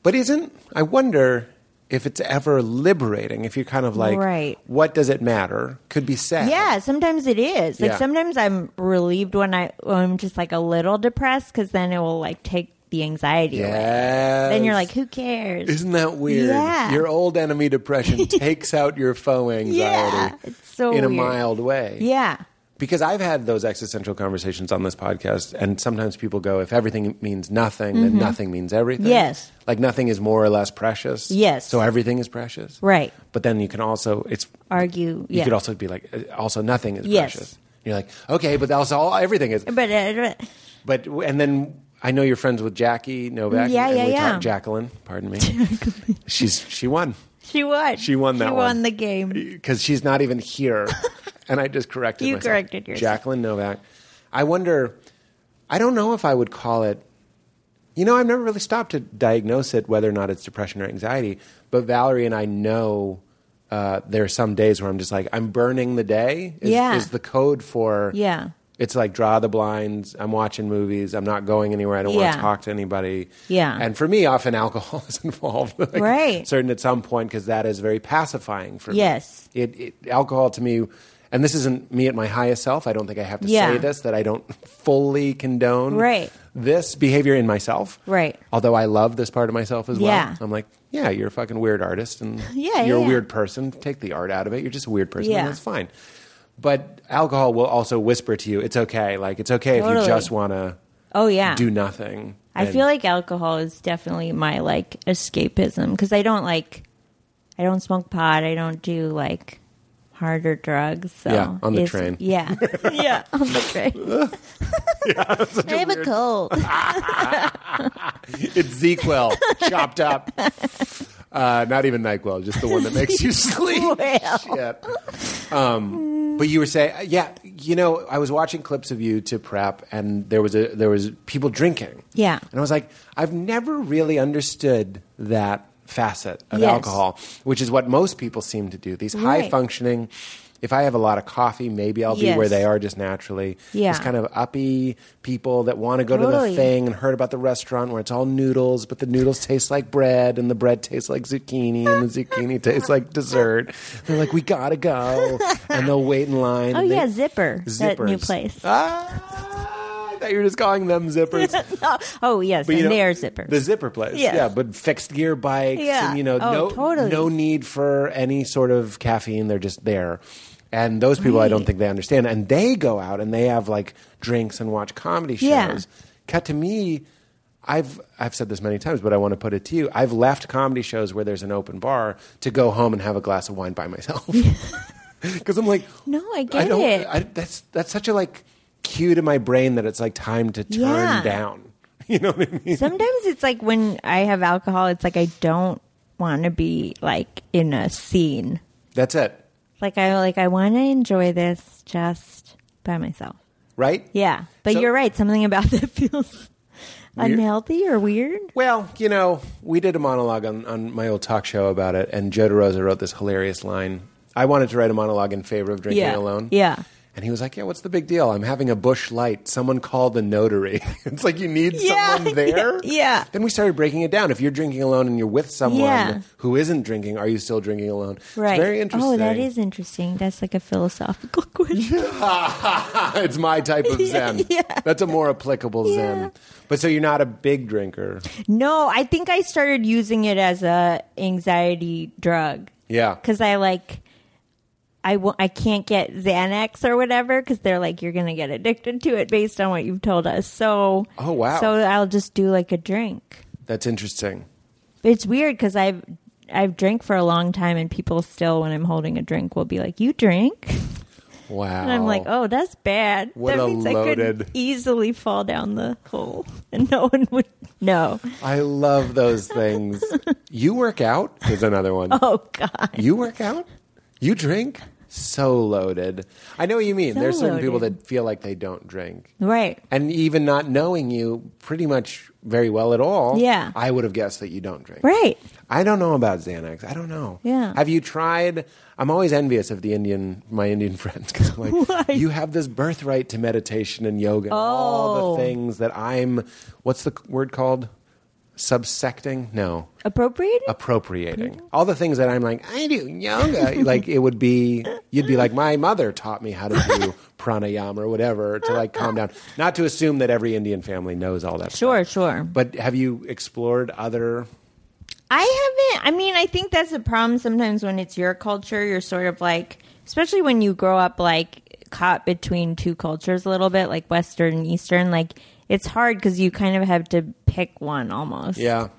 Speaker 3: But isn't I wonder if it's ever liberating if you're kind of like
Speaker 4: Right.
Speaker 3: what does it matter? Could be sad.
Speaker 4: Yeah, sometimes it is. Like
Speaker 3: Yeah.
Speaker 4: sometimes I'm relieved when I when I'm just like a little depressed because then it will like take the anxiety away.
Speaker 3: Yeah.
Speaker 4: Then you're like, who cares?
Speaker 3: Isn't that weird?
Speaker 4: Yeah.
Speaker 3: Your old enemy depression takes out your faux anxiety
Speaker 4: Yeah, it's so
Speaker 3: in a
Speaker 4: weird.
Speaker 3: mild way.
Speaker 4: Yeah.
Speaker 3: because I've had those existential conversations on this podcast, and sometimes people go, if everything means nothing, then nothing means everything.
Speaker 4: Mm-hmm. Yes.
Speaker 3: Like nothing is more or less precious.
Speaker 4: Yes.
Speaker 3: So everything is precious.
Speaker 4: Right.
Speaker 3: But then you can also, it's,
Speaker 4: Argue.
Speaker 3: you
Speaker 4: yeah.
Speaker 3: could also be like, uh, also nothing is
Speaker 4: Yes.
Speaker 3: precious. You're like, okay, but also all, everything is.
Speaker 4: But uh,
Speaker 3: But, and then I know you're friends with Jackie Novak.
Speaker 4: Yeah,
Speaker 3: and
Speaker 4: yeah,
Speaker 3: we
Speaker 4: yeah.
Speaker 3: talked- Jacqueline, pardon me. She's, she won
Speaker 4: she won.
Speaker 3: She won that
Speaker 4: She
Speaker 3: one.
Speaker 4: won the game.
Speaker 3: because she's not even here. and I just corrected
Speaker 4: You
Speaker 3: myself.
Speaker 4: corrected yourself.
Speaker 3: Jacqueline Novak. I wonder, I don't know if I would call it, you know, I've never really stopped to diagnose it, whether or not it's depression or anxiety, but Valerie and I know. Uh, there are some days where I'm just like, I'm burning the day. Is,
Speaker 4: Yeah.
Speaker 3: is the code for
Speaker 4: Yeah.
Speaker 3: It's like draw the blinds. I'm watching movies. I'm not going anywhere. I don't want
Speaker 4: Yeah.
Speaker 3: to talk to anybody.
Speaker 4: Yeah.
Speaker 3: And for me, often alcohol is involved. Like,
Speaker 4: Right.
Speaker 3: Certain at some point because that is very pacifying for me.
Speaker 4: Yes.
Speaker 3: It, it alcohol to me, and this isn't me at my highest self. I don't think I have to
Speaker 4: Yeah.
Speaker 3: say this that I don't fully condone
Speaker 4: Right.
Speaker 3: this behavior in myself.
Speaker 4: Right.
Speaker 3: Although I love this part of myself as well.
Speaker 4: Yeah.
Speaker 3: I'm like, yeah, you're a fucking weird artist, and
Speaker 4: Yeah,
Speaker 3: you're
Speaker 4: yeah.
Speaker 3: a weird person. Take the art out of it. You're just a weird person.
Speaker 4: Yeah.
Speaker 3: and that's fine. But alcohol will also whisper to you, it's okay. Like it's okay if
Speaker 4: Totally.
Speaker 3: you just want to
Speaker 4: Oh yeah.
Speaker 3: do nothing.
Speaker 4: I
Speaker 3: And-
Speaker 4: feel like alcohol is definitely my like escapism because I don't like I don't smoke pot. I don't do like harder drugs. So
Speaker 3: Yeah, on the
Speaker 4: it's-
Speaker 3: train.
Speaker 4: Yeah. yeah, on the train. I have a cold.
Speaker 3: It's Zequel chopped up. Uh, not even Nyquil, just the one that makes you sleep. Shit. Um, but you were saying, yeah, you know, I was watching clips of you to prep, and there was a there was people drinking.
Speaker 4: Yeah.
Speaker 3: and I was like, I've never really understood that facet of
Speaker 4: Yes.
Speaker 3: alcohol, which is what most people seem to do. These high
Speaker 4: Right.
Speaker 3: functioning if I have a lot of coffee, maybe I'll be
Speaker 4: Yes.
Speaker 3: where they are just naturally.
Speaker 4: Yeah.
Speaker 3: It's kind of uppy people that want to go to the
Speaker 4: Totally.
Speaker 3: thing and heard about the restaurant where it's all noodles, but the noodles taste like bread and the bread tastes like zucchini and the zucchini tastes like dessert. They're like, we gotta go. And they'll wait in line.
Speaker 4: Oh
Speaker 3: and they-
Speaker 4: yeah, Zipper, that new
Speaker 3: Zippers.
Speaker 4: place.
Speaker 3: Ah, I thought you were just calling them zippers.
Speaker 4: oh yes,
Speaker 3: But, you
Speaker 4: and
Speaker 3: know,
Speaker 4: they are Zippers.
Speaker 3: The zipper place.
Speaker 4: Yes.
Speaker 3: Yeah, but fixed gear bikes
Speaker 4: Yeah.
Speaker 3: and you know,
Speaker 4: Oh,
Speaker 3: no
Speaker 4: totally.
Speaker 3: no need for any sort of caffeine. They're just there. And those people I don't
Speaker 4: Right.
Speaker 3: think they understand. And they go out and they have like drinks and watch comedy shows.
Speaker 4: Yeah.
Speaker 3: Cut to me, I've I've said this many times, but I want to put it to you. I've left comedy shows where there's an open bar to go home and have a glass of wine by myself. Because I'm like,
Speaker 4: No, I get
Speaker 3: don't,
Speaker 4: it.
Speaker 3: I, that's that's such a like cue to my brain that it's like time to turn
Speaker 4: Yeah.
Speaker 3: down. You know what I mean?
Speaker 4: Sometimes it's like when I have alcohol, it's like I don't want to be like in a scene.
Speaker 3: That's it,
Speaker 4: Like I like I want to enjoy this just by myself.
Speaker 3: right?
Speaker 4: Yeah, but
Speaker 3: So-
Speaker 4: you're right. Something about that feels
Speaker 3: Weird?
Speaker 4: unhealthy or weird.
Speaker 3: Well, you know, we did a monologue on, on my old talk show about it, and Joe DeRosa wrote this hilarious line. I wanted to write a monologue in favor of drinking
Speaker 4: Yeah.
Speaker 3: alone.
Speaker 4: Yeah.
Speaker 3: And he was like, Yeah, what's the big deal? I'm having a bush light. Someone call the notary. it's like you need
Speaker 4: Yeah,
Speaker 3: someone there.
Speaker 4: yeah, yeah.
Speaker 3: Then we started breaking it down. If you're drinking alone and you're with someone
Speaker 4: Yeah.
Speaker 3: who isn't drinking, are you still drinking alone?
Speaker 4: Right.
Speaker 3: It's very interesting.
Speaker 4: Oh, that is interesting. That's like a philosophical question.
Speaker 3: it's my type of zen.
Speaker 4: yeah.
Speaker 3: That's a more applicable
Speaker 4: Yeah.
Speaker 3: zen. But so you're not a big drinker.
Speaker 4: No, I think I started using it as a anxiety drug
Speaker 3: Yeah.
Speaker 4: because I like I w- I can't get Xanax or whatever because they're like you're gonna get addicted to it based on what you've told us. So
Speaker 3: Oh, wow.
Speaker 4: So I'll just do like a drink.
Speaker 3: That's interesting.
Speaker 4: It's weird because I've I've drank for a long time and people still when I'm holding a drink will be like you drink
Speaker 3: Wow.
Speaker 4: and I'm like oh that's bad.
Speaker 3: What
Speaker 4: that
Speaker 3: a
Speaker 4: means I
Speaker 3: loaded-
Speaker 4: could easily fall down the hole and no one would know.
Speaker 3: I love those things. you work out is another one.
Speaker 4: Oh God.
Speaker 3: You work out? You drink? So loaded. I know what you mean.
Speaker 4: So
Speaker 3: There's certain people
Speaker 4: loaded.
Speaker 3: that feel like they don't drink.
Speaker 4: Right.
Speaker 3: And even not knowing you pretty much very well at all,
Speaker 4: Yeah.
Speaker 3: I would have guessed that you don't drink.
Speaker 4: Right.
Speaker 3: I don't know about Xanax. I don't know.
Speaker 4: Yeah.
Speaker 3: Have you tried? I'm always envious of the Indian, my Indian friends, because I'm like,
Speaker 4: Why?
Speaker 3: you have this birthright to meditation and yoga, and all
Speaker 4: Oh.
Speaker 3: the things that I'm. What's the word called? Subsecting? No,
Speaker 4: Appropriated?
Speaker 3: appropriating. All the things that I'm like, I do yoga. like it would be, you'd be like, my mother taught me how to do pranayama or whatever to like calm down. Not to assume that every Indian family knows all that.
Speaker 4: sure,
Speaker 3: stuff.
Speaker 4: sure.
Speaker 3: But have you explored other?
Speaker 4: I haven't. I mean, I think that's a problem sometimes when it's your culture. You're sort of like, especially when you grow up like caught between two cultures a little bit, like Western and Eastern. Like, it's hard because you kind of have to pick one almost.
Speaker 3: Yeah.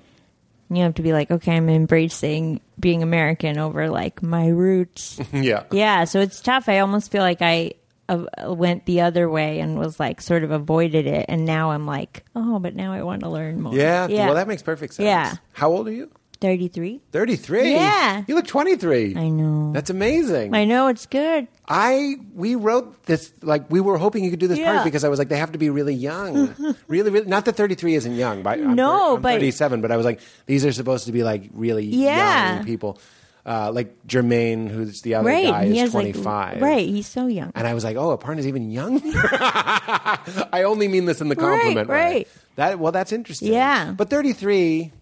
Speaker 4: You have to be like, okay, I'm embracing being American over like my roots.
Speaker 3: Yeah.
Speaker 4: yeah. So it's tough. I almost feel like I. Uh, went the other way and was like sort of avoided it and now i'm like oh but now i want to learn more
Speaker 3: Yeah. Well, that makes perfect sense.
Speaker 4: Yeah.
Speaker 3: How old are you?
Speaker 4: 33
Speaker 3: 33.
Speaker 4: Yeah.
Speaker 3: You look 23.
Speaker 4: I know.
Speaker 3: That's Oh, amazing.
Speaker 4: I know it's good.
Speaker 3: I we wrote this like we were hoping you could do this
Speaker 4: Yeah.
Speaker 3: part because I was like they have to be really young, really, really. Not that thirty three isn't young, but I'm
Speaker 4: No,
Speaker 3: I'm
Speaker 4: but-
Speaker 3: thirty seven. But I was like these are supposed to be like really
Speaker 4: Yeah.
Speaker 3: young people, uh, like Jermaine, who's the other
Speaker 4: right.
Speaker 3: guy,
Speaker 4: he
Speaker 3: is
Speaker 4: has
Speaker 3: twenty
Speaker 4: like
Speaker 3: five,
Speaker 4: right. He's so young.
Speaker 3: And I was like, oh, Aparna's even younger. I only mean this in the
Speaker 4: Right,
Speaker 3: compliment. way.
Speaker 4: right.
Speaker 3: That well, that's interesting.
Speaker 4: Yeah.
Speaker 3: But thirty three.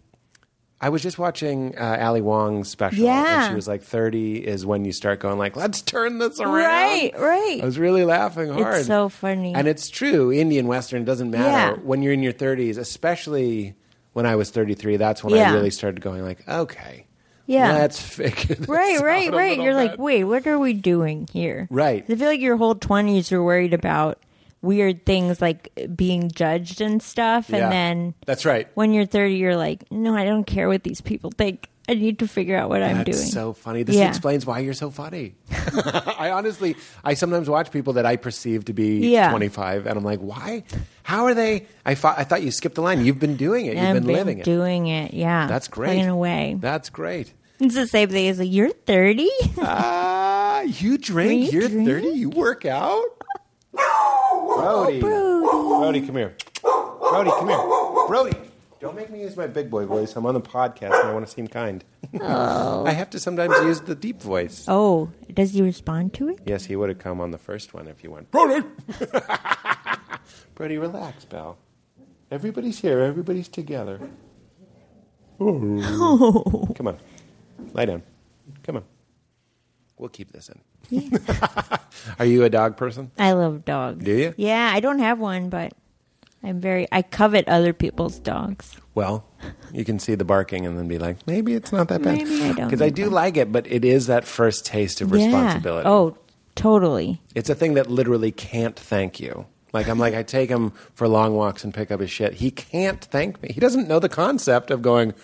Speaker 3: I was just watching uh, Ali Wong's special, and
Speaker 4: Yeah.
Speaker 3: she was like, "30 is when you start going like, let's turn this around."
Speaker 4: Right, right.
Speaker 3: I was really laughing hard.
Speaker 4: It's so funny.
Speaker 3: and it's true. Indian Western doesn't matter
Speaker 4: Yeah.
Speaker 3: when you're in your 30s, especially when I was 33. That's when
Speaker 4: Yeah.
Speaker 3: I really started going like, "Okay,
Speaker 4: Yeah.
Speaker 3: let's figure this
Speaker 4: right,
Speaker 3: out
Speaker 4: right,
Speaker 3: a
Speaker 4: right.
Speaker 3: little
Speaker 4: You're like,
Speaker 3: bit.
Speaker 4: wait, what are we doing here?
Speaker 3: Right.
Speaker 4: I feel like your whole twenties you're worried about weird things like being judged and stuff,
Speaker 3: Yeah.
Speaker 4: and then
Speaker 3: that's right.
Speaker 4: when you're thirty, you're like, no, I don't care what these people think. I need to figure out what I'm
Speaker 3: That's
Speaker 4: doing.
Speaker 3: so funny. This
Speaker 4: Yeah.
Speaker 3: explains why you're so funny. I honestly, I sometimes watch people that I perceive to be
Speaker 4: Yeah.
Speaker 3: 25, and I'm like, why? How are they? I, fo- I thought you skipped the line. You've been doing it. You've
Speaker 4: I've
Speaker 3: been, living it.
Speaker 4: doing it. Yeah,
Speaker 3: That's great.
Speaker 4: Playing away.
Speaker 3: That's great.
Speaker 4: It's the same thing as like, you're thirty.
Speaker 3: Ah, you drink.
Speaker 4: You
Speaker 3: You are
Speaker 4: drink?
Speaker 3: 30. You work out.
Speaker 4: Oh,
Speaker 3: No, Brody. Brody, come here. Brody, come here. Brody, Don't make me use my big boy voice. I'm on the podcast and I want to seem kind. I have to sometimes use the deep voice.
Speaker 4: Oh, does he respond to it?
Speaker 3: Yes, he would have come on the first one if you went, Brody! Brody, relax, pal. Everybody's here. Everybody's together. Come on. Lie down. Come on. We'll keep this in. Are you a dog person?
Speaker 4: I love dogs.
Speaker 3: Do you?
Speaker 4: Yeah, I don't have one, but I'm very. I covet other people's dogs.
Speaker 3: Well, you can see the barking and then be like, maybe it's not that bad.
Speaker 4: Maybe I don't
Speaker 3: Because I
Speaker 4: need
Speaker 3: do like it, but it is that first taste of responsibility.
Speaker 4: Yeah. Oh, totally.
Speaker 3: It's a thing that literally can't thank you. Like I'm like I take him for long walks and pick up his shit. He can't thank me. He doesn't know the concept of going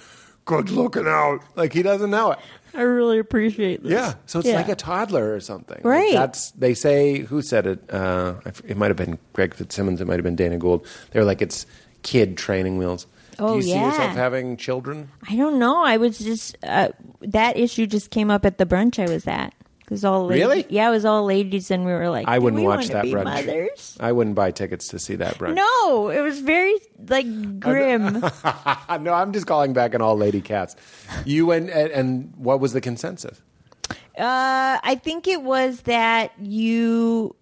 Speaker 3: good looking out. Like he doesn't know it.
Speaker 4: I really appreciate this.
Speaker 3: Yeah. So it's
Speaker 4: Yeah.
Speaker 3: like a toddler or something. Like,
Speaker 4: Right.
Speaker 3: that's they say who said it? Uh, I f- it might have been Greg Fitzsimmons. It might have been Dana Gould. They're like it's kid training wheels.
Speaker 4: Oh,
Speaker 3: Do you see
Speaker 4: yeah.
Speaker 3: yourself having children?
Speaker 4: I don't know. I was just uh, that issue just came up at the brunch I was at. It was all ladies.
Speaker 3: Really?
Speaker 4: Yeah, it was all ladies, and we were like,
Speaker 3: I
Speaker 4: "Do
Speaker 3: wouldn't
Speaker 4: we
Speaker 3: watch
Speaker 4: wanna
Speaker 3: that
Speaker 4: be
Speaker 3: brunch.
Speaker 4: Mothers?
Speaker 3: I wouldn't buy tickets to see that brunch.
Speaker 4: No, it was very like grim.
Speaker 3: Uh, no, I'm just calling back on all lady cats. You and, and and what was the consensus?
Speaker 4: Uh, I think it was that you.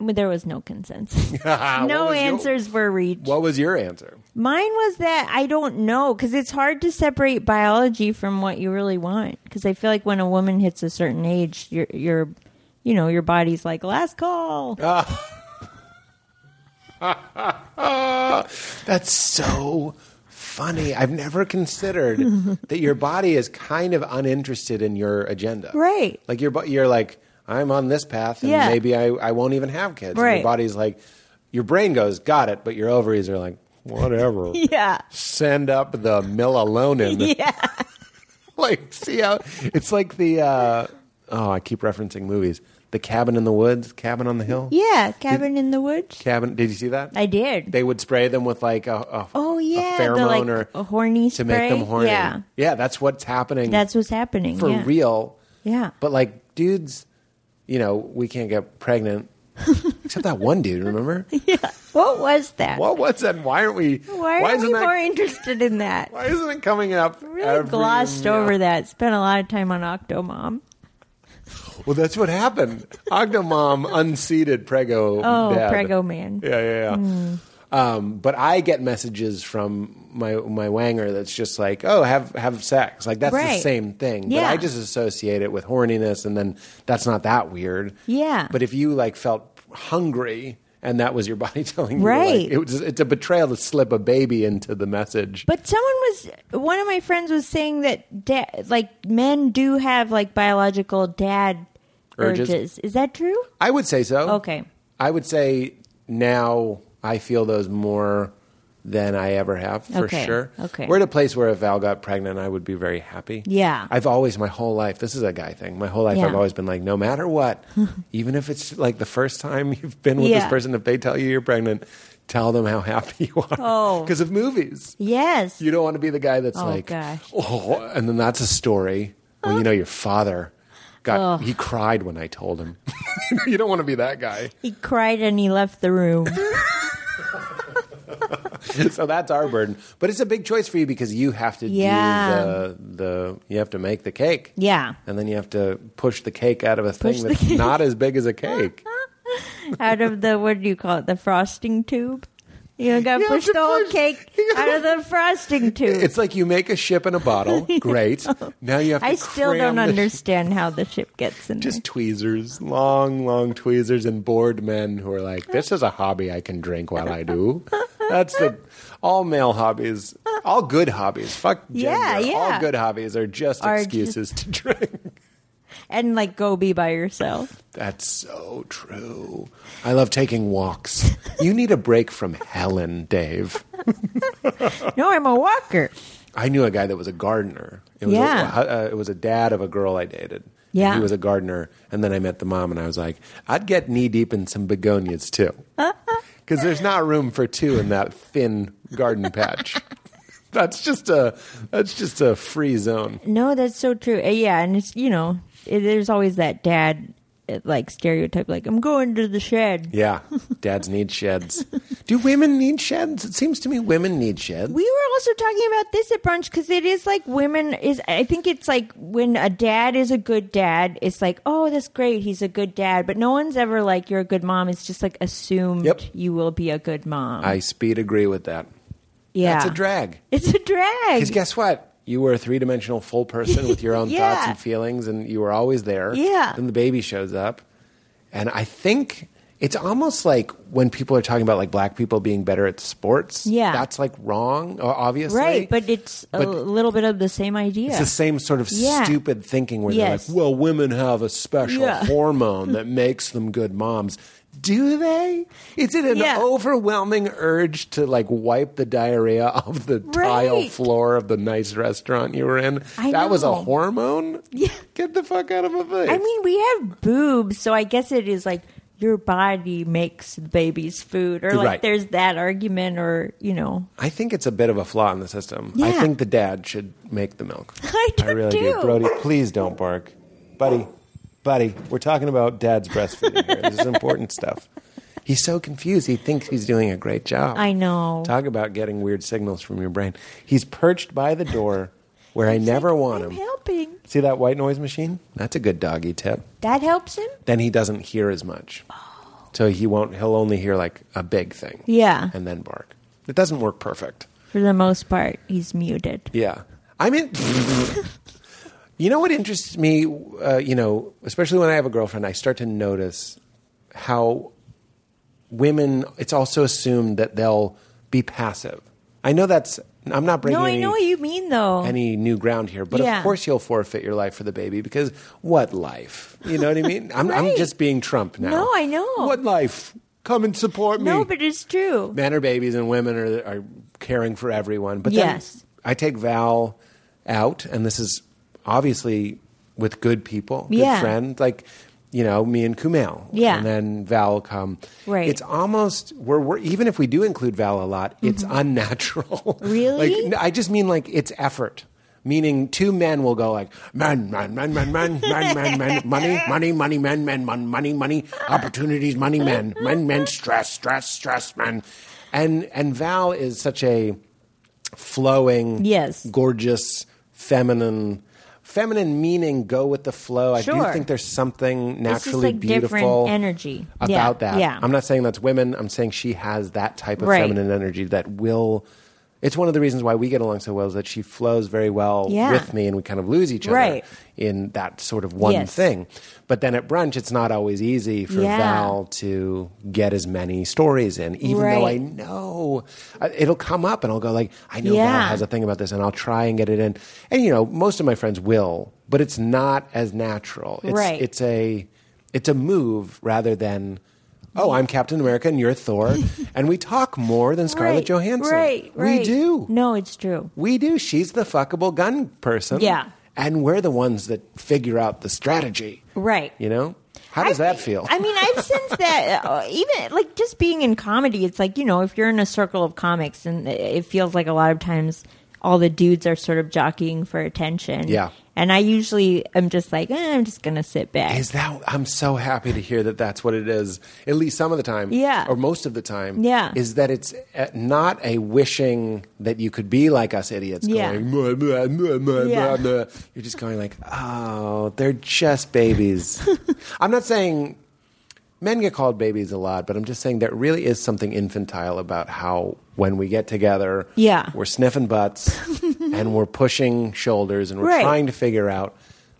Speaker 4: well, There was no consensus. no
Speaker 3: was your-
Speaker 4: answers were reached.
Speaker 3: What was your answer?
Speaker 4: Mine was that I don't know because it's hard to separate biology from what you really want. Because I feel like when a woman hits a certain age, your your you know your body's like last call.
Speaker 3: Uh, That's so funny. I've never considered that your body is kind of uninterested in your agenda.
Speaker 4: Right.
Speaker 3: Like your bo- you're like I'm on this path and
Speaker 4: Yeah.
Speaker 3: maybe I, I won't even have kids. And
Speaker 4: Right.
Speaker 3: your body's like your brain goes, "Got it," but your ovaries are like, "Whatever."
Speaker 4: yeah,
Speaker 3: Send up the melatonin.
Speaker 4: yeah.
Speaker 3: like see how it's like the uh, oh, I keep referencing movies. The Cabin in the Woods, Cabin on the Hill.
Speaker 4: Yeah, cabin in the woods.
Speaker 3: Cabin. Did you see that?
Speaker 4: I did.
Speaker 3: they would spray them with like a, a
Speaker 4: oh yeah,
Speaker 3: a
Speaker 4: the,
Speaker 3: pheromone
Speaker 4: like,
Speaker 3: or
Speaker 4: a horny
Speaker 3: to
Speaker 4: spray.
Speaker 3: make them horny.
Speaker 4: Yeah,
Speaker 3: yeah, that's what's happening.
Speaker 4: that's what's happening
Speaker 3: for
Speaker 4: yeah.
Speaker 3: real.
Speaker 4: Yeah.
Speaker 3: but like dudes, you know, we can't get pregnant except that one dude. Remember
Speaker 4: What was that?
Speaker 3: what was that? Why aren't we?
Speaker 4: Why are
Speaker 3: isn't
Speaker 4: we
Speaker 3: that?
Speaker 4: more interested in that?
Speaker 3: Why isn't it coming up?
Speaker 4: really
Speaker 3: every-
Speaker 4: glossed over that. Spent a lot of time on Octomom.
Speaker 3: Well, that's what happened. Ogdomom unseated Prego.
Speaker 4: Oh,
Speaker 3: dad.
Speaker 4: Prego Man.
Speaker 3: Yeah, yeah, yeah. Um, but I get messages from my my wanger that's just like, oh, have have sex. Like that's the
Speaker 4: Right.
Speaker 3: same thing. But
Speaker 4: Yeah.
Speaker 3: I just associate it with horniness, and then that's not that weird.
Speaker 4: Yeah.
Speaker 3: But if you like felt hungry. And that was your body telling you,
Speaker 4: Right.
Speaker 3: Like, it was, it's a betrayal to slip a baby into the message.
Speaker 4: But someone was one of my friends was saying that da- like men do have like biological dad
Speaker 3: Urges.
Speaker 4: urges. Is that true?
Speaker 3: I would say so.
Speaker 4: Okay.
Speaker 3: I would say now I feel those more than I ever have for
Speaker 4: Okay.
Speaker 3: sure.
Speaker 4: Okay.
Speaker 3: We're at a place where if Val got pregnant, I would be very happy.
Speaker 4: Yeah.
Speaker 3: I've always my whole life. This is a guy thing. My whole life,
Speaker 4: Yeah.
Speaker 3: I've always been like, no matter what, even if it's like the first time you've been with this
Speaker 4: Yeah.
Speaker 3: person, if they tell you you're pregnant, tell them how happy you are.
Speaker 4: Oh.
Speaker 3: because of movies.
Speaker 4: Yes.
Speaker 3: You don't want to be the guy that's
Speaker 4: Oh,
Speaker 3: like,
Speaker 4: gosh. Uh.
Speaker 3: oh, and then that's a story. Well, you know, your father got, he cried when I told him. you don't want to be that guy.
Speaker 4: he cried and he left the room.
Speaker 3: so that's our burden. But it's a big choice for you because you have to
Speaker 4: Yeah.
Speaker 3: do the, the, you have to make the cake.
Speaker 4: Yeah.
Speaker 3: And then you have to push the cake out of a
Speaker 4: Push
Speaker 3: thing
Speaker 4: the
Speaker 3: that's
Speaker 4: cake. Uh-huh.
Speaker 3: not as big as a cake.
Speaker 4: out of the what do you call it? The frosting tube. You got to
Speaker 3: You have
Speaker 4: push
Speaker 3: to
Speaker 4: the whole
Speaker 3: push-
Speaker 4: cake
Speaker 3: you gotta-
Speaker 4: out of the frosting tube.
Speaker 3: It's like you make a ship in a bottle. Great. Now you have to
Speaker 4: I still don't
Speaker 3: cram the-
Speaker 4: understand how the ship gets in
Speaker 3: Just tweezers, long, long tweezers, and bored men who are like, "This is a hobby I can drink while I do." That's the all male hobbies, all good hobbies. Fuck gender.
Speaker 4: Yeah, yeah.
Speaker 3: All good hobbies are just
Speaker 4: Are just-
Speaker 3: excuses to drink.
Speaker 4: there. And like go be by yourself.
Speaker 3: That's so true. I love taking walks. You need a break from Helen, Dave.
Speaker 4: No, I'm a walker.
Speaker 3: I knew a guy that was a gardener. It was
Speaker 4: Yeah.
Speaker 3: A, uh, it was a dad of a girl I dated. And
Speaker 4: Yeah.
Speaker 3: He was a gardener. And then I met the mom and I was like, I'd get knee deep in some begonias too. Because there's not room for two in that thin garden patch. That's just a that's just a free zone.
Speaker 4: No, that's so true. Uh, Yeah, and it's you know, it, there's always that dad uh, like stereotype, like I'm going to the shed.
Speaker 3: Yeah, dads need sheds. Do women need sheds? It seems to me women need sheds.
Speaker 4: We were also talking about this at brunch because it is like women is. I think it's like when a dad is a good dad, it's like, oh, that's great, he's a good dad. But no one's ever like, you're a good mom. It's just like assumed
Speaker 3: Yep.
Speaker 4: you will be a good mom.
Speaker 3: I speed agree with that.
Speaker 4: yeah,
Speaker 3: That's a drag.
Speaker 4: It's a drag.
Speaker 3: Because guess what? You were a three dimensional full person with your own
Speaker 4: Yeah.
Speaker 3: thoughts and feelings, and you were always there.
Speaker 4: Yeah.
Speaker 3: Then the baby shows up. And I think it's almost like when people are talking about like black people being better at sports.
Speaker 4: Yeah.
Speaker 3: That's like wrong, o- obviously.
Speaker 4: Right, but it's a
Speaker 3: But-
Speaker 4: little bit of the same idea.
Speaker 3: It's the same sort of
Speaker 4: Yeah.
Speaker 3: stupid thinking where
Speaker 4: Yes.
Speaker 3: they're like, well, women have a special
Speaker 4: Yeah.
Speaker 3: hormone that makes them good moms. Do they? Is it an
Speaker 4: Yeah.
Speaker 3: overwhelming urge to like wipe the diarrhea off the tile
Speaker 4: Right.
Speaker 3: floor of the nice restaurant you were in?
Speaker 4: I
Speaker 3: that was a
Speaker 4: know.
Speaker 3: hormone?
Speaker 4: Yeah.
Speaker 3: Get the fuck out of my face.
Speaker 4: I mean, we have boobs, so I guess it is like your body makes the baby's food, or like
Speaker 3: Right.
Speaker 4: there's that argument, or you know,
Speaker 3: I think it's a bit of a flaw in the system. I
Speaker 4: Yeah.
Speaker 3: think the dad should make the milk.
Speaker 4: I do
Speaker 3: I really do.
Speaker 4: too.
Speaker 3: Brody, please don't bark. Buddy, buddy, we're talking about dad's breastfeeding here. This is important stuff. He's so confused. He thinks he's doing a great job.
Speaker 4: I know.
Speaker 3: Talk about getting weird signals from your brain. He's perched by the door where I never
Speaker 4: like,
Speaker 3: want
Speaker 4: I'm
Speaker 3: him.
Speaker 4: helping.
Speaker 3: See that white noise machine? That's a good doggy tip.
Speaker 4: That helps him.
Speaker 3: Then he doesn't hear as much. So he won't, he'll only hear like a big thing.
Speaker 4: Oh. Yeah.
Speaker 3: And then bark. It doesn't work perfect.
Speaker 4: For the most part, he's muted.
Speaker 3: Yeah. I mean, you know what interests me, uh, you know, especially when I have a girlfriend, I start to notice how women, it's also assumed that they'll be passive. I know that's, I'm not breaking
Speaker 4: No, I
Speaker 3: any,
Speaker 4: know what you mean though.
Speaker 3: any new ground here, but
Speaker 4: Yeah.
Speaker 3: of course you'll forfeit your life for the baby because what life? You know what I mean? I'm, I'm
Speaker 4: Right.
Speaker 3: just being Trump now.
Speaker 4: No, I know.
Speaker 3: What life? Come and support me
Speaker 4: no, but it's true.
Speaker 3: men are babies and women are, are caring for everyone. But
Speaker 4: Yes.
Speaker 3: then I take Val out, and this is obviously with good people, good
Speaker 4: Yeah.
Speaker 3: friends, like you know me and Kumail.
Speaker 4: Yeah.
Speaker 3: and then Val will come.
Speaker 4: Right.
Speaker 3: It's almost we're, we're even if we do include Val a lot, it's
Speaker 4: Mm-hmm.
Speaker 3: unnatural.
Speaker 4: Really?
Speaker 3: like no, I just mean like it's effort. Meaning, two men will go like man, man, man, man, man, man, man, man, money, money, money, men, men, mon, money, money, opportunities, money, men, men, men, stress, stress, stress, men, and and Val is such a flowing,
Speaker 4: Yes.
Speaker 3: gorgeous, feminine, feminine meaning go with the flow. I do
Speaker 4: Sure.
Speaker 3: think there's something
Speaker 4: It's just,
Speaker 3: naturally
Speaker 4: like, different
Speaker 3: beautiful
Speaker 4: energy.
Speaker 3: about
Speaker 4: Yeah,
Speaker 3: that.
Speaker 4: yeah.
Speaker 3: I'm not saying that's women. I'm saying she has that type of
Speaker 4: Right.
Speaker 3: feminine energy that will. It's one of the reasons why we get along so well is that she flows very well
Speaker 4: Yeah.
Speaker 3: with me, and we kind of lose each other
Speaker 4: Right.
Speaker 3: in that sort of one
Speaker 4: Yes.
Speaker 3: thing. But then at brunch, it's not always easy for
Speaker 4: Yeah.
Speaker 3: Val to get as many stories in, even though I
Speaker 4: Right.
Speaker 3: know I- it'll come up, and I'll go like, I know Val
Speaker 4: Yeah.
Speaker 3: has a thing about this, and I'll try and get it in. And you know, most of my friends will, but it's not as natural. It's,
Speaker 4: Right.
Speaker 3: It's a it's a move rather than oh, I'm Captain America and you're Thor, and we talk more than Scarlett
Speaker 4: right,
Speaker 3: Johansson.
Speaker 4: Right. Right.
Speaker 3: We do.
Speaker 4: No, it's true.
Speaker 3: We do. She's the fuckable gun person.
Speaker 4: Yeah.
Speaker 3: And we're the ones that figure out the strategy.
Speaker 4: Right.
Speaker 3: You know? How does
Speaker 4: I-
Speaker 3: that feel?
Speaker 4: I mean, I've sensed that uh, even like just being in comedy, it's like you know, if you're in a circle of comics, and it feels like a lot of times all the dudes are sort of jockeying for attention.
Speaker 3: Yeah.
Speaker 4: and I usually am just like, eh, I'm just gonna sit back.
Speaker 3: Is that? I'm so happy to hear that that's what it is. At least some of the time,
Speaker 4: Yeah.
Speaker 3: or most of the time,
Speaker 4: Yeah.
Speaker 3: Is that it's uh, not a wishing that you could be like us idiots.
Speaker 4: Yeah.
Speaker 3: Going, "Mwah, mwah, mwah, mwah,
Speaker 4: Yeah.
Speaker 3: mwah, mwah." You're just going like, oh, they're just babies. I'm not saying men get called babies a lot, but I'm just saying there really is something infantile about how when we get together,
Speaker 4: Yeah.
Speaker 3: we're sniffing butts and we're pushing shoulders and we're
Speaker 4: Right.
Speaker 3: trying to figure out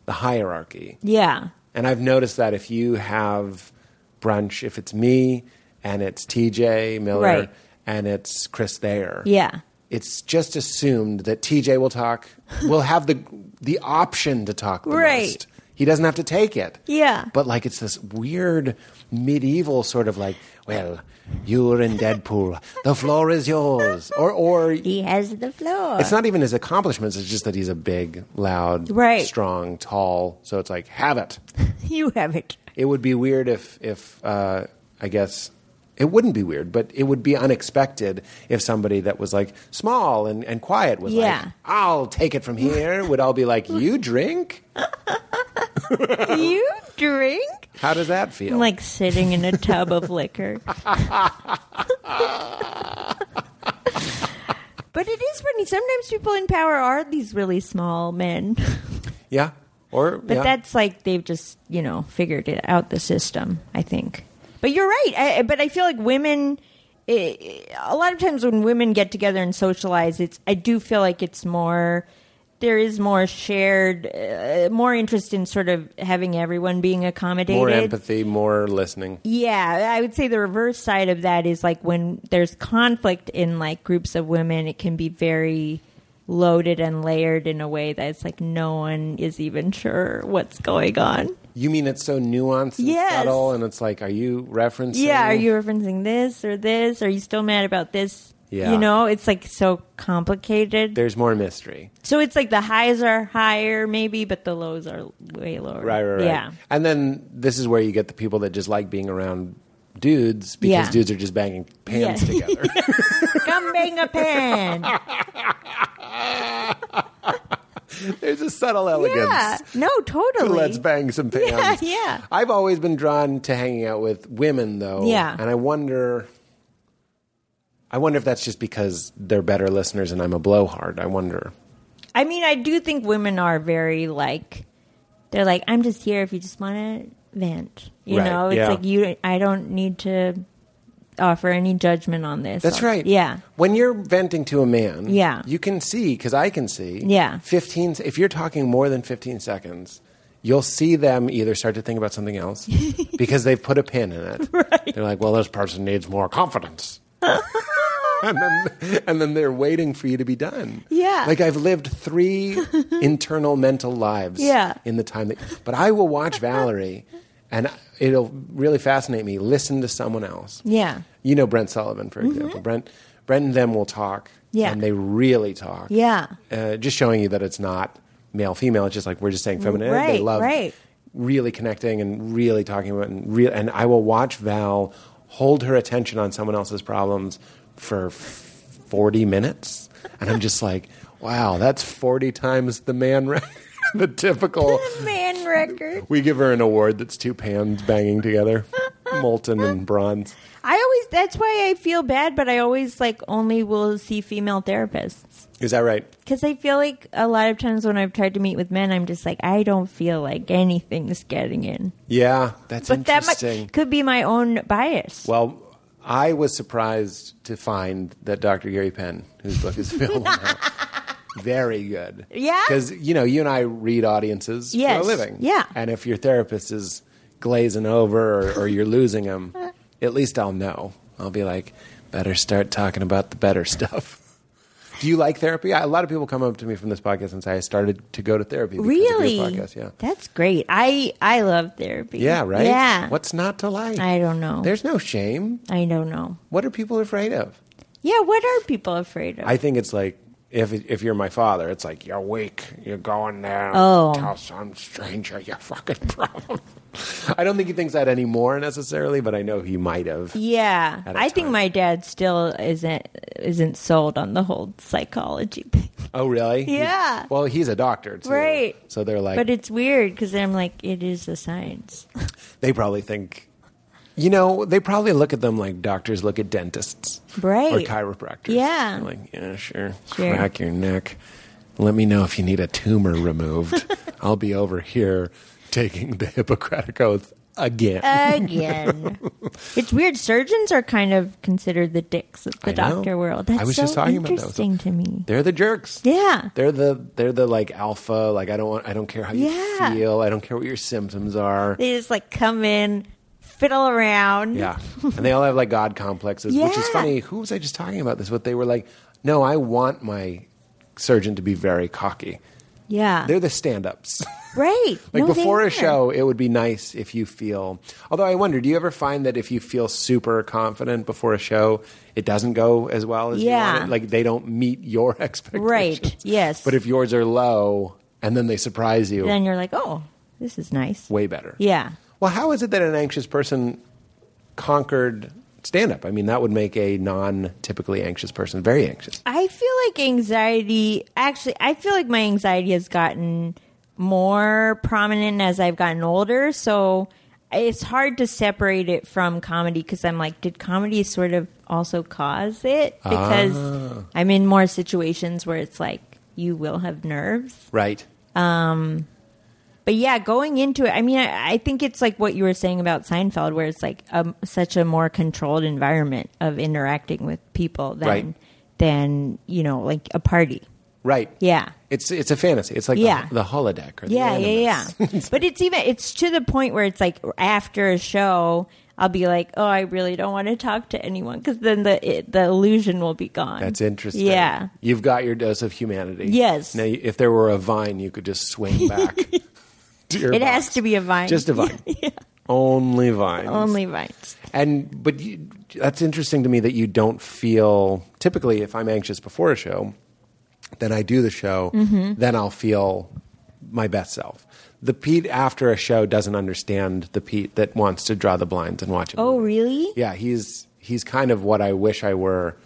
Speaker 3: the hierarchy.
Speaker 4: yeah,
Speaker 3: And I've noticed that if you have brunch, if it's me and it's TJ Miller
Speaker 4: Right.
Speaker 3: and it's Chris Thayer,
Speaker 4: yeah,
Speaker 3: it's just assumed that TJ will talk, will have the the option to talk the
Speaker 4: Right.
Speaker 3: most. He doesn't have to take it.
Speaker 4: Yeah.
Speaker 3: But like it's this weird medieval sort of like, well, you're in Deadpool. the floor is yours. Or or
Speaker 4: he has the floor.
Speaker 3: it's not even his accomplishments, it's just that he's a big, loud,
Speaker 4: Right.
Speaker 3: strong, tall. So it's like, have it
Speaker 4: you have it.
Speaker 3: it would be weird if if uh, I guess it wouldn't be weird, but it would be unexpected if somebody that was like small and, and quiet was
Speaker 4: Yeah.
Speaker 3: like, "I'll take it from here." Would all be like, "You drink?"
Speaker 4: you drink?
Speaker 3: How does that feel?
Speaker 4: I'm like sitting in a tub of liquor. but it is funny. Sometimes people in power are these really small men.
Speaker 3: yeah. Or
Speaker 4: But that's like they've just, you know, figured it out the system, I think. But you're right. I, but I feel like women eh, a lot of times when women get together and socialize, it's I do feel like it's more there is more shared uh, more interest in sort of having everyone being accommodated.
Speaker 3: more empathy, more listening.
Speaker 4: Yeah, I would say the reverse side of that is like when there's conflict in like groups of women, it can be very loaded and layered in a way that it's like no one is even sure what's going on.
Speaker 3: You mean it's so nuanced and
Speaker 4: Yes.
Speaker 3: subtle, and it's like, are you referencing?
Speaker 4: Yeah, are you referencing this or this? Are you still mad about this?
Speaker 3: Yeah.
Speaker 4: You know, it's like so complicated.
Speaker 3: There's more mystery.
Speaker 4: so it's like the highs are higher maybe, but the lows are way lower.
Speaker 3: Right, right, right.
Speaker 4: Yeah.
Speaker 3: And then this is where you get the people that just like being around dudes because
Speaker 4: Yeah.
Speaker 3: dudes are just banging pans
Speaker 4: Yeah.
Speaker 3: together.
Speaker 4: Come bang a pen.
Speaker 3: There's a subtle elegance.
Speaker 4: yeah. No,
Speaker 3: to
Speaker 4: totally.
Speaker 3: Let's bang some
Speaker 4: Yeah,
Speaker 3: pans.
Speaker 4: yeah.
Speaker 3: I've always been drawn to hanging out with women, though.
Speaker 4: Yeah.
Speaker 3: And I wonder, I wonder if that's just because they're better listeners and I'm a blowhard. I wonder.
Speaker 4: I mean, I do think women are very like they're like I'm just here if you just want to vent. You
Speaker 3: Right,
Speaker 4: know, it's
Speaker 3: yeah.
Speaker 4: like you. I don't need to offer any judgment on this.
Speaker 3: That's
Speaker 4: So-
Speaker 3: right.
Speaker 4: Yeah.
Speaker 3: When you're venting to a man,
Speaker 4: Yeah.
Speaker 3: you can see because I can see.
Speaker 4: Yeah.
Speaker 3: Fifteen. If you're talking more than fifteen seconds, you'll see them either start to think about something else because they've put a pin in it. Right. They're like, "Well, this person needs more confidence." and then, and then they're waiting for you to be done.
Speaker 4: Yeah.
Speaker 3: Like I've lived three internal mental lives.
Speaker 4: Yeah.
Speaker 3: In the time that, but I will watch Valerie, and it'll really fascinate me. Listen to someone else.
Speaker 4: Yeah. Mm-hmm.
Speaker 3: You know Brent Sullivan, for example. Brent, Brent and them will talk.
Speaker 4: Yeah.
Speaker 3: And they really talk.
Speaker 4: Yeah.
Speaker 3: Uh, just showing you that it's not male female. It's just like we're just saying feminine. they
Speaker 4: Right,
Speaker 3: love
Speaker 4: right.
Speaker 3: really connecting and really talking about and real. And I will watch Val hold her attention on someone else's problems for f- forty minutes, and I'm just like, wow, that's forty times the man. Re- the typical.
Speaker 4: Man record.
Speaker 3: We give her an award that's two pans banging together, molten and bronze.
Speaker 4: I always. That's why I feel bad, but I always like only will see female therapists
Speaker 3: Is that right?
Speaker 4: because I feel like a lot of times when I've tried to meet with men, I'm just like I don't feel like anything's getting in.
Speaker 3: Yeah, that's
Speaker 4: But that
Speaker 3: interesting.
Speaker 4: might, could be my own bias.
Speaker 3: well, I was surprised to find that Dr. Gary Penn, whose book is available now, very good.
Speaker 4: Yeah?
Speaker 3: because you know, you and I read audiences for
Speaker 4: Yes.
Speaker 3: a living.
Speaker 4: Yeah.
Speaker 3: and if your therapist is glazing over or, or you're losing him,
Speaker 4: Uh.
Speaker 3: at least I'll know. I'll be like, better start talking about the better stuff. Do you like therapy? A lot of people come up to me from this podcast and say I started to go to therapy. Because
Speaker 4: Really?
Speaker 3: of your podcast. Yeah,
Speaker 4: That's great. I I love therapy.
Speaker 3: yeah, right.
Speaker 4: Yeah.
Speaker 3: what's not to like?
Speaker 4: I don't know.
Speaker 3: There's no shame.
Speaker 4: I don't know.
Speaker 3: What are people afraid of?
Speaker 4: Yeah, what are people afraid of?
Speaker 3: I think it's like if if you're my father, it's like you're weak. You're going there.
Speaker 4: Oh.
Speaker 3: tell some stranger your fucking problem. I don't think he thinks that anymore necessarily, but I know he might have.
Speaker 4: yeah.
Speaker 3: At a
Speaker 4: I think
Speaker 3: time.
Speaker 4: my dad still isn't isn't sold on the whole psychology thing.
Speaker 3: Oh, really? He-
Speaker 4: Yeah.
Speaker 3: well, he's a doctor, too.
Speaker 4: Right.
Speaker 3: So they're like,
Speaker 4: But it's weird cuz I'm like it is a science.
Speaker 3: they probably think. You know, they probably look at them like doctors look at dentists, Or
Speaker 4: Right.
Speaker 3: chiropractors.
Speaker 4: Yeah.
Speaker 3: They're like, yeah, sure.
Speaker 4: Sure.
Speaker 3: Crack your neck. Let me know if you need a tumor removed. I'll be over here taking the Hippocratic oath again.
Speaker 4: Uh, Again. it's weird surgeons are kind of considered the dicks of the
Speaker 3: I know.
Speaker 4: doctor world.
Speaker 3: I
Speaker 4: That's
Speaker 3: was
Speaker 4: so
Speaker 3: just talking about that.
Speaker 4: interesting to me.
Speaker 3: They're the jerks.
Speaker 4: Yeah.
Speaker 3: They're the they're the like alpha. Like I don't want. I don't care how you
Speaker 4: Yeah.
Speaker 3: feel. I don't care what your symptoms are.
Speaker 4: They just like come in, fiddle around.
Speaker 3: Yeah, and they all have like god complexes, which is
Speaker 4: Yeah.
Speaker 3: funny. Who was I just talking about this? What they were like? No, I want my surgeon to be very cocky.
Speaker 4: Yeah.
Speaker 3: They're the stand-ups.
Speaker 4: Right.
Speaker 3: like
Speaker 4: No, they
Speaker 3: before
Speaker 4: are.
Speaker 3: a show, it would be nice if you feel. Although I wonder, do you ever find that if you feel super confident before a show, it doesn't go as well as you
Speaker 4: Yeah.
Speaker 3: want it? Like they don't meet your expectations.
Speaker 4: Right. Yes.
Speaker 3: But if yours are low and then they surprise you,
Speaker 4: then you're like, oh, this is nice.
Speaker 3: way better.
Speaker 4: Yeah.
Speaker 3: Well, how is it that an anxious person conquered stand up? I mean, that would make a non typically anxious person very anxious.
Speaker 4: I feel like anxiety, actually, I feel like my anxiety has gotten more prominent as I've gotten older. So it's hard to separate it from comedy because I'm like, did comedy sort of also cause it? Because I'm in more situations where it's like you will have nerves.
Speaker 3: Right.
Speaker 4: But yeah, going into it, I mean, I, I think it's like what you were saying about Seinfeld, where it's like um, such a more controlled environment of interacting with people than
Speaker 3: Right.
Speaker 4: than you know, like a party.
Speaker 3: Right.
Speaker 4: Yeah.
Speaker 3: It's it's a fantasy. It's like
Speaker 4: Yeah.
Speaker 3: the, the holodeck or the
Speaker 4: Yeah, yeah,
Speaker 3: animus.
Speaker 4: yeah. but it's even it's to the point where it's like after a show, I'll be like, oh, I really don't want to talk to anyone because then the it, the illusion will be gone.
Speaker 3: That's interesting.
Speaker 4: Yeah,
Speaker 3: You've got your dose of humanity.
Speaker 4: Yes.
Speaker 3: Now, if there were a vine, you could just swing back. to your
Speaker 4: it
Speaker 3: box.
Speaker 4: has to be a vine.
Speaker 3: Just a vine. Only vines.
Speaker 4: Only vines.
Speaker 3: And but you, that's interesting to me that you don't feel typically if I'm anxious before a show, then I do the show,
Speaker 4: Mm-hmm.
Speaker 3: then I'll feel my best self. The Pete after a show doesn't understand the Pete that wants to draw the blinds and watch it.
Speaker 4: Oh, really?
Speaker 3: Yeah, he's he's kind of what I wish I were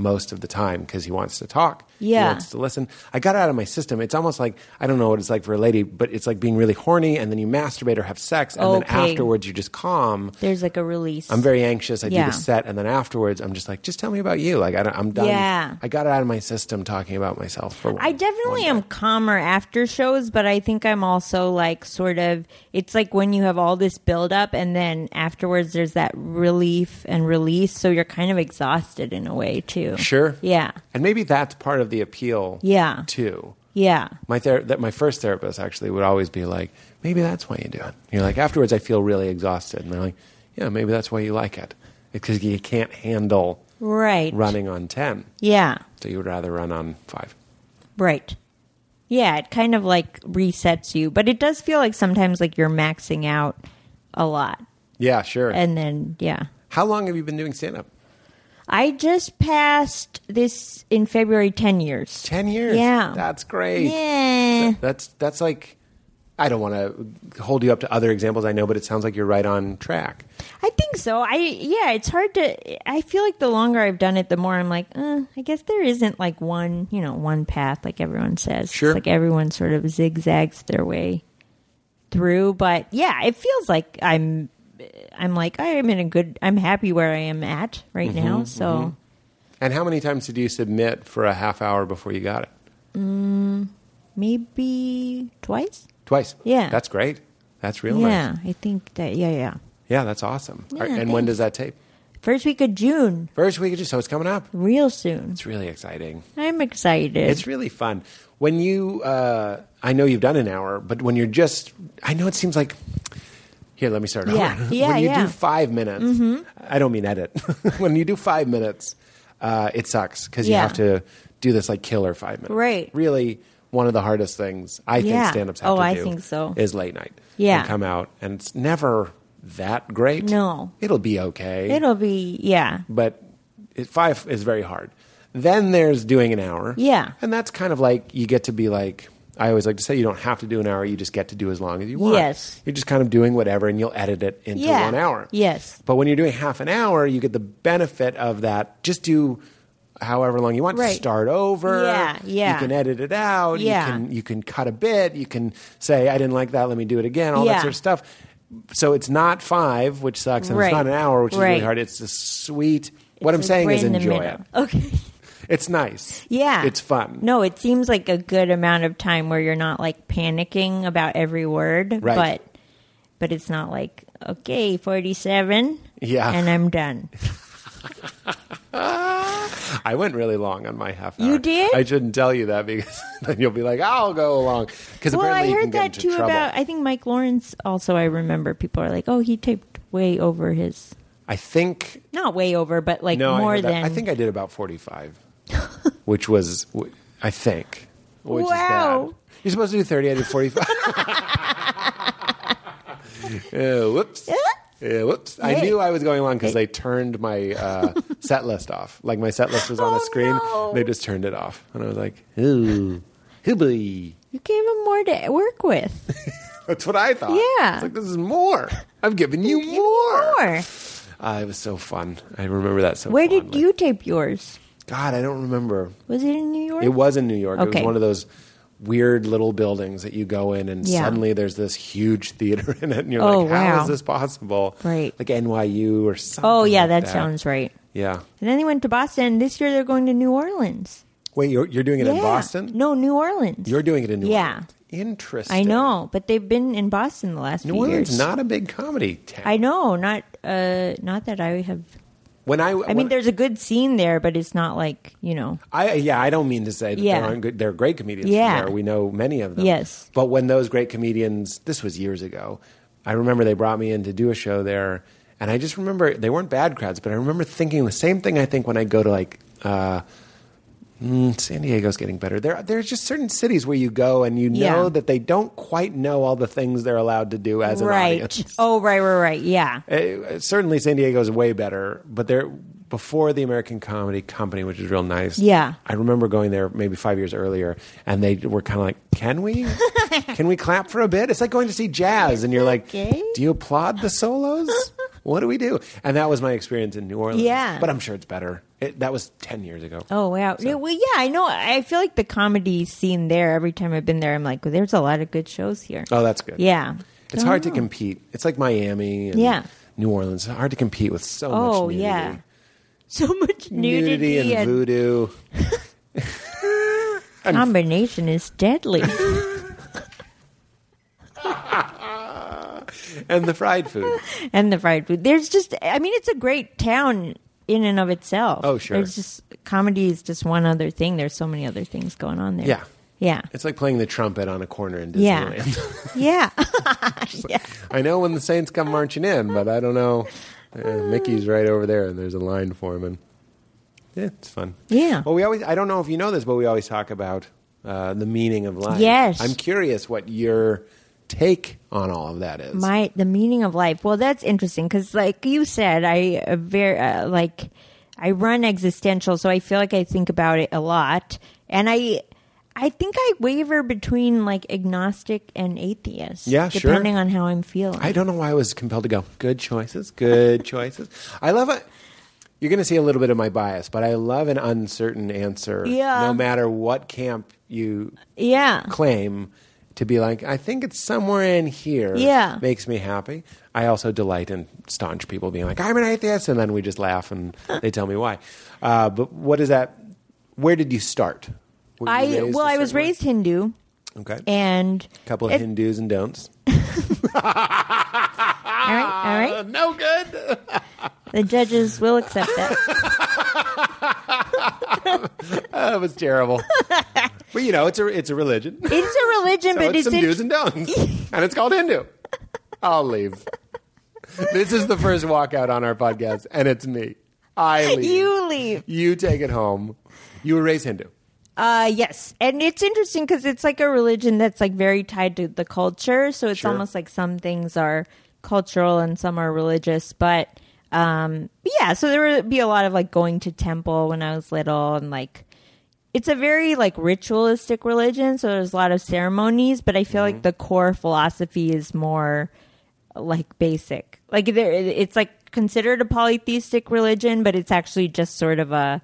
Speaker 3: most of the time because he wants to talk.
Speaker 4: Yeah.
Speaker 3: He wants to listen. I got it out of my system. It's almost like I don't know what it's like for a lady, but it's like being really horny and then you masturbate or have sex and then
Speaker 4: Okay.
Speaker 3: afterwards you're just calm.
Speaker 4: There's like a release.
Speaker 3: I'm very anxious. I do
Speaker 4: Yeah.
Speaker 3: the set, and then afterwards, I'm just like, just tell me about you. Like, I don't, I'm done.
Speaker 4: Yeah.
Speaker 3: I got it out of my system talking about myself for. One,
Speaker 4: I definitely
Speaker 3: one
Speaker 4: am
Speaker 3: day.
Speaker 4: calmer after shows, but I think I'm also like sort of. It's like when you have all this buildup and then afterwards there's that relief and release, so you're kind of exhausted in a way too.
Speaker 3: sure.
Speaker 4: Yeah.
Speaker 3: and maybe that's part of the appeal.
Speaker 4: Yeah.
Speaker 3: too.
Speaker 4: Yeah.
Speaker 3: My ther- that my first therapist actually would always be like, maybe that's why you do it. You're like, afterwards, I feel really exhausted, and they're like, yeah, maybe that's why you like it because you can't handle
Speaker 4: Right.
Speaker 3: running on ten,
Speaker 4: Yeah.
Speaker 3: so you would rather run on five.
Speaker 4: Right. Yeah, it kind of like resets you, but it does feel like sometimes like you're maxing out a lot.
Speaker 3: Yeah, sure.
Speaker 4: And then yeah.
Speaker 3: How long have you been doing stand up?
Speaker 4: I just passed this in February 10 years.
Speaker 3: Ten years.
Speaker 4: Yeah.
Speaker 3: that's great.
Speaker 4: Yeah.
Speaker 3: That's that's like I don't want to hold you up to other examples I know, but it sounds like you're right on track.
Speaker 4: I think so. I yeah, it's hard to I feel like the longer I've done it the more I'm like, uh, I guess there isn't like one, you know, one path like everyone says.
Speaker 3: Sure.
Speaker 4: It's like everyone sort of zigzags their way through, but yeah, it feels like I'm I'm like I am in a good I'm happy where I am at right
Speaker 3: Mm-hmm,
Speaker 4: now. So
Speaker 3: And how many times did you submit for a half hour before you got it?
Speaker 4: maybe twice?
Speaker 3: Twice.
Speaker 4: Yeah.
Speaker 3: That's great. That's real
Speaker 4: yeah,
Speaker 3: nice.
Speaker 4: I think that yeah, yeah.
Speaker 3: Yeah, that's awesome.
Speaker 4: Yeah,
Speaker 3: and when
Speaker 4: thanks.
Speaker 3: does that tape?
Speaker 4: First week of June,
Speaker 3: First week of June, so it's coming up.
Speaker 4: real soon.
Speaker 3: It's really exciting.
Speaker 4: I'm excited.
Speaker 3: It's really fun. When you, uh, I know you've done an hour, but when you're just, I know it seems like, here, let me start
Speaker 4: Yeah.
Speaker 3: over.
Speaker 4: Yeah,
Speaker 3: when you
Speaker 4: yeah. Mm-hmm.
Speaker 3: do five minutes, I don't mean edit. when you do five minutes, uh, it sucks because you
Speaker 4: Yeah.
Speaker 3: have to do this like killer five minutes.
Speaker 4: Right.
Speaker 3: Really, one of the hardest things I think
Speaker 4: Yeah.
Speaker 3: stand ups have
Speaker 4: Oh,
Speaker 3: to
Speaker 4: I
Speaker 3: do
Speaker 4: think so.
Speaker 3: is late night.
Speaker 4: Yeah.
Speaker 3: And come out, and it's never that great.
Speaker 4: No.
Speaker 3: It'll be okay
Speaker 4: It'll be yeah.
Speaker 3: but it, five is very hard. Then there's doing an hour.
Speaker 4: Yeah.
Speaker 3: And that's kind of like you get to be like, I always like to say you don't have to do an hour, you just get to do as long as you want.
Speaker 4: Yes.
Speaker 3: You're just kind of doing whatever and you'll edit it into
Speaker 4: Yeah.
Speaker 3: one hour.
Speaker 4: Yes.
Speaker 3: But when you're doing half an hour, you get the benefit of that. Just do however long you want.
Speaker 4: Right.
Speaker 3: Start over.
Speaker 4: Yeah, yeah.
Speaker 3: You can edit it out.
Speaker 4: Yeah.
Speaker 3: You can you can cut a bit. You can say, I didn't like that, let me do it again, all that
Speaker 4: Yeah.
Speaker 3: sort of stuff. So it's not five, which sucks, and
Speaker 4: Right.
Speaker 3: it's not an hour, which is really
Speaker 4: Right.
Speaker 3: hard. It's a sweet. what I'm
Speaker 4: It's
Speaker 3: saying
Speaker 4: right
Speaker 3: is
Speaker 4: in the
Speaker 3: enjoy it.
Speaker 4: middle. Okay.
Speaker 3: It's nice.
Speaker 4: Yeah.
Speaker 3: It's fun.
Speaker 4: No, it seems like a good amount of time where you're not like panicking about every word,
Speaker 3: Right.
Speaker 4: but but it's not like okay, 47.
Speaker 3: Yeah.
Speaker 4: And I'm done.
Speaker 3: I went really long on my half hour.
Speaker 4: You did?
Speaker 3: I shouldn't tell you that because then you'll be like, I'll go along. Because
Speaker 4: well, I
Speaker 3: apparently you
Speaker 4: heard
Speaker 3: can get
Speaker 4: that
Speaker 3: into
Speaker 4: too
Speaker 3: trouble.
Speaker 4: about I think Mike Lawrence also I remember people are like, "Oh, he taped way over his
Speaker 3: I think
Speaker 4: not way over, but like
Speaker 3: no, I
Speaker 4: more
Speaker 3: heard that.
Speaker 4: than
Speaker 3: I think I did about forty-five, which was w- I think. Which Is
Speaker 4: Wow.
Speaker 3: bad. You're supposed to do thirty. I did forty-five. Uh, whoops. Yeah, whoops. I
Speaker 4: Hey.
Speaker 3: knew I was going along because they turned my uh, set list off. Like my set list was on
Speaker 4: Oh,
Speaker 3: a screen.
Speaker 4: no.
Speaker 3: They just turned it off. And I was like, ooh, hoobly.
Speaker 4: you gave him more to work with.
Speaker 3: That's what I thought.
Speaker 4: Yeah.
Speaker 3: It's like, this is more. I've given you
Speaker 4: Give him
Speaker 3: more.
Speaker 4: more.
Speaker 3: Uh, it was so fun. I remember that so
Speaker 4: Where did
Speaker 3: fondly.
Speaker 4: you tape yours?
Speaker 3: God, I don't remember.
Speaker 4: Was it in New York?
Speaker 3: It was in New York. It
Speaker 4: Okay.
Speaker 3: was one of those weird little buildings that you go in and
Speaker 4: Yeah.
Speaker 3: suddenly there's this huge theater in it and you're
Speaker 4: Oh,
Speaker 3: like how is
Speaker 4: wow.
Speaker 3: this possible
Speaker 4: Right.
Speaker 3: like nyu or something
Speaker 4: Oh yeah,
Speaker 3: like
Speaker 4: that sounds right.
Speaker 3: yeah
Speaker 4: And then they went to Boston. This year they're going to New Orleans.
Speaker 3: wait you're, you're doing it in
Speaker 4: Yeah.
Speaker 3: boston
Speaker 4: No, New Orleans.
Speaker 3: you're doing it in new
Speaker 4: Yeah.
Speaker 3: orleans interesting
Speaker 4: I know, but they've been in Boston the last
Speaker 3: new
Speaker 4: few
Speaker 3: orleans
Speaker 4: years.
Speaker 3: not a big comedy town
Speaker 4: I know, not uh, not that I have.
Speaker 3: when i
Speaker 4: I mean, there's a good scene there, but it's not like you know.
Speaker 3: I yeah, I don't mean to say that
Speaker 4: Yeah.
Speaker 3: there aren't good. There are great comedians.
Speaker 4: Yeah.
Speaker 3: Yeah, there. we know many of them.
Speaker 4: Yes.
Speaker 3: but when those great comedians, this was years ago. I remember they brought me in to do a show there, and I just remember they weren't bad crowds, but I remember thinking the same thing. I think when I go to like. Uh, mm, San Diego's getting better. There, there's just certain cities where you go and you know
Speaker 4: Yeah.
Speaker 3: that they don't quite know all the things they're allowed to do as an
Speaker 4: Right.
Speaker 3: audience.
Speaker 4: Oh, right, right, right. Yeah.
Speaker 3: Uh, certainly San Diego's way better, but there before the American Comedy Company, which is real nice.
Speaker 4: Yeah.
Speaker 3: I remember going there maybe five years earlier, and they were kind of like, "Can we? can we clap for a bit?" It's like going to see jazz, and you're like,
Speaker 4: okay?
Speaker 3: "Do you applaud the solos? what do we do?" And that was my experience in New Orleans.
Speaker 4: Yeah.
Speaker 3: but I'm sure it's better. It, that was ten years ago.
Speaker 4: Oh wow. Yeah, Well, yeah, I know. I feel like the comedy scene there. Every time I've been there, I'm like, well, there's a lot of good shows here.
Speaker 3: Oh, that's good.
Speaker 4: yeah. Oh.
Speaker 3: it's hard to compete. It's like Miami and
Speaker 4: Yeah.
Speaker 3: New Orleans. It's hard to compete with so much.
Speaker 4: Oh
Speaker 3: nudity.
Speaker 4: yeah. So much
Speaker 3: nudity,
Speaker 4: nudity,
Speaker 3: and
Speaker 4: and,
Speaker 3: voodoo.
Speaker 4: combination is deadly.
Speaker 3: and the fried food.
Speaker 4: and the fried food. There's just, I mean, it's a great town in and of itself.
Speaker 3: Oh, sure.
Speaker 4: There's just comedy is just one other thing. There's so many other things going on there.
Speaker 3: Yeah.
Speaker 4: yeah,
Speaker 3: It's like playing the trumpet on a corner in
Speaker 4: Yeah.
Speaker 3: Disneyland.
Speaker 4: yeah.
Speaker 3: I know when the Saints come marching in, but I don't know. Uh, Mickey's right over there, and there's a line forming. Yeah, it's fun.
Speaker 4: Yeah.
Speaker 3: Well, we always, I don't know if you know this, but we always talk about uh, the meaning of life.
Speaker 4: Yes.
Speaker 3: I'm curious what your take on all of that is.
Speaker 4: My the meaning of life. Well, that's interesting because, like you said, I uh, very uh, like I run existential, so I feel like I think about it a lot, and I. I think I waver between like agnostic and atheist.
Speaker 3: Yeah, sure.
Speaker 4: depending on how I'm feeling.
Speaker 3: I don't know why I was compelled to go. Good choices, good choices. I love it. You're going to see a little bit of my bias, but I love an uncertain answer.
Speaker 4: Yeah.
Speaker 3: No matter what camp you
Speaker 4: yeah,
Speaker 3: claim to be like, I think it's somewhere in here.
Speaker 4: Yeah.
Speaker 3: Makes me happy. I also delight in staunch people being like, I'm an atheist. And then we just laugh and they tell me why. Uh, but what is that? Where did you start? Were you
Speaker 4: I
Speaker 3: raised
Speaker 4: well,
Speaker 3: a
Speaker 4: I was
Speaker 3: certain way?
Speaker 4: raised Hindu,
Speaker 3: Okay.
Speaker 4: and
Speaker 3: a couple of
Speaker 4: it-
Speaker 3: Hindus and don'ts.
Speaker 4: All right, all right.
Speaker 3: Uh, no good.
Speaker 4: The judges will accept that.
Speaker 3: That was terrible. but you know, it's a it's a religion.
Speaker 4: It's a religion,
Speaker 3: So
Speaker 4: but
Speaker 3: it's
Speaker 4: it's,
Speaker 3: some
Speaker 4: in-
Speaker 3: do's and don'ts, and it's called Hindu. I'll leave. This is the first walkout on our podcast, and it's me. I leave.
Speaker 4: you leave.
Speaker 3: You take it home. You were raised Hindu.
Speaker 4: Uh, yes, and it's interesting because it's like a religion that's like very tied to the culture. So it's
Speaker 3: Sure.
Speaker 4: almost like some things are cultural and some are religious, but um, yeah. So there would be a lot of like going to temple when I was little, and like it's a very like ritualistic religion. So there's a lot of ceremonies, but I feel like the core philosophy is more like basic. Like there, it's like considered a polytheistic religion, but it's actually just sort of a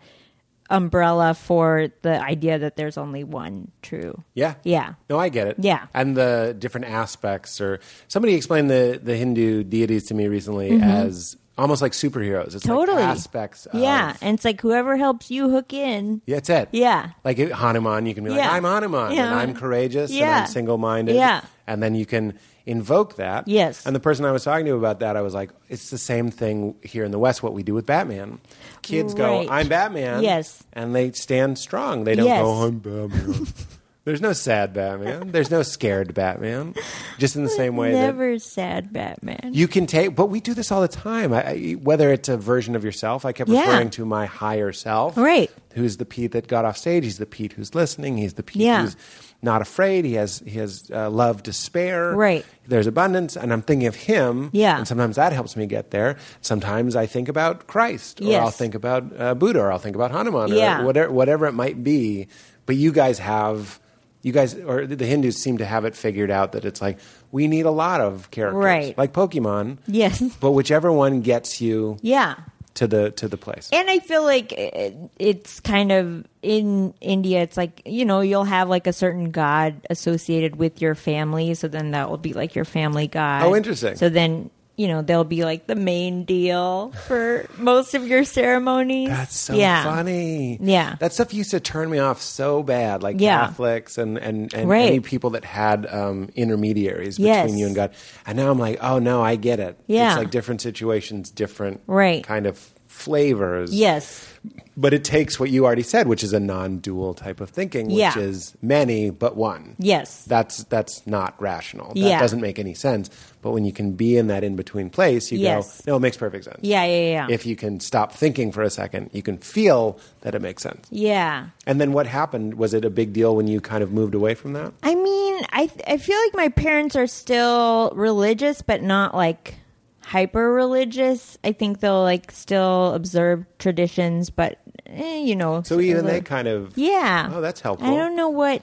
Speaker 4: umbrella for the idea that there's only one true.
Speaker 3: Yeah.
Speaker 4: Yeah.
Speaker 3: No, I get it.
Speaker 4: Yeah.
Speaker 3: And the different aspects, or somebody explained the, the Hindu deities to me recently as almost like superheroes. It's
Speaker 4: Mm-hmm. Totally.
Speaker 3: like aspects of.
Speaker 4: Yeah, and it's like whoever helps you hook in.
Speaker 3: Yeah, it's it.
Speaker 4: Yeah.
Speaker 3: Like if- Hanuman, you can be like,
Speaker 4: Yeah.
Speaker 3: I'm Hanuman,
Speaker 4: Yeah.
Speaker 3: and I'm courageous,
Speaker 4: Yeah.
Speaker 3: and I'm single minded.
Speaker 4: Yeah.
Speaker 3: And then you can invoke that.
Speaker 4: Yes.
Speaker 3: And the person I was talking to about that, I was like, it's the same thing here in the West, what we do with Batman. Kids
Speaker 4: Right.
Speaker 3: go, I'm Batman.
Speaker 4: Yes.
Speaker 3: And they stand strong. They don't
Speaker 4: Yes.
Speaker 3: go, I'm Batman. There's no sad Batman. There's no scared Batman. Just in the same way that
Speaker 4: Never sad Batman.
Speaker 3: you can take, but we do this all the time. I, I, whether it's a version of yourself, I kept
Speaker 4: Yeah.
Speaker 3: referring to my higher self,
Speaker 4: Right.
Speaker 3: Who's the Pete that got off stage? He's the Pete who's listening. He's the Pete
Speaker 4: Yeah.
Speaker 3: who's not afraid. He has he has uh, love to spare.
Speaker 4: Right.
Speaker 3: There's abundance, and I'm thinking of him.
Speaker 4: Yeah.
Speaker 3: And sometimes that helps me get there. Sometimes I think about Christ, or
Speaker 4: Yes.
Speaker 3: I'll think about uh, Buddha, or I'll think about Hanuman, or
Speaker 4: Yeah.
Speaker 3: whatever whatever it might be. But you guys have. You guys, or the Hindus seem to have it figured out that it's like we need a lot of characters,
Speaker 4: Right.
Speaker 3: Like Pokemon,
Speaker 4: Yes.
Speaker 3: but whichever one gets you
Speaker 4: Yeah.
Speaker 3: to the to the place.
Speaker 4: And I feel like it, it's kind of in India. It's like you know you'll have like a certain god associated with your family, so then that will be like your family god.
Speaker 3: Oh, interesting.
Speaker 4: So then you know they'll be like the main deal for most of your ceremonies.
Speaker 3: That's so
Speaker 4: yeah.
Speaker 3: funny.
Speaker 4: Yeah.
Speaker 3: that stuff used to turn me off so bad. Like
Speaker 4: Yeah.
Speaker 3: Catholics and and, and
Speaker 4: Right.
Speaker 3: any people that had um, intermediaries between
Speaker 4: Yes.
Speaker 3: you and God. And now I'm like, oh no, I get it.
Speaker 4: Yeah.
Speaker 3: it's like different situations, different
Speaker 4: Right.
Speaker 3: kind of flavors.
Speaker 4: Yes.
Speaker 3: but it takes what you already said, which is a non-dual type of thinking, which
Speaker 4: Yeah.
Speaker 3: is many but one.
Speaker 4: Yes.
Speaker 3: that's that's not rational. That
Speaker 4: Yeah.
Speaker 3: doesn't make any sense. But when you can be in that in between place, you
Speaker 4: Yes.
Speaker 3: go, no, it makes perfect sense.
Speaker 4: Yeah. Yeah. Yeah.
Speaker 3: If you can stop thinking for a second, you can feel that it makes sense.
Speaker 4: yeah.
Speaker 3: And then what happened? Was it a big deal when you kind of moved away from that?
Speaker 4: I mean, I I feel like my parents are still religious, but not like hyper religious. I think they'll like still observe traditions, but eh, you know.
Speaker 3: So even they
Speaker 4: like-
Speaker 3: kind of
Speaker 4: yeah.
Speaker 3: Oh, that's helpful.
Speaker 4: I don't know what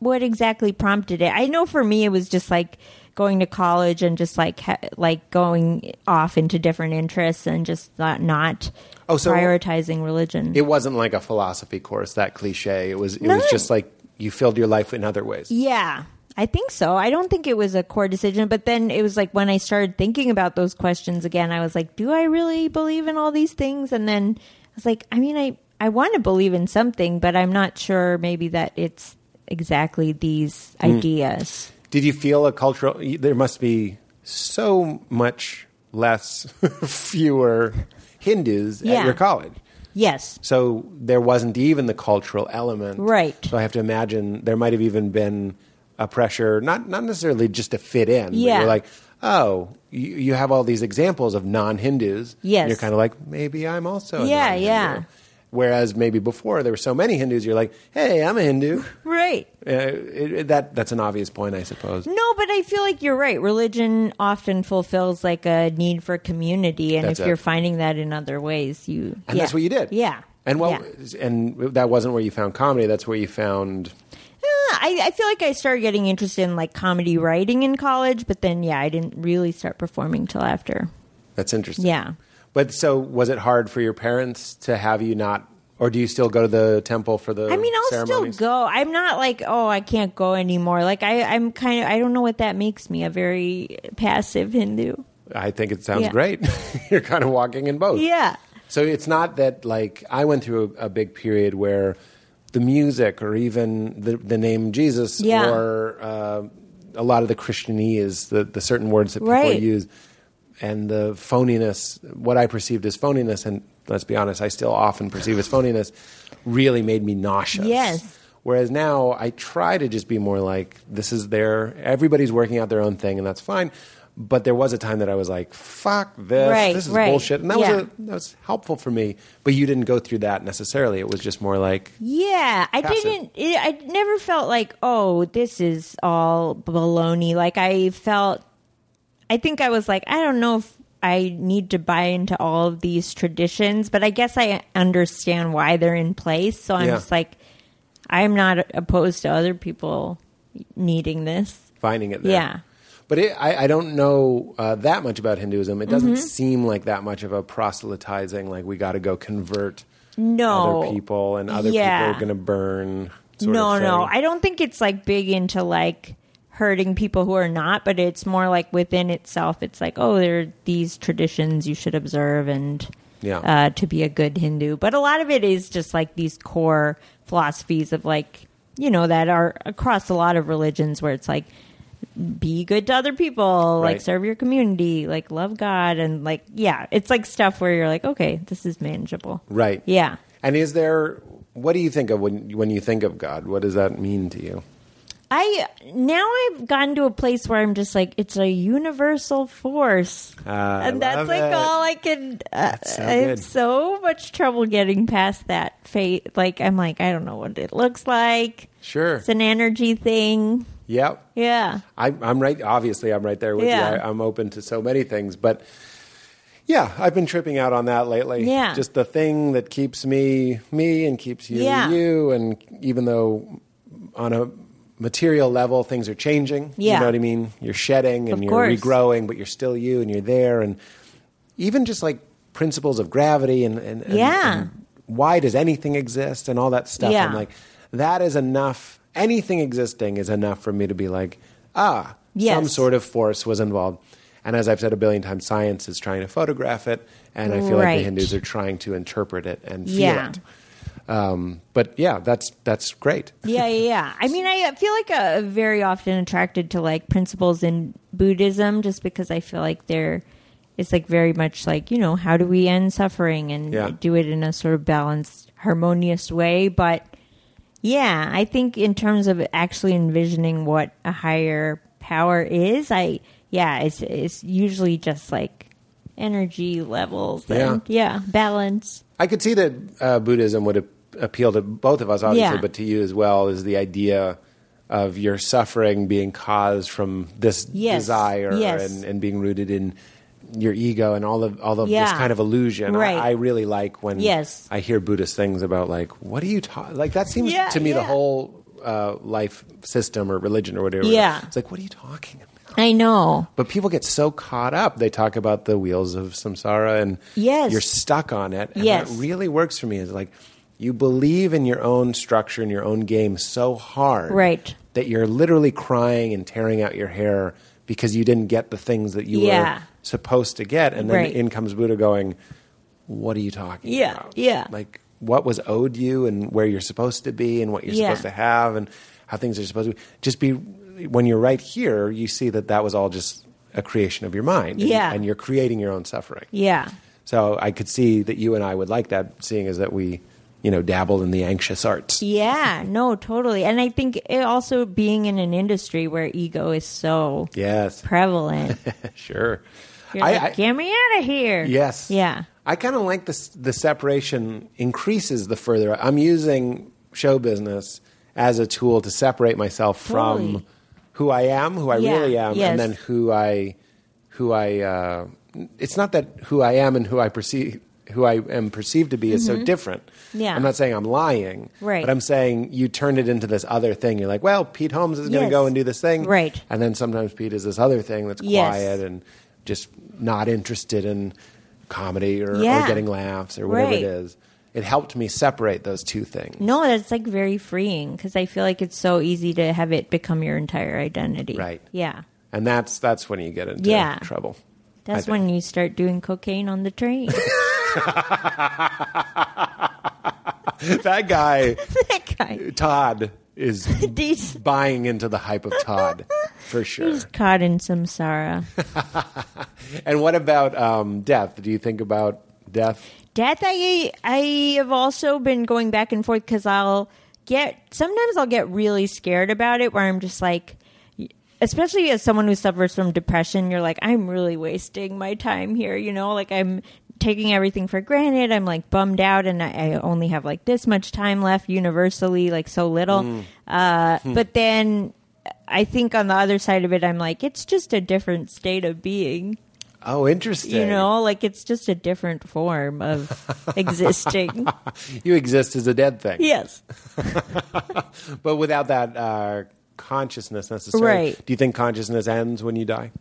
Speaker 4: what exactly prompted it. I know for me, it was just like going to college and just like ha- like going off into different interests and just not not
Speaker 3: Oh, so-
Speaker 4: prioritizing religion.
Speaker 3: It wasn't like a philosophy course, that cliche. It was it was
Speaker 4: None.
Speaker 3: just like you filled your life in other ways.
Speaker 4: Yeah, I think so. I don't think it was a core decision, but then it was like when I started thinking about those questions again, I was like, do I really believe in all these things? And then I was like, I mean, I, I want to believe in something, but I'm not sure maybe that it's exactly these
Speaker 3: Hmm.
Speaker 4: ideas.
Speaker 3: Did you feel a cultural? There must be so much less, fewer Hindus
Speaker 4: Yeah.
Speaker 3: at your college.
Speaker 4: Yes.
Speaker 3: So there wasn't even the cultural element.
Speaker 4: Right.
Speaker 3: So I have to imagine there might have even been a pressure, not, not necessarily just to fit in. but
Speaker 4: Yeah.
Speaker 3: You're like, oh, you, you have all these examples of non Hindus.
Speaker 4: Yes.
Speaker 3: You're kind of like, maybe I'm also a
Speaker 4: Yeah,
Speaker 3: non-Hindu.
Speaker 4: yeah.
Speaker 3: Whereas maybe before there were so many Hindus, you're like, hey, I'm a Hindu.
Speaker 4: Right.
Speaker 3: Uh, it, it- that, that's an obvious point, I suppose.
Speaker 4: No, but I feel like you're right. Religion often fulfills like a need for community, and
Speaker 3: That's
Speaker 4: if
Speaker 3: it.
Speaker 4: you're finding that in other ways, you
Speaker 3: And that's
Speaker 4: yeah.
Speaker 3: what you did.
Speaker 4: Yeah.
Speaker 3: And what,
Speaker 4: Yeah.
Speaker 3: and that wasn't where you found comedy. That's where you found
Speaker 4: Uh, I, I feel like I started getting interested in like comedy writing in college, but then yeah, I didn't really start performing till after.
Speaker 3: That's interesting.
Speaker 4: Yeah.
Speaker 3: But so was it hard for your parents to have you not or do you still go to the temple for the
Speaker 4: I mean, I'll
Speaker 3: ceremonies?
Speaker 4: still go. I'm not like oh, I can't go anymore. Like I, I'm kind of I don't know what that makes me a very passive Hindu.
Speaker 3: I think it sounds
Speaker 4: Yeah.
Speaker 3: great. You're kind of walking in both.
Speaker 4: Yeah.
Speaker 3: So it's not that like I went through a, a big period where the music or even the, the name Jesus
Speaker 4: Yeah.
Speaker 3: or uh, a lot of the Christianese, the, the certain words that people
Speaker 4: Right.
Speaker 3: use, and the phoniness, what I perceived as phoniness, and let's be honest, I still often perceive as phoniness, really made me nauseous.
Speaker 4: Yes.
Speaker 3: Whereas now I try to just be more like this is their everybody's working out their own thing and that's fine. But there was a time that I was like, "Fuck this!
Speaker 4: Right,
Speaker 3: this is
Speaker 4: right.
Speaker 3: bullshit," and that
Speaker 4: Yeah.
Speaker 3: was a that was helpful for me. But you didn't go through that necessarily. It was just more like
Speaker 4: Yeah, I
Speaker 3: Passive.
Speaker 4: didn't. It, I never felt like, oh, this is all baloney. Like I felt, I think I was like, I don't know if I need to buy into all of these traditions, but I guess I understand why they're in place. So I'm
Speaker 3: Yeah.
Speaker 4: just like, I'm not opposed to other people needing this.
Speaker 3: finding it there.
Speaker 4: Yeah.
Speaker 3: But it, I, I don't know uh, that much about Hinduism. It
Speaker 4: Mm-hmm.
Speaker 3: doesn't seem like that much of a proselytizing. Like we got to go convert
Speaker 4: No
Speaker 3: other people, and other
Speaker 4: Oh, Yeah.
Speaker 3: people are going to burn. Sort
Speaker 4: no
Speaker 3: of
Speaker 4: no
Speaker 3: thing.
Speaker 4: i don't think it's like big into like hurting people who are not but it's more like within itself it's like oh there are these traditions you should observe and
Speaker 3: Yeah.
Speaker 4: uh, to be a good hindu but a lot of it is just like these core philosophies of like you know that are across a lot of religions where it's like be good to other people like
Speaker 3: Right.
Speaker 4: serve your community like love god and like yeah it's like stuff where you're like okay this is manageable
Speaker 3: Right.
Speaker 4: yeah
Speaker 3: And is there? What do you think of when when you think of God? What does that mean to you?
Speaker 4: I now I've gotten to a place where I'm just like it's a universal force,
Speaker 3: Ah, I
Speaker 4: and that's
Speaker 3: love
Speaker 4: like
Speaker 3: it.
Speaker 4: all I can. Uh,
Speaker 3: That's so
Speaker 4: I have
Speaker 3: good.
Speaker 4: so much trouble getting past that fate. Like I'm like I don't know what it looks like.
Speaker 3: Sure.
Speaker 4: It's an energy thing.
Speaker 3: Yep.
Speaker 4: Yeah,
Speaker 3: I, I'm right. Obviously, I'm right there with
Speaker 4: Yeah.
Speaker 3: you. I, I'm open to so many things, but yeah, I've been tripping out on that lately.
Speaker 4: Yeah.
Speaker 3: just the thing that keeps me me and keeps you
Speaker 4: Yeah.
Speaker 3: you, and even though on a material level things are changing,
Speaker 4: Yeah.
Speaker 3: you know what I mean. You're shedding and
Speaker 4: Of
Speaker 3: you're
Speaker 4: course.
Speaker 3: regrowing, but you're still you, and you're there, and even just like principles of gravity and, and, and-
Speaker 4: Yeah.
Speaker 3: and why does anything exist and all that stuff.
Speaker 4: Yeah.
Speaker 3: I'm like, that is enough. Anything existing is enough for me to be like, ah,
Speaker 4: Yes.
Speaker 3: some sort of force was involved. And as I've said a billion times, science is trying to photograph it, and I feel like
Speaker 4: Right.
Speaker 3: the Hindus are trying to interpret it and feel
Speaker 4: Yeah.
Speaker 3: it. Um, but yeah, that's that's great.
Speaker 4: yeah, yeah, yeah. I mean, I feel like uh very often attracted to like principles in Buddhism just because I feel like they're it's like very much like you know how do we end suffering and
Speaker 3: Yeah.
Speaker 4: do it in a sort of balanced, harmonious way. But yeah, I think in terms of actually envisioning what a higher power is, I yeah, it's it's usually just like energy levels and yeah balance.
Speaker 3: I could see that uh, Buddhism would ap- appeal to both of us, obviously,
Speaker 4: Yeah.
Speaker 3: but to you as well is the idea of your suffering being caused from this
Speaker 4: Yes.
Speaker 3: desire
Speaker 4: Yes.
Speaker 3: and, and being rooted in your ego and all of all of this
Speaker 4: Yeah.
Speaker 3: kind of illusion. I-
Speaker 4: Right.
Speaker 3: I, really like when
Speaker 4: Yes.
Speaker 3: I hear Buddhist things about like, what are you talking? Like that seems
Speaker 4: Yeah,
Speaker 3: to me the
Speaker 4: yeah.
Speaker 3: whole uh, life system or religion or whatever.
Speaker 4: Yeah.
Speaker 3: it's like, what are you talking about?
Speaker 4: I know.
Speaker 3: But people get so caught up. They talk about the wheels of samsara and
Speaker 4: Yes.
Speaker 3: you're stuck on it. And
Speaker 4: Yes.
Speaker 3: what really works for me is like you believe in your own structure and your own game so hard
Speaker 4: Right.
Speaker 3: that you're literally crying and tearing out your hair because you didn't get the things that you
Speaker 4: Yeah.
Speaker 3: were supposed to get. And then
Speaker 4: Right.
Speaker 3: in comes Buddha going, What are you talking
Speaker 4: Yeah,
Speaker 3: about?
Speaker 4: yeah.
Speaker 3: Like what was owed you and where you're supposed to be and what you're
Speaker 4: Yeah.
Speaker 3: supposed to have and how things are supposed to be. Just be when you're right here, you see that that was all just a creation of your mind. and-
Speaker 4: Yeah.
Speaker 3: and, you're creating your own suffering.
Speaker 4: Yeah.
Speaker 3: So I could see that you and I would like that, seeing as that we, you know, dabbled in the anxious arts.
Speaker 4: Yeah, no, totally. And I think it also being in an industry where ego is so
Speaker 3: Yes,
Speaker 4: prevalent,
Speaker 3: sure.
Speaker 4: you're like, get me out of here.
Speaker 3: Yes.
Speaker 4: Yeah.
Speaker 3: I kind of like this. The separation increases the further I'm using show business as a tool to separate myself from
Speaker 4: Totally.
Speaker 3: who I am, who I
Speaker 4: Yeah,
Speaker 3: really am,
Speaker 4: yes.
Speaker 3: and then who I, who I. Uh, it's not that who I am and who I perceive, who I am perceived to be, is so different.
Speaker 4: Mm-hmm. Yeah.
Speaker 3: I'm not saying I'm lying,
Speaker 4: Right.
Speaker 3: But I'm saying you turned it into this other thing. You're like, well, Pete Holmes is going to
Speaker 4: Yes.
Speaker 3: go and do this thing,
Speaker 4: Right.
Speaker 3: And then sometimes Pete is this other thing that's
Speaker 4: Yes.
Speaker 3: quiet and just not interested in comedy or, or
Speaker 4: Yeah.
Speaker 3: getting laughs or whatever
Speaker 4: Right.
Speaker 3: it is. It helped me separate those two things.
Speaker 4: No, that's like very freeing because I feel like it's so easy to have it become your entire identity.
Speaker 3: Right.
Speaker 4: Yeah.
Speaker 3: And that's that's when you get into
Speaker 4: Yeah.
Speaker 3: trouble.
Speaker 4: That's
Speaker 3: think.
Speaker 4: when you start doing cocaine on the train.
Speaker 3: That guy
Speaker 4: that guy.
Speaker 3: Todd is
Speaker 4: He's
Speaker 3: buying into the hype of Todd for sure.
Speaker 4: he's caught in samsara.
Speaker 3: And what about um, death? Do you think about death?
Speaker 4: Death, I I have also been going back and forth because I'll get sometimes I'll get really scared about it, where I'm just like, especially as someone who suffers from depression, you're like, I'm really wasting my time here, you know, like I'm taking everything for granted. I'm like bummed out, and I, I only have like this much time left. Universally, like so little, uh, but then. I think on the other side of it, I'm like, it's just a different state of being.
Speaker 3: Oh, interesting.
Speaker 4: You know, like it's just a different form of existing.
Speaker 3: you exist as a dead thing.
Speaker 4: yes.
Speaker 3: But without that uh, consciousness necessarily.
Speaker 4: Right.
Speaker 3: Do you think consciousness ends when you die?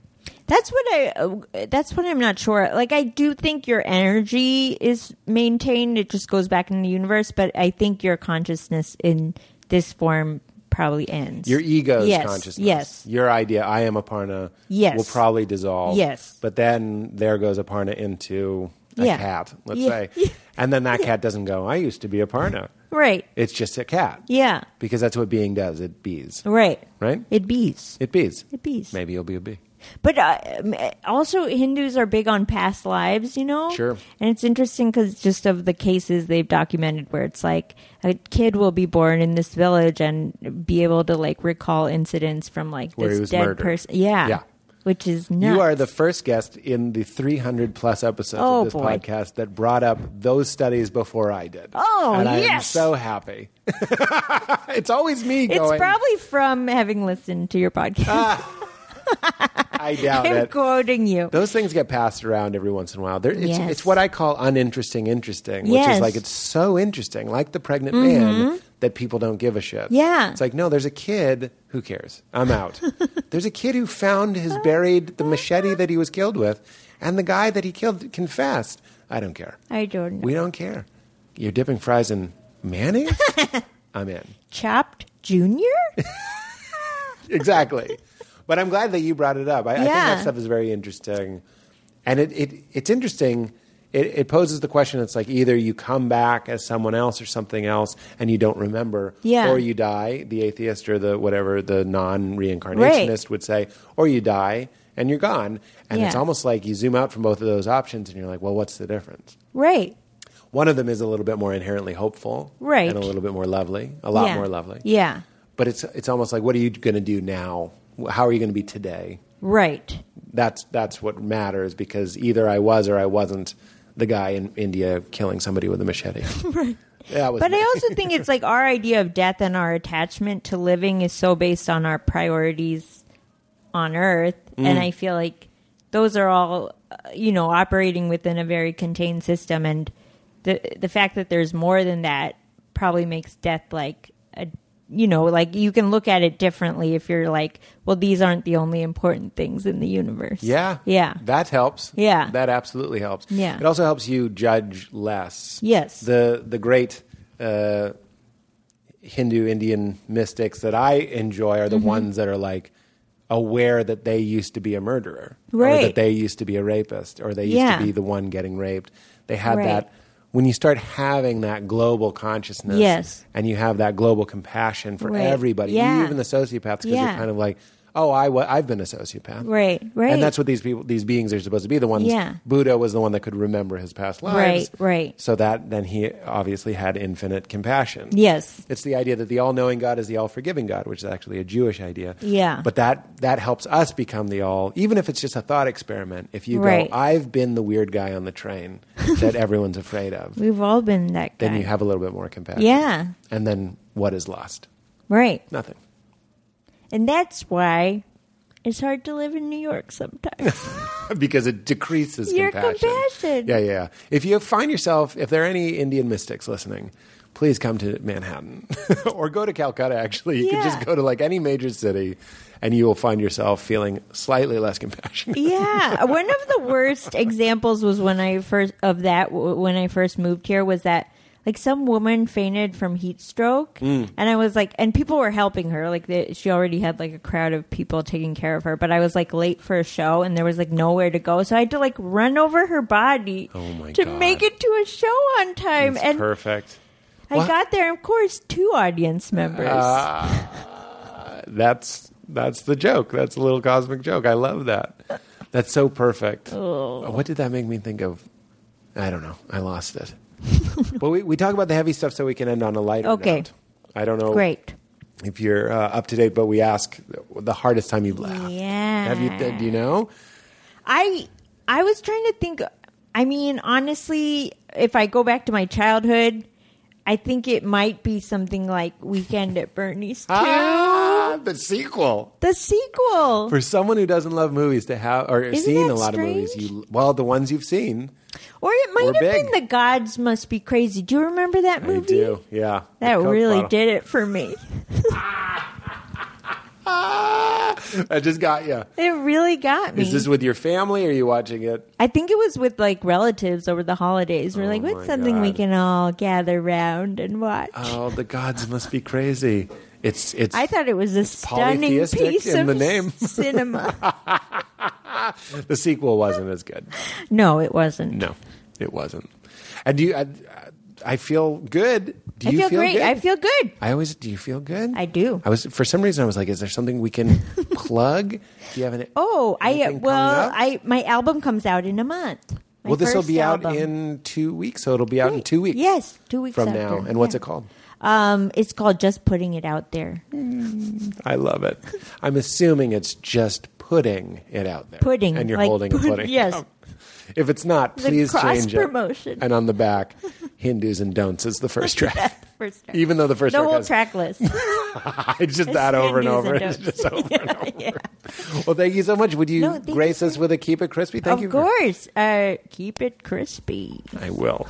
Speaker 4: That's what I uh, that's what I'm not sure. Like I do think your energy is maintained. It just goes back in the universe, but I think your consciousness in this form probably ends.
Speaker 3: Your ego's
Speaker 4: Yes,
Speaker 3: consciousness.
Speaker 4: yes.
Speaker 3: Your idea, I am Aparna,
Speaker 4: Yes.
Speaker 3: will probably dissolve.
Speaker 4: Yes.
Speaker 3: But then there goes Aparna into a
Speaker 4: Yeah.
Speaker 3: cat, let's
Speaker 4: Yeah.
Speaker 3: say.
Speaker 4: Yeah.
Speaker 3: And then that cat doesn't go, I used to be Aparna.
Speaker 4: right.
Speaker 3: It's just a cat.
Speaker 4: Yeah.
Speaker 3: Because that's what being does. It bees.
Speaker 4: Right.
Speaker 3: Right?
Speaker 4: It bees.
Speaker 3: It bees.
Speaker 4: It bees.
Speaker 3: Maybe you'll be a bee.
Speaker 4: But uh, um, also, Hindus are big on past lives, you know?
Speaker 3: Sure.
Speaker 4: And it's interesting because just of the cases they've documented where it's like a kid will be born in this village and be able to like recall incidents from like
Speaker 3: Where he
Speaker 4: this
Speaker 3: was
Speaker 4: dead
Speaker 3: murdered.
Speaker 4: person. Yeah.
Speaker 3: Yeah.
Speaker 4: Which is nuts.
Speaker 3: You are the first guest in the 300 plus episodes
Speaker 4: Oh,
Speaker 3: of this
Speaker 4: boy.
Speaker 3: podcast that brought up those studies before I did.
Speaker 4: Oh,
Speaker 3: and I am
Speaker 4: yes.
Speaker 3: so happy. it's always me
Speaker 4: It's
Speaker 3: going. Ah,
Speaker 4: probably from having listened to your podcast.
Speaker 3: I doubt
Speaker 4: I'm
Speaker 3: it.
Speaker 4: quoting you.
Speaker 3: Those things get passed around every once in a while. There, it's,
Speaker 4: Yes.
Speaker 3: it's what I call uninteresting, interesting, which is
Speaker 4: Yes. Mm-hmm.
Speaker 3: like it's so interesting, like the pregnant man that people don't give a shit.
Speaker 4: Yeah.
Speaker 3: it's like no, there's a kid who cares. I'm out. there's a kid who found his buried the machete that he was killed with, and the guy that he killed confessed. I don't care.
Speaker 4: I don't know.
Speaker 3: We don't care. You're dipping fries in mayonnaise? I'm in.
Speaker 4: Chopped Junior?
Speaker 3: Exactly. but I'm glad that you brought it up. I, I think
Speaker 4: Yeah.
Speaker 3: that stuff is very interesting. And it, it it's interesting. It, it poses the question it's like either you come back as someone else or something else and you don't remember,
Speaker 4: Yeah.
Speaker 3: or you die, the atheist or the whatever, the non reincarnationist would say, or you die and you're gone. And it's
Speaker 4: Yeah.
Speaker 3: almost like you zoom out from both of those options and you're like, well, what's the difference?
Speaker 4: right.
Speaker 3: One of them is a little bit more inherently hopeful,
Speaker 4: Right.
Speaker 3: And a little bit more lovely, a lot
Speaker 4: Yeah.
Speaker 3: more lovely.
Speaker 4: Yeah.
Speaker 3: But it's it's almost like, what are you going to do now? How are you going to be today?
Speaker 4: Right.
Speaker 3: That's that's what matters because either I was or I wasn't the guy in India killing somebody with a machete. right. That was.
Speaker 4: But
Speaker 3: me.
Speaker 4: I also think it's like our idea of death and our attachment to living is so based on our priorities on earth.
Speaker 3: Mm.
Speaker 4: And I feel like those are all, uh, you know, operating within a very contained system. And the, the fact that there's more than that probably makes death like a, you know, like you can look at it differently if you're like, well, these aren't the only important things in the universe.
Speaker 3: yeah.
Speaker 4: Yeah.
Speaker 3: That helps.
Speaker 4: Yeah.
Speaker 3: That absolutely helps.
Speaker 4: Yeah.
Speaker 3: It also helps you judge less.
Speaker 4: Yes.
Speaker 3: The the great uh, Hindu Indian mystics that I enjoy are the
Speaker 4: Mm-hmm.
Speaker 3: ones that are like aware that they used to be a murderer, or that
Speaker 4: Right.
Speaker 3: they used to be a rapist, or they used
Speaker 4: Yeah.
Speaker 3: to be the one getting raped. They had
Speaker 4: Right.
Speaker 3: that. When you start having that global consciousness,
Speaker 4: Yes.
Speaker 3: and you have that global compassion for
Speaker 4: Right.
Speaker 3: everybody,
Speaker 4: Yeah.
Speaker 3: even the sociopaths, because
Speaker 4: Yeah.
Speaker 3: you're kind of like, oh, I wa- I've been a sociopath,
Speaker 4: Right, right.
Speaker 3: and that's what these people, these beings, are supposed to be. The ones,
Speaker 4: Yeah.
Speaker 3: Buddha was the one that could remember his past lives,
Speaker 4: Right, right.
Speaker 3: So that then he obviously had infinite compassion,
Speaker 4: Yes.
Speaker 3: it's the idea that the all-knowing God is the all-forgiving God, which is actually a Jewish idea.
Speaker 4: Yeah.
Speaker 3: But that that helps us become the all, even if it's just a thought experiment. If you
Speaker 4: Right.
Speaker 3: go, I've been the weird guy on the train that everyone's afraid of,
Speaker 4: We've all been that guy.
Speaker 3: then you have a little bit more compassion.
Speaker 4: Yeah.
Speaker 3: And then what is lost?
Speaker 4: Right.
Speaker 3: Nothing.
Speaker 4: And that's why it's hard to live in New York sometimes.
Speaker 3: because it decreases
Speaker 4: Your
Speaker 3: compassion.
Speaker 4: compassion.
Speaker 3: Yeah, yeah, yeah. If you find yourself, if there are any Indian mystics listening, please come to Manhattan or go to Calcutta. Actually, you
Speaker 4: Yeah.
Speaker 3: can just go to like any major city, and you will find yourself feeling slightly less compassionate.
Speaker 4: yeah, one of the worst examples was when I first of that w- when I first moved here was that like some woman fainted from heat stroke
Speaker 3: Mm.
Speaker 4: and I was like and people were helping her like they, she already had like a crowd of people taking care of her but I was like late for a show and there was like nowhere to go so I had to like run over her body
Speaker 3: Oh my
Speaker 4: to
Speaker 3: God.
Speaker 4: make it to a show on time and
Speaker 3: perfect.
Speaker 4: I
Speaker 3: What? Uh,
Speaker 4: got there and of course two audience members
Speaker 3: That's that's the joke. That's a little cosmic joke. I love that. That's so perfect.
Speaker 4: Oh.
Speaker 3: What did that make me think of? I don't know. I lost it. but we, we talk about the heavy stuff so we can end on a lighter
Speaker 4: Okay.
Speaker 3: note. I don't know.
Speaker 4: great
Speaker 3: if you're uh, up to date, but we ask the hardest time you've laughed.
Speaker 4: Yeah.
Speaker 3: Have you, do you know?
Speaker 4: I I was trying to think. I mean, honestly, if I go back to my childhood, I think it might be something like Weekend at Bernie's too.
Speaker 3: Ah, the sequel.
Speaker 4: the sequel.
Speaker 3: For someone who doesn't love movies to have, or
Speaker 4: Isn't
Speaker 3: seen
Speaker 4: that
Speaker 3: a lot
Speaker 4: strange?
Speaker 3: of movies, you, well, the ones you've seen.
Speaker 4: or it might
Speaker 3: We're
Speaker 4: have
Speaker 3: big.
Speaker 4: been The Gods Must Be Crazy. Do you remember that
Speaker 3: I
Speaker 4: movie?
Speaker 3: do. Yeah. The
Speaker 4: That
Speaker 3: Coke
Speaker 4: really
Speaker 3: bottle.
Speaker 4: did it for me.
Speaker 3: Ah, I just got you.
Speaker 4: It really got me.
Speaker 3: Is this with your family? Or are you watching it?
Speaker 4: I think it was with like relatives over the holidays. We're like,
Speaker 3: Oh my
Speaker 4: what's something we
Speaker 3: God.
Speaker 4: can all gather round and watch?
Speaker 3: Oh, the gods must be crazy. It's it's
Speaker 4: I thought it was a stunning
Speaker 3: polytheistic
Speaker 4: piece
Speaker 3: in
Speaker 4: of
Speaker 3: the name.
Speaker 4: cinema.
Speaker 3: the sequel wasn't as good.
Speaker 4: No, it wasn't.
Speaker 3: No, it wasn't. And do you? I, I feel good. Do
Speaker 4: I
Speaker 3: you
Speaker 4: feel, great.
Speaker 3: Good?
Speaker 4: I feel good.
Speaker 3: I always. Do you feel good?
Speaker 4: I do.
Speaker 3: I was for some reason. I was like, is there something we can plug? Do you have an?
Speaker 4: Oh, I
Speaker 3: Anything coming
Speaker 4: well,
Speaker 3: up?
Speaker 4: I my album comes out in a month. My
Speaker 3: well, this will
Speaker 4: first
Speaker 3: be out
Speaker 4: album.
Speaker 3: in two weeks, so it'll be out in
Speaker 4: Great.
Speaker 3: two weeks.
Speaker 4: Yes, two weeks
Speaker 3: from
Speaker 4: after,
Speaker 3: now. And what's
Speaker 4: yeah.
Speaker 3: it called?
Speaker 4: Um, it's called Just Putting It Out There.
Speaker 3: I love it. I'm assuming it's just putting it out there.
Speaker 4: Pudding,
Speaker 3: and you're
Speaker 4: like
Speaker 3: holding
Speaker 4: put-
Speaker 3: a pudding.
Speaker 4: yes.
Speaker 3: out. If it's not,
Speaker 4: The
Speaker 3: please change it.
Speaker 4: cross-promotion.
Speaker 3: And on the back, Hindus and Don'ts is the first track.
Speaker 4: First track.
Speaker 3: Even though the first
Speaker 4: the
Speaker 3: track
Speaker 4: whole
Speaker 3: has-
Speaker 4: track list.
Speaker 3: it's just that over and
Speaker 4: Hindus
Speaker 3: over.
Speaker 4: and
Speaker 3: It's
Speaker 4: don'ts.
Speaker 3: just over and over.
Speaker 4: yeah.
Speaker 3: Well, thank you so much. Would you
Speaker 4: No, thank you
Speaker 3: grace us with a keep it crispy? Thank
Speaker 4: of
Speaker 3: you. for-
Speaker 4: course. Uh, keep it crispy.
Speaker 3: I will.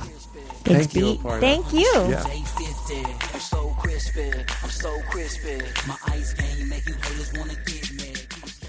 Speaker 4: Thanks,
Speaker 3: Thank you,
Speaker 4: Pete.
Speaker 3: Aparna.
Speaker 4: Thank you.
Speaker 5: Day 50. I'm so crispy. I'm so crispy. My ice game make you haters wanna get me. Keep it so-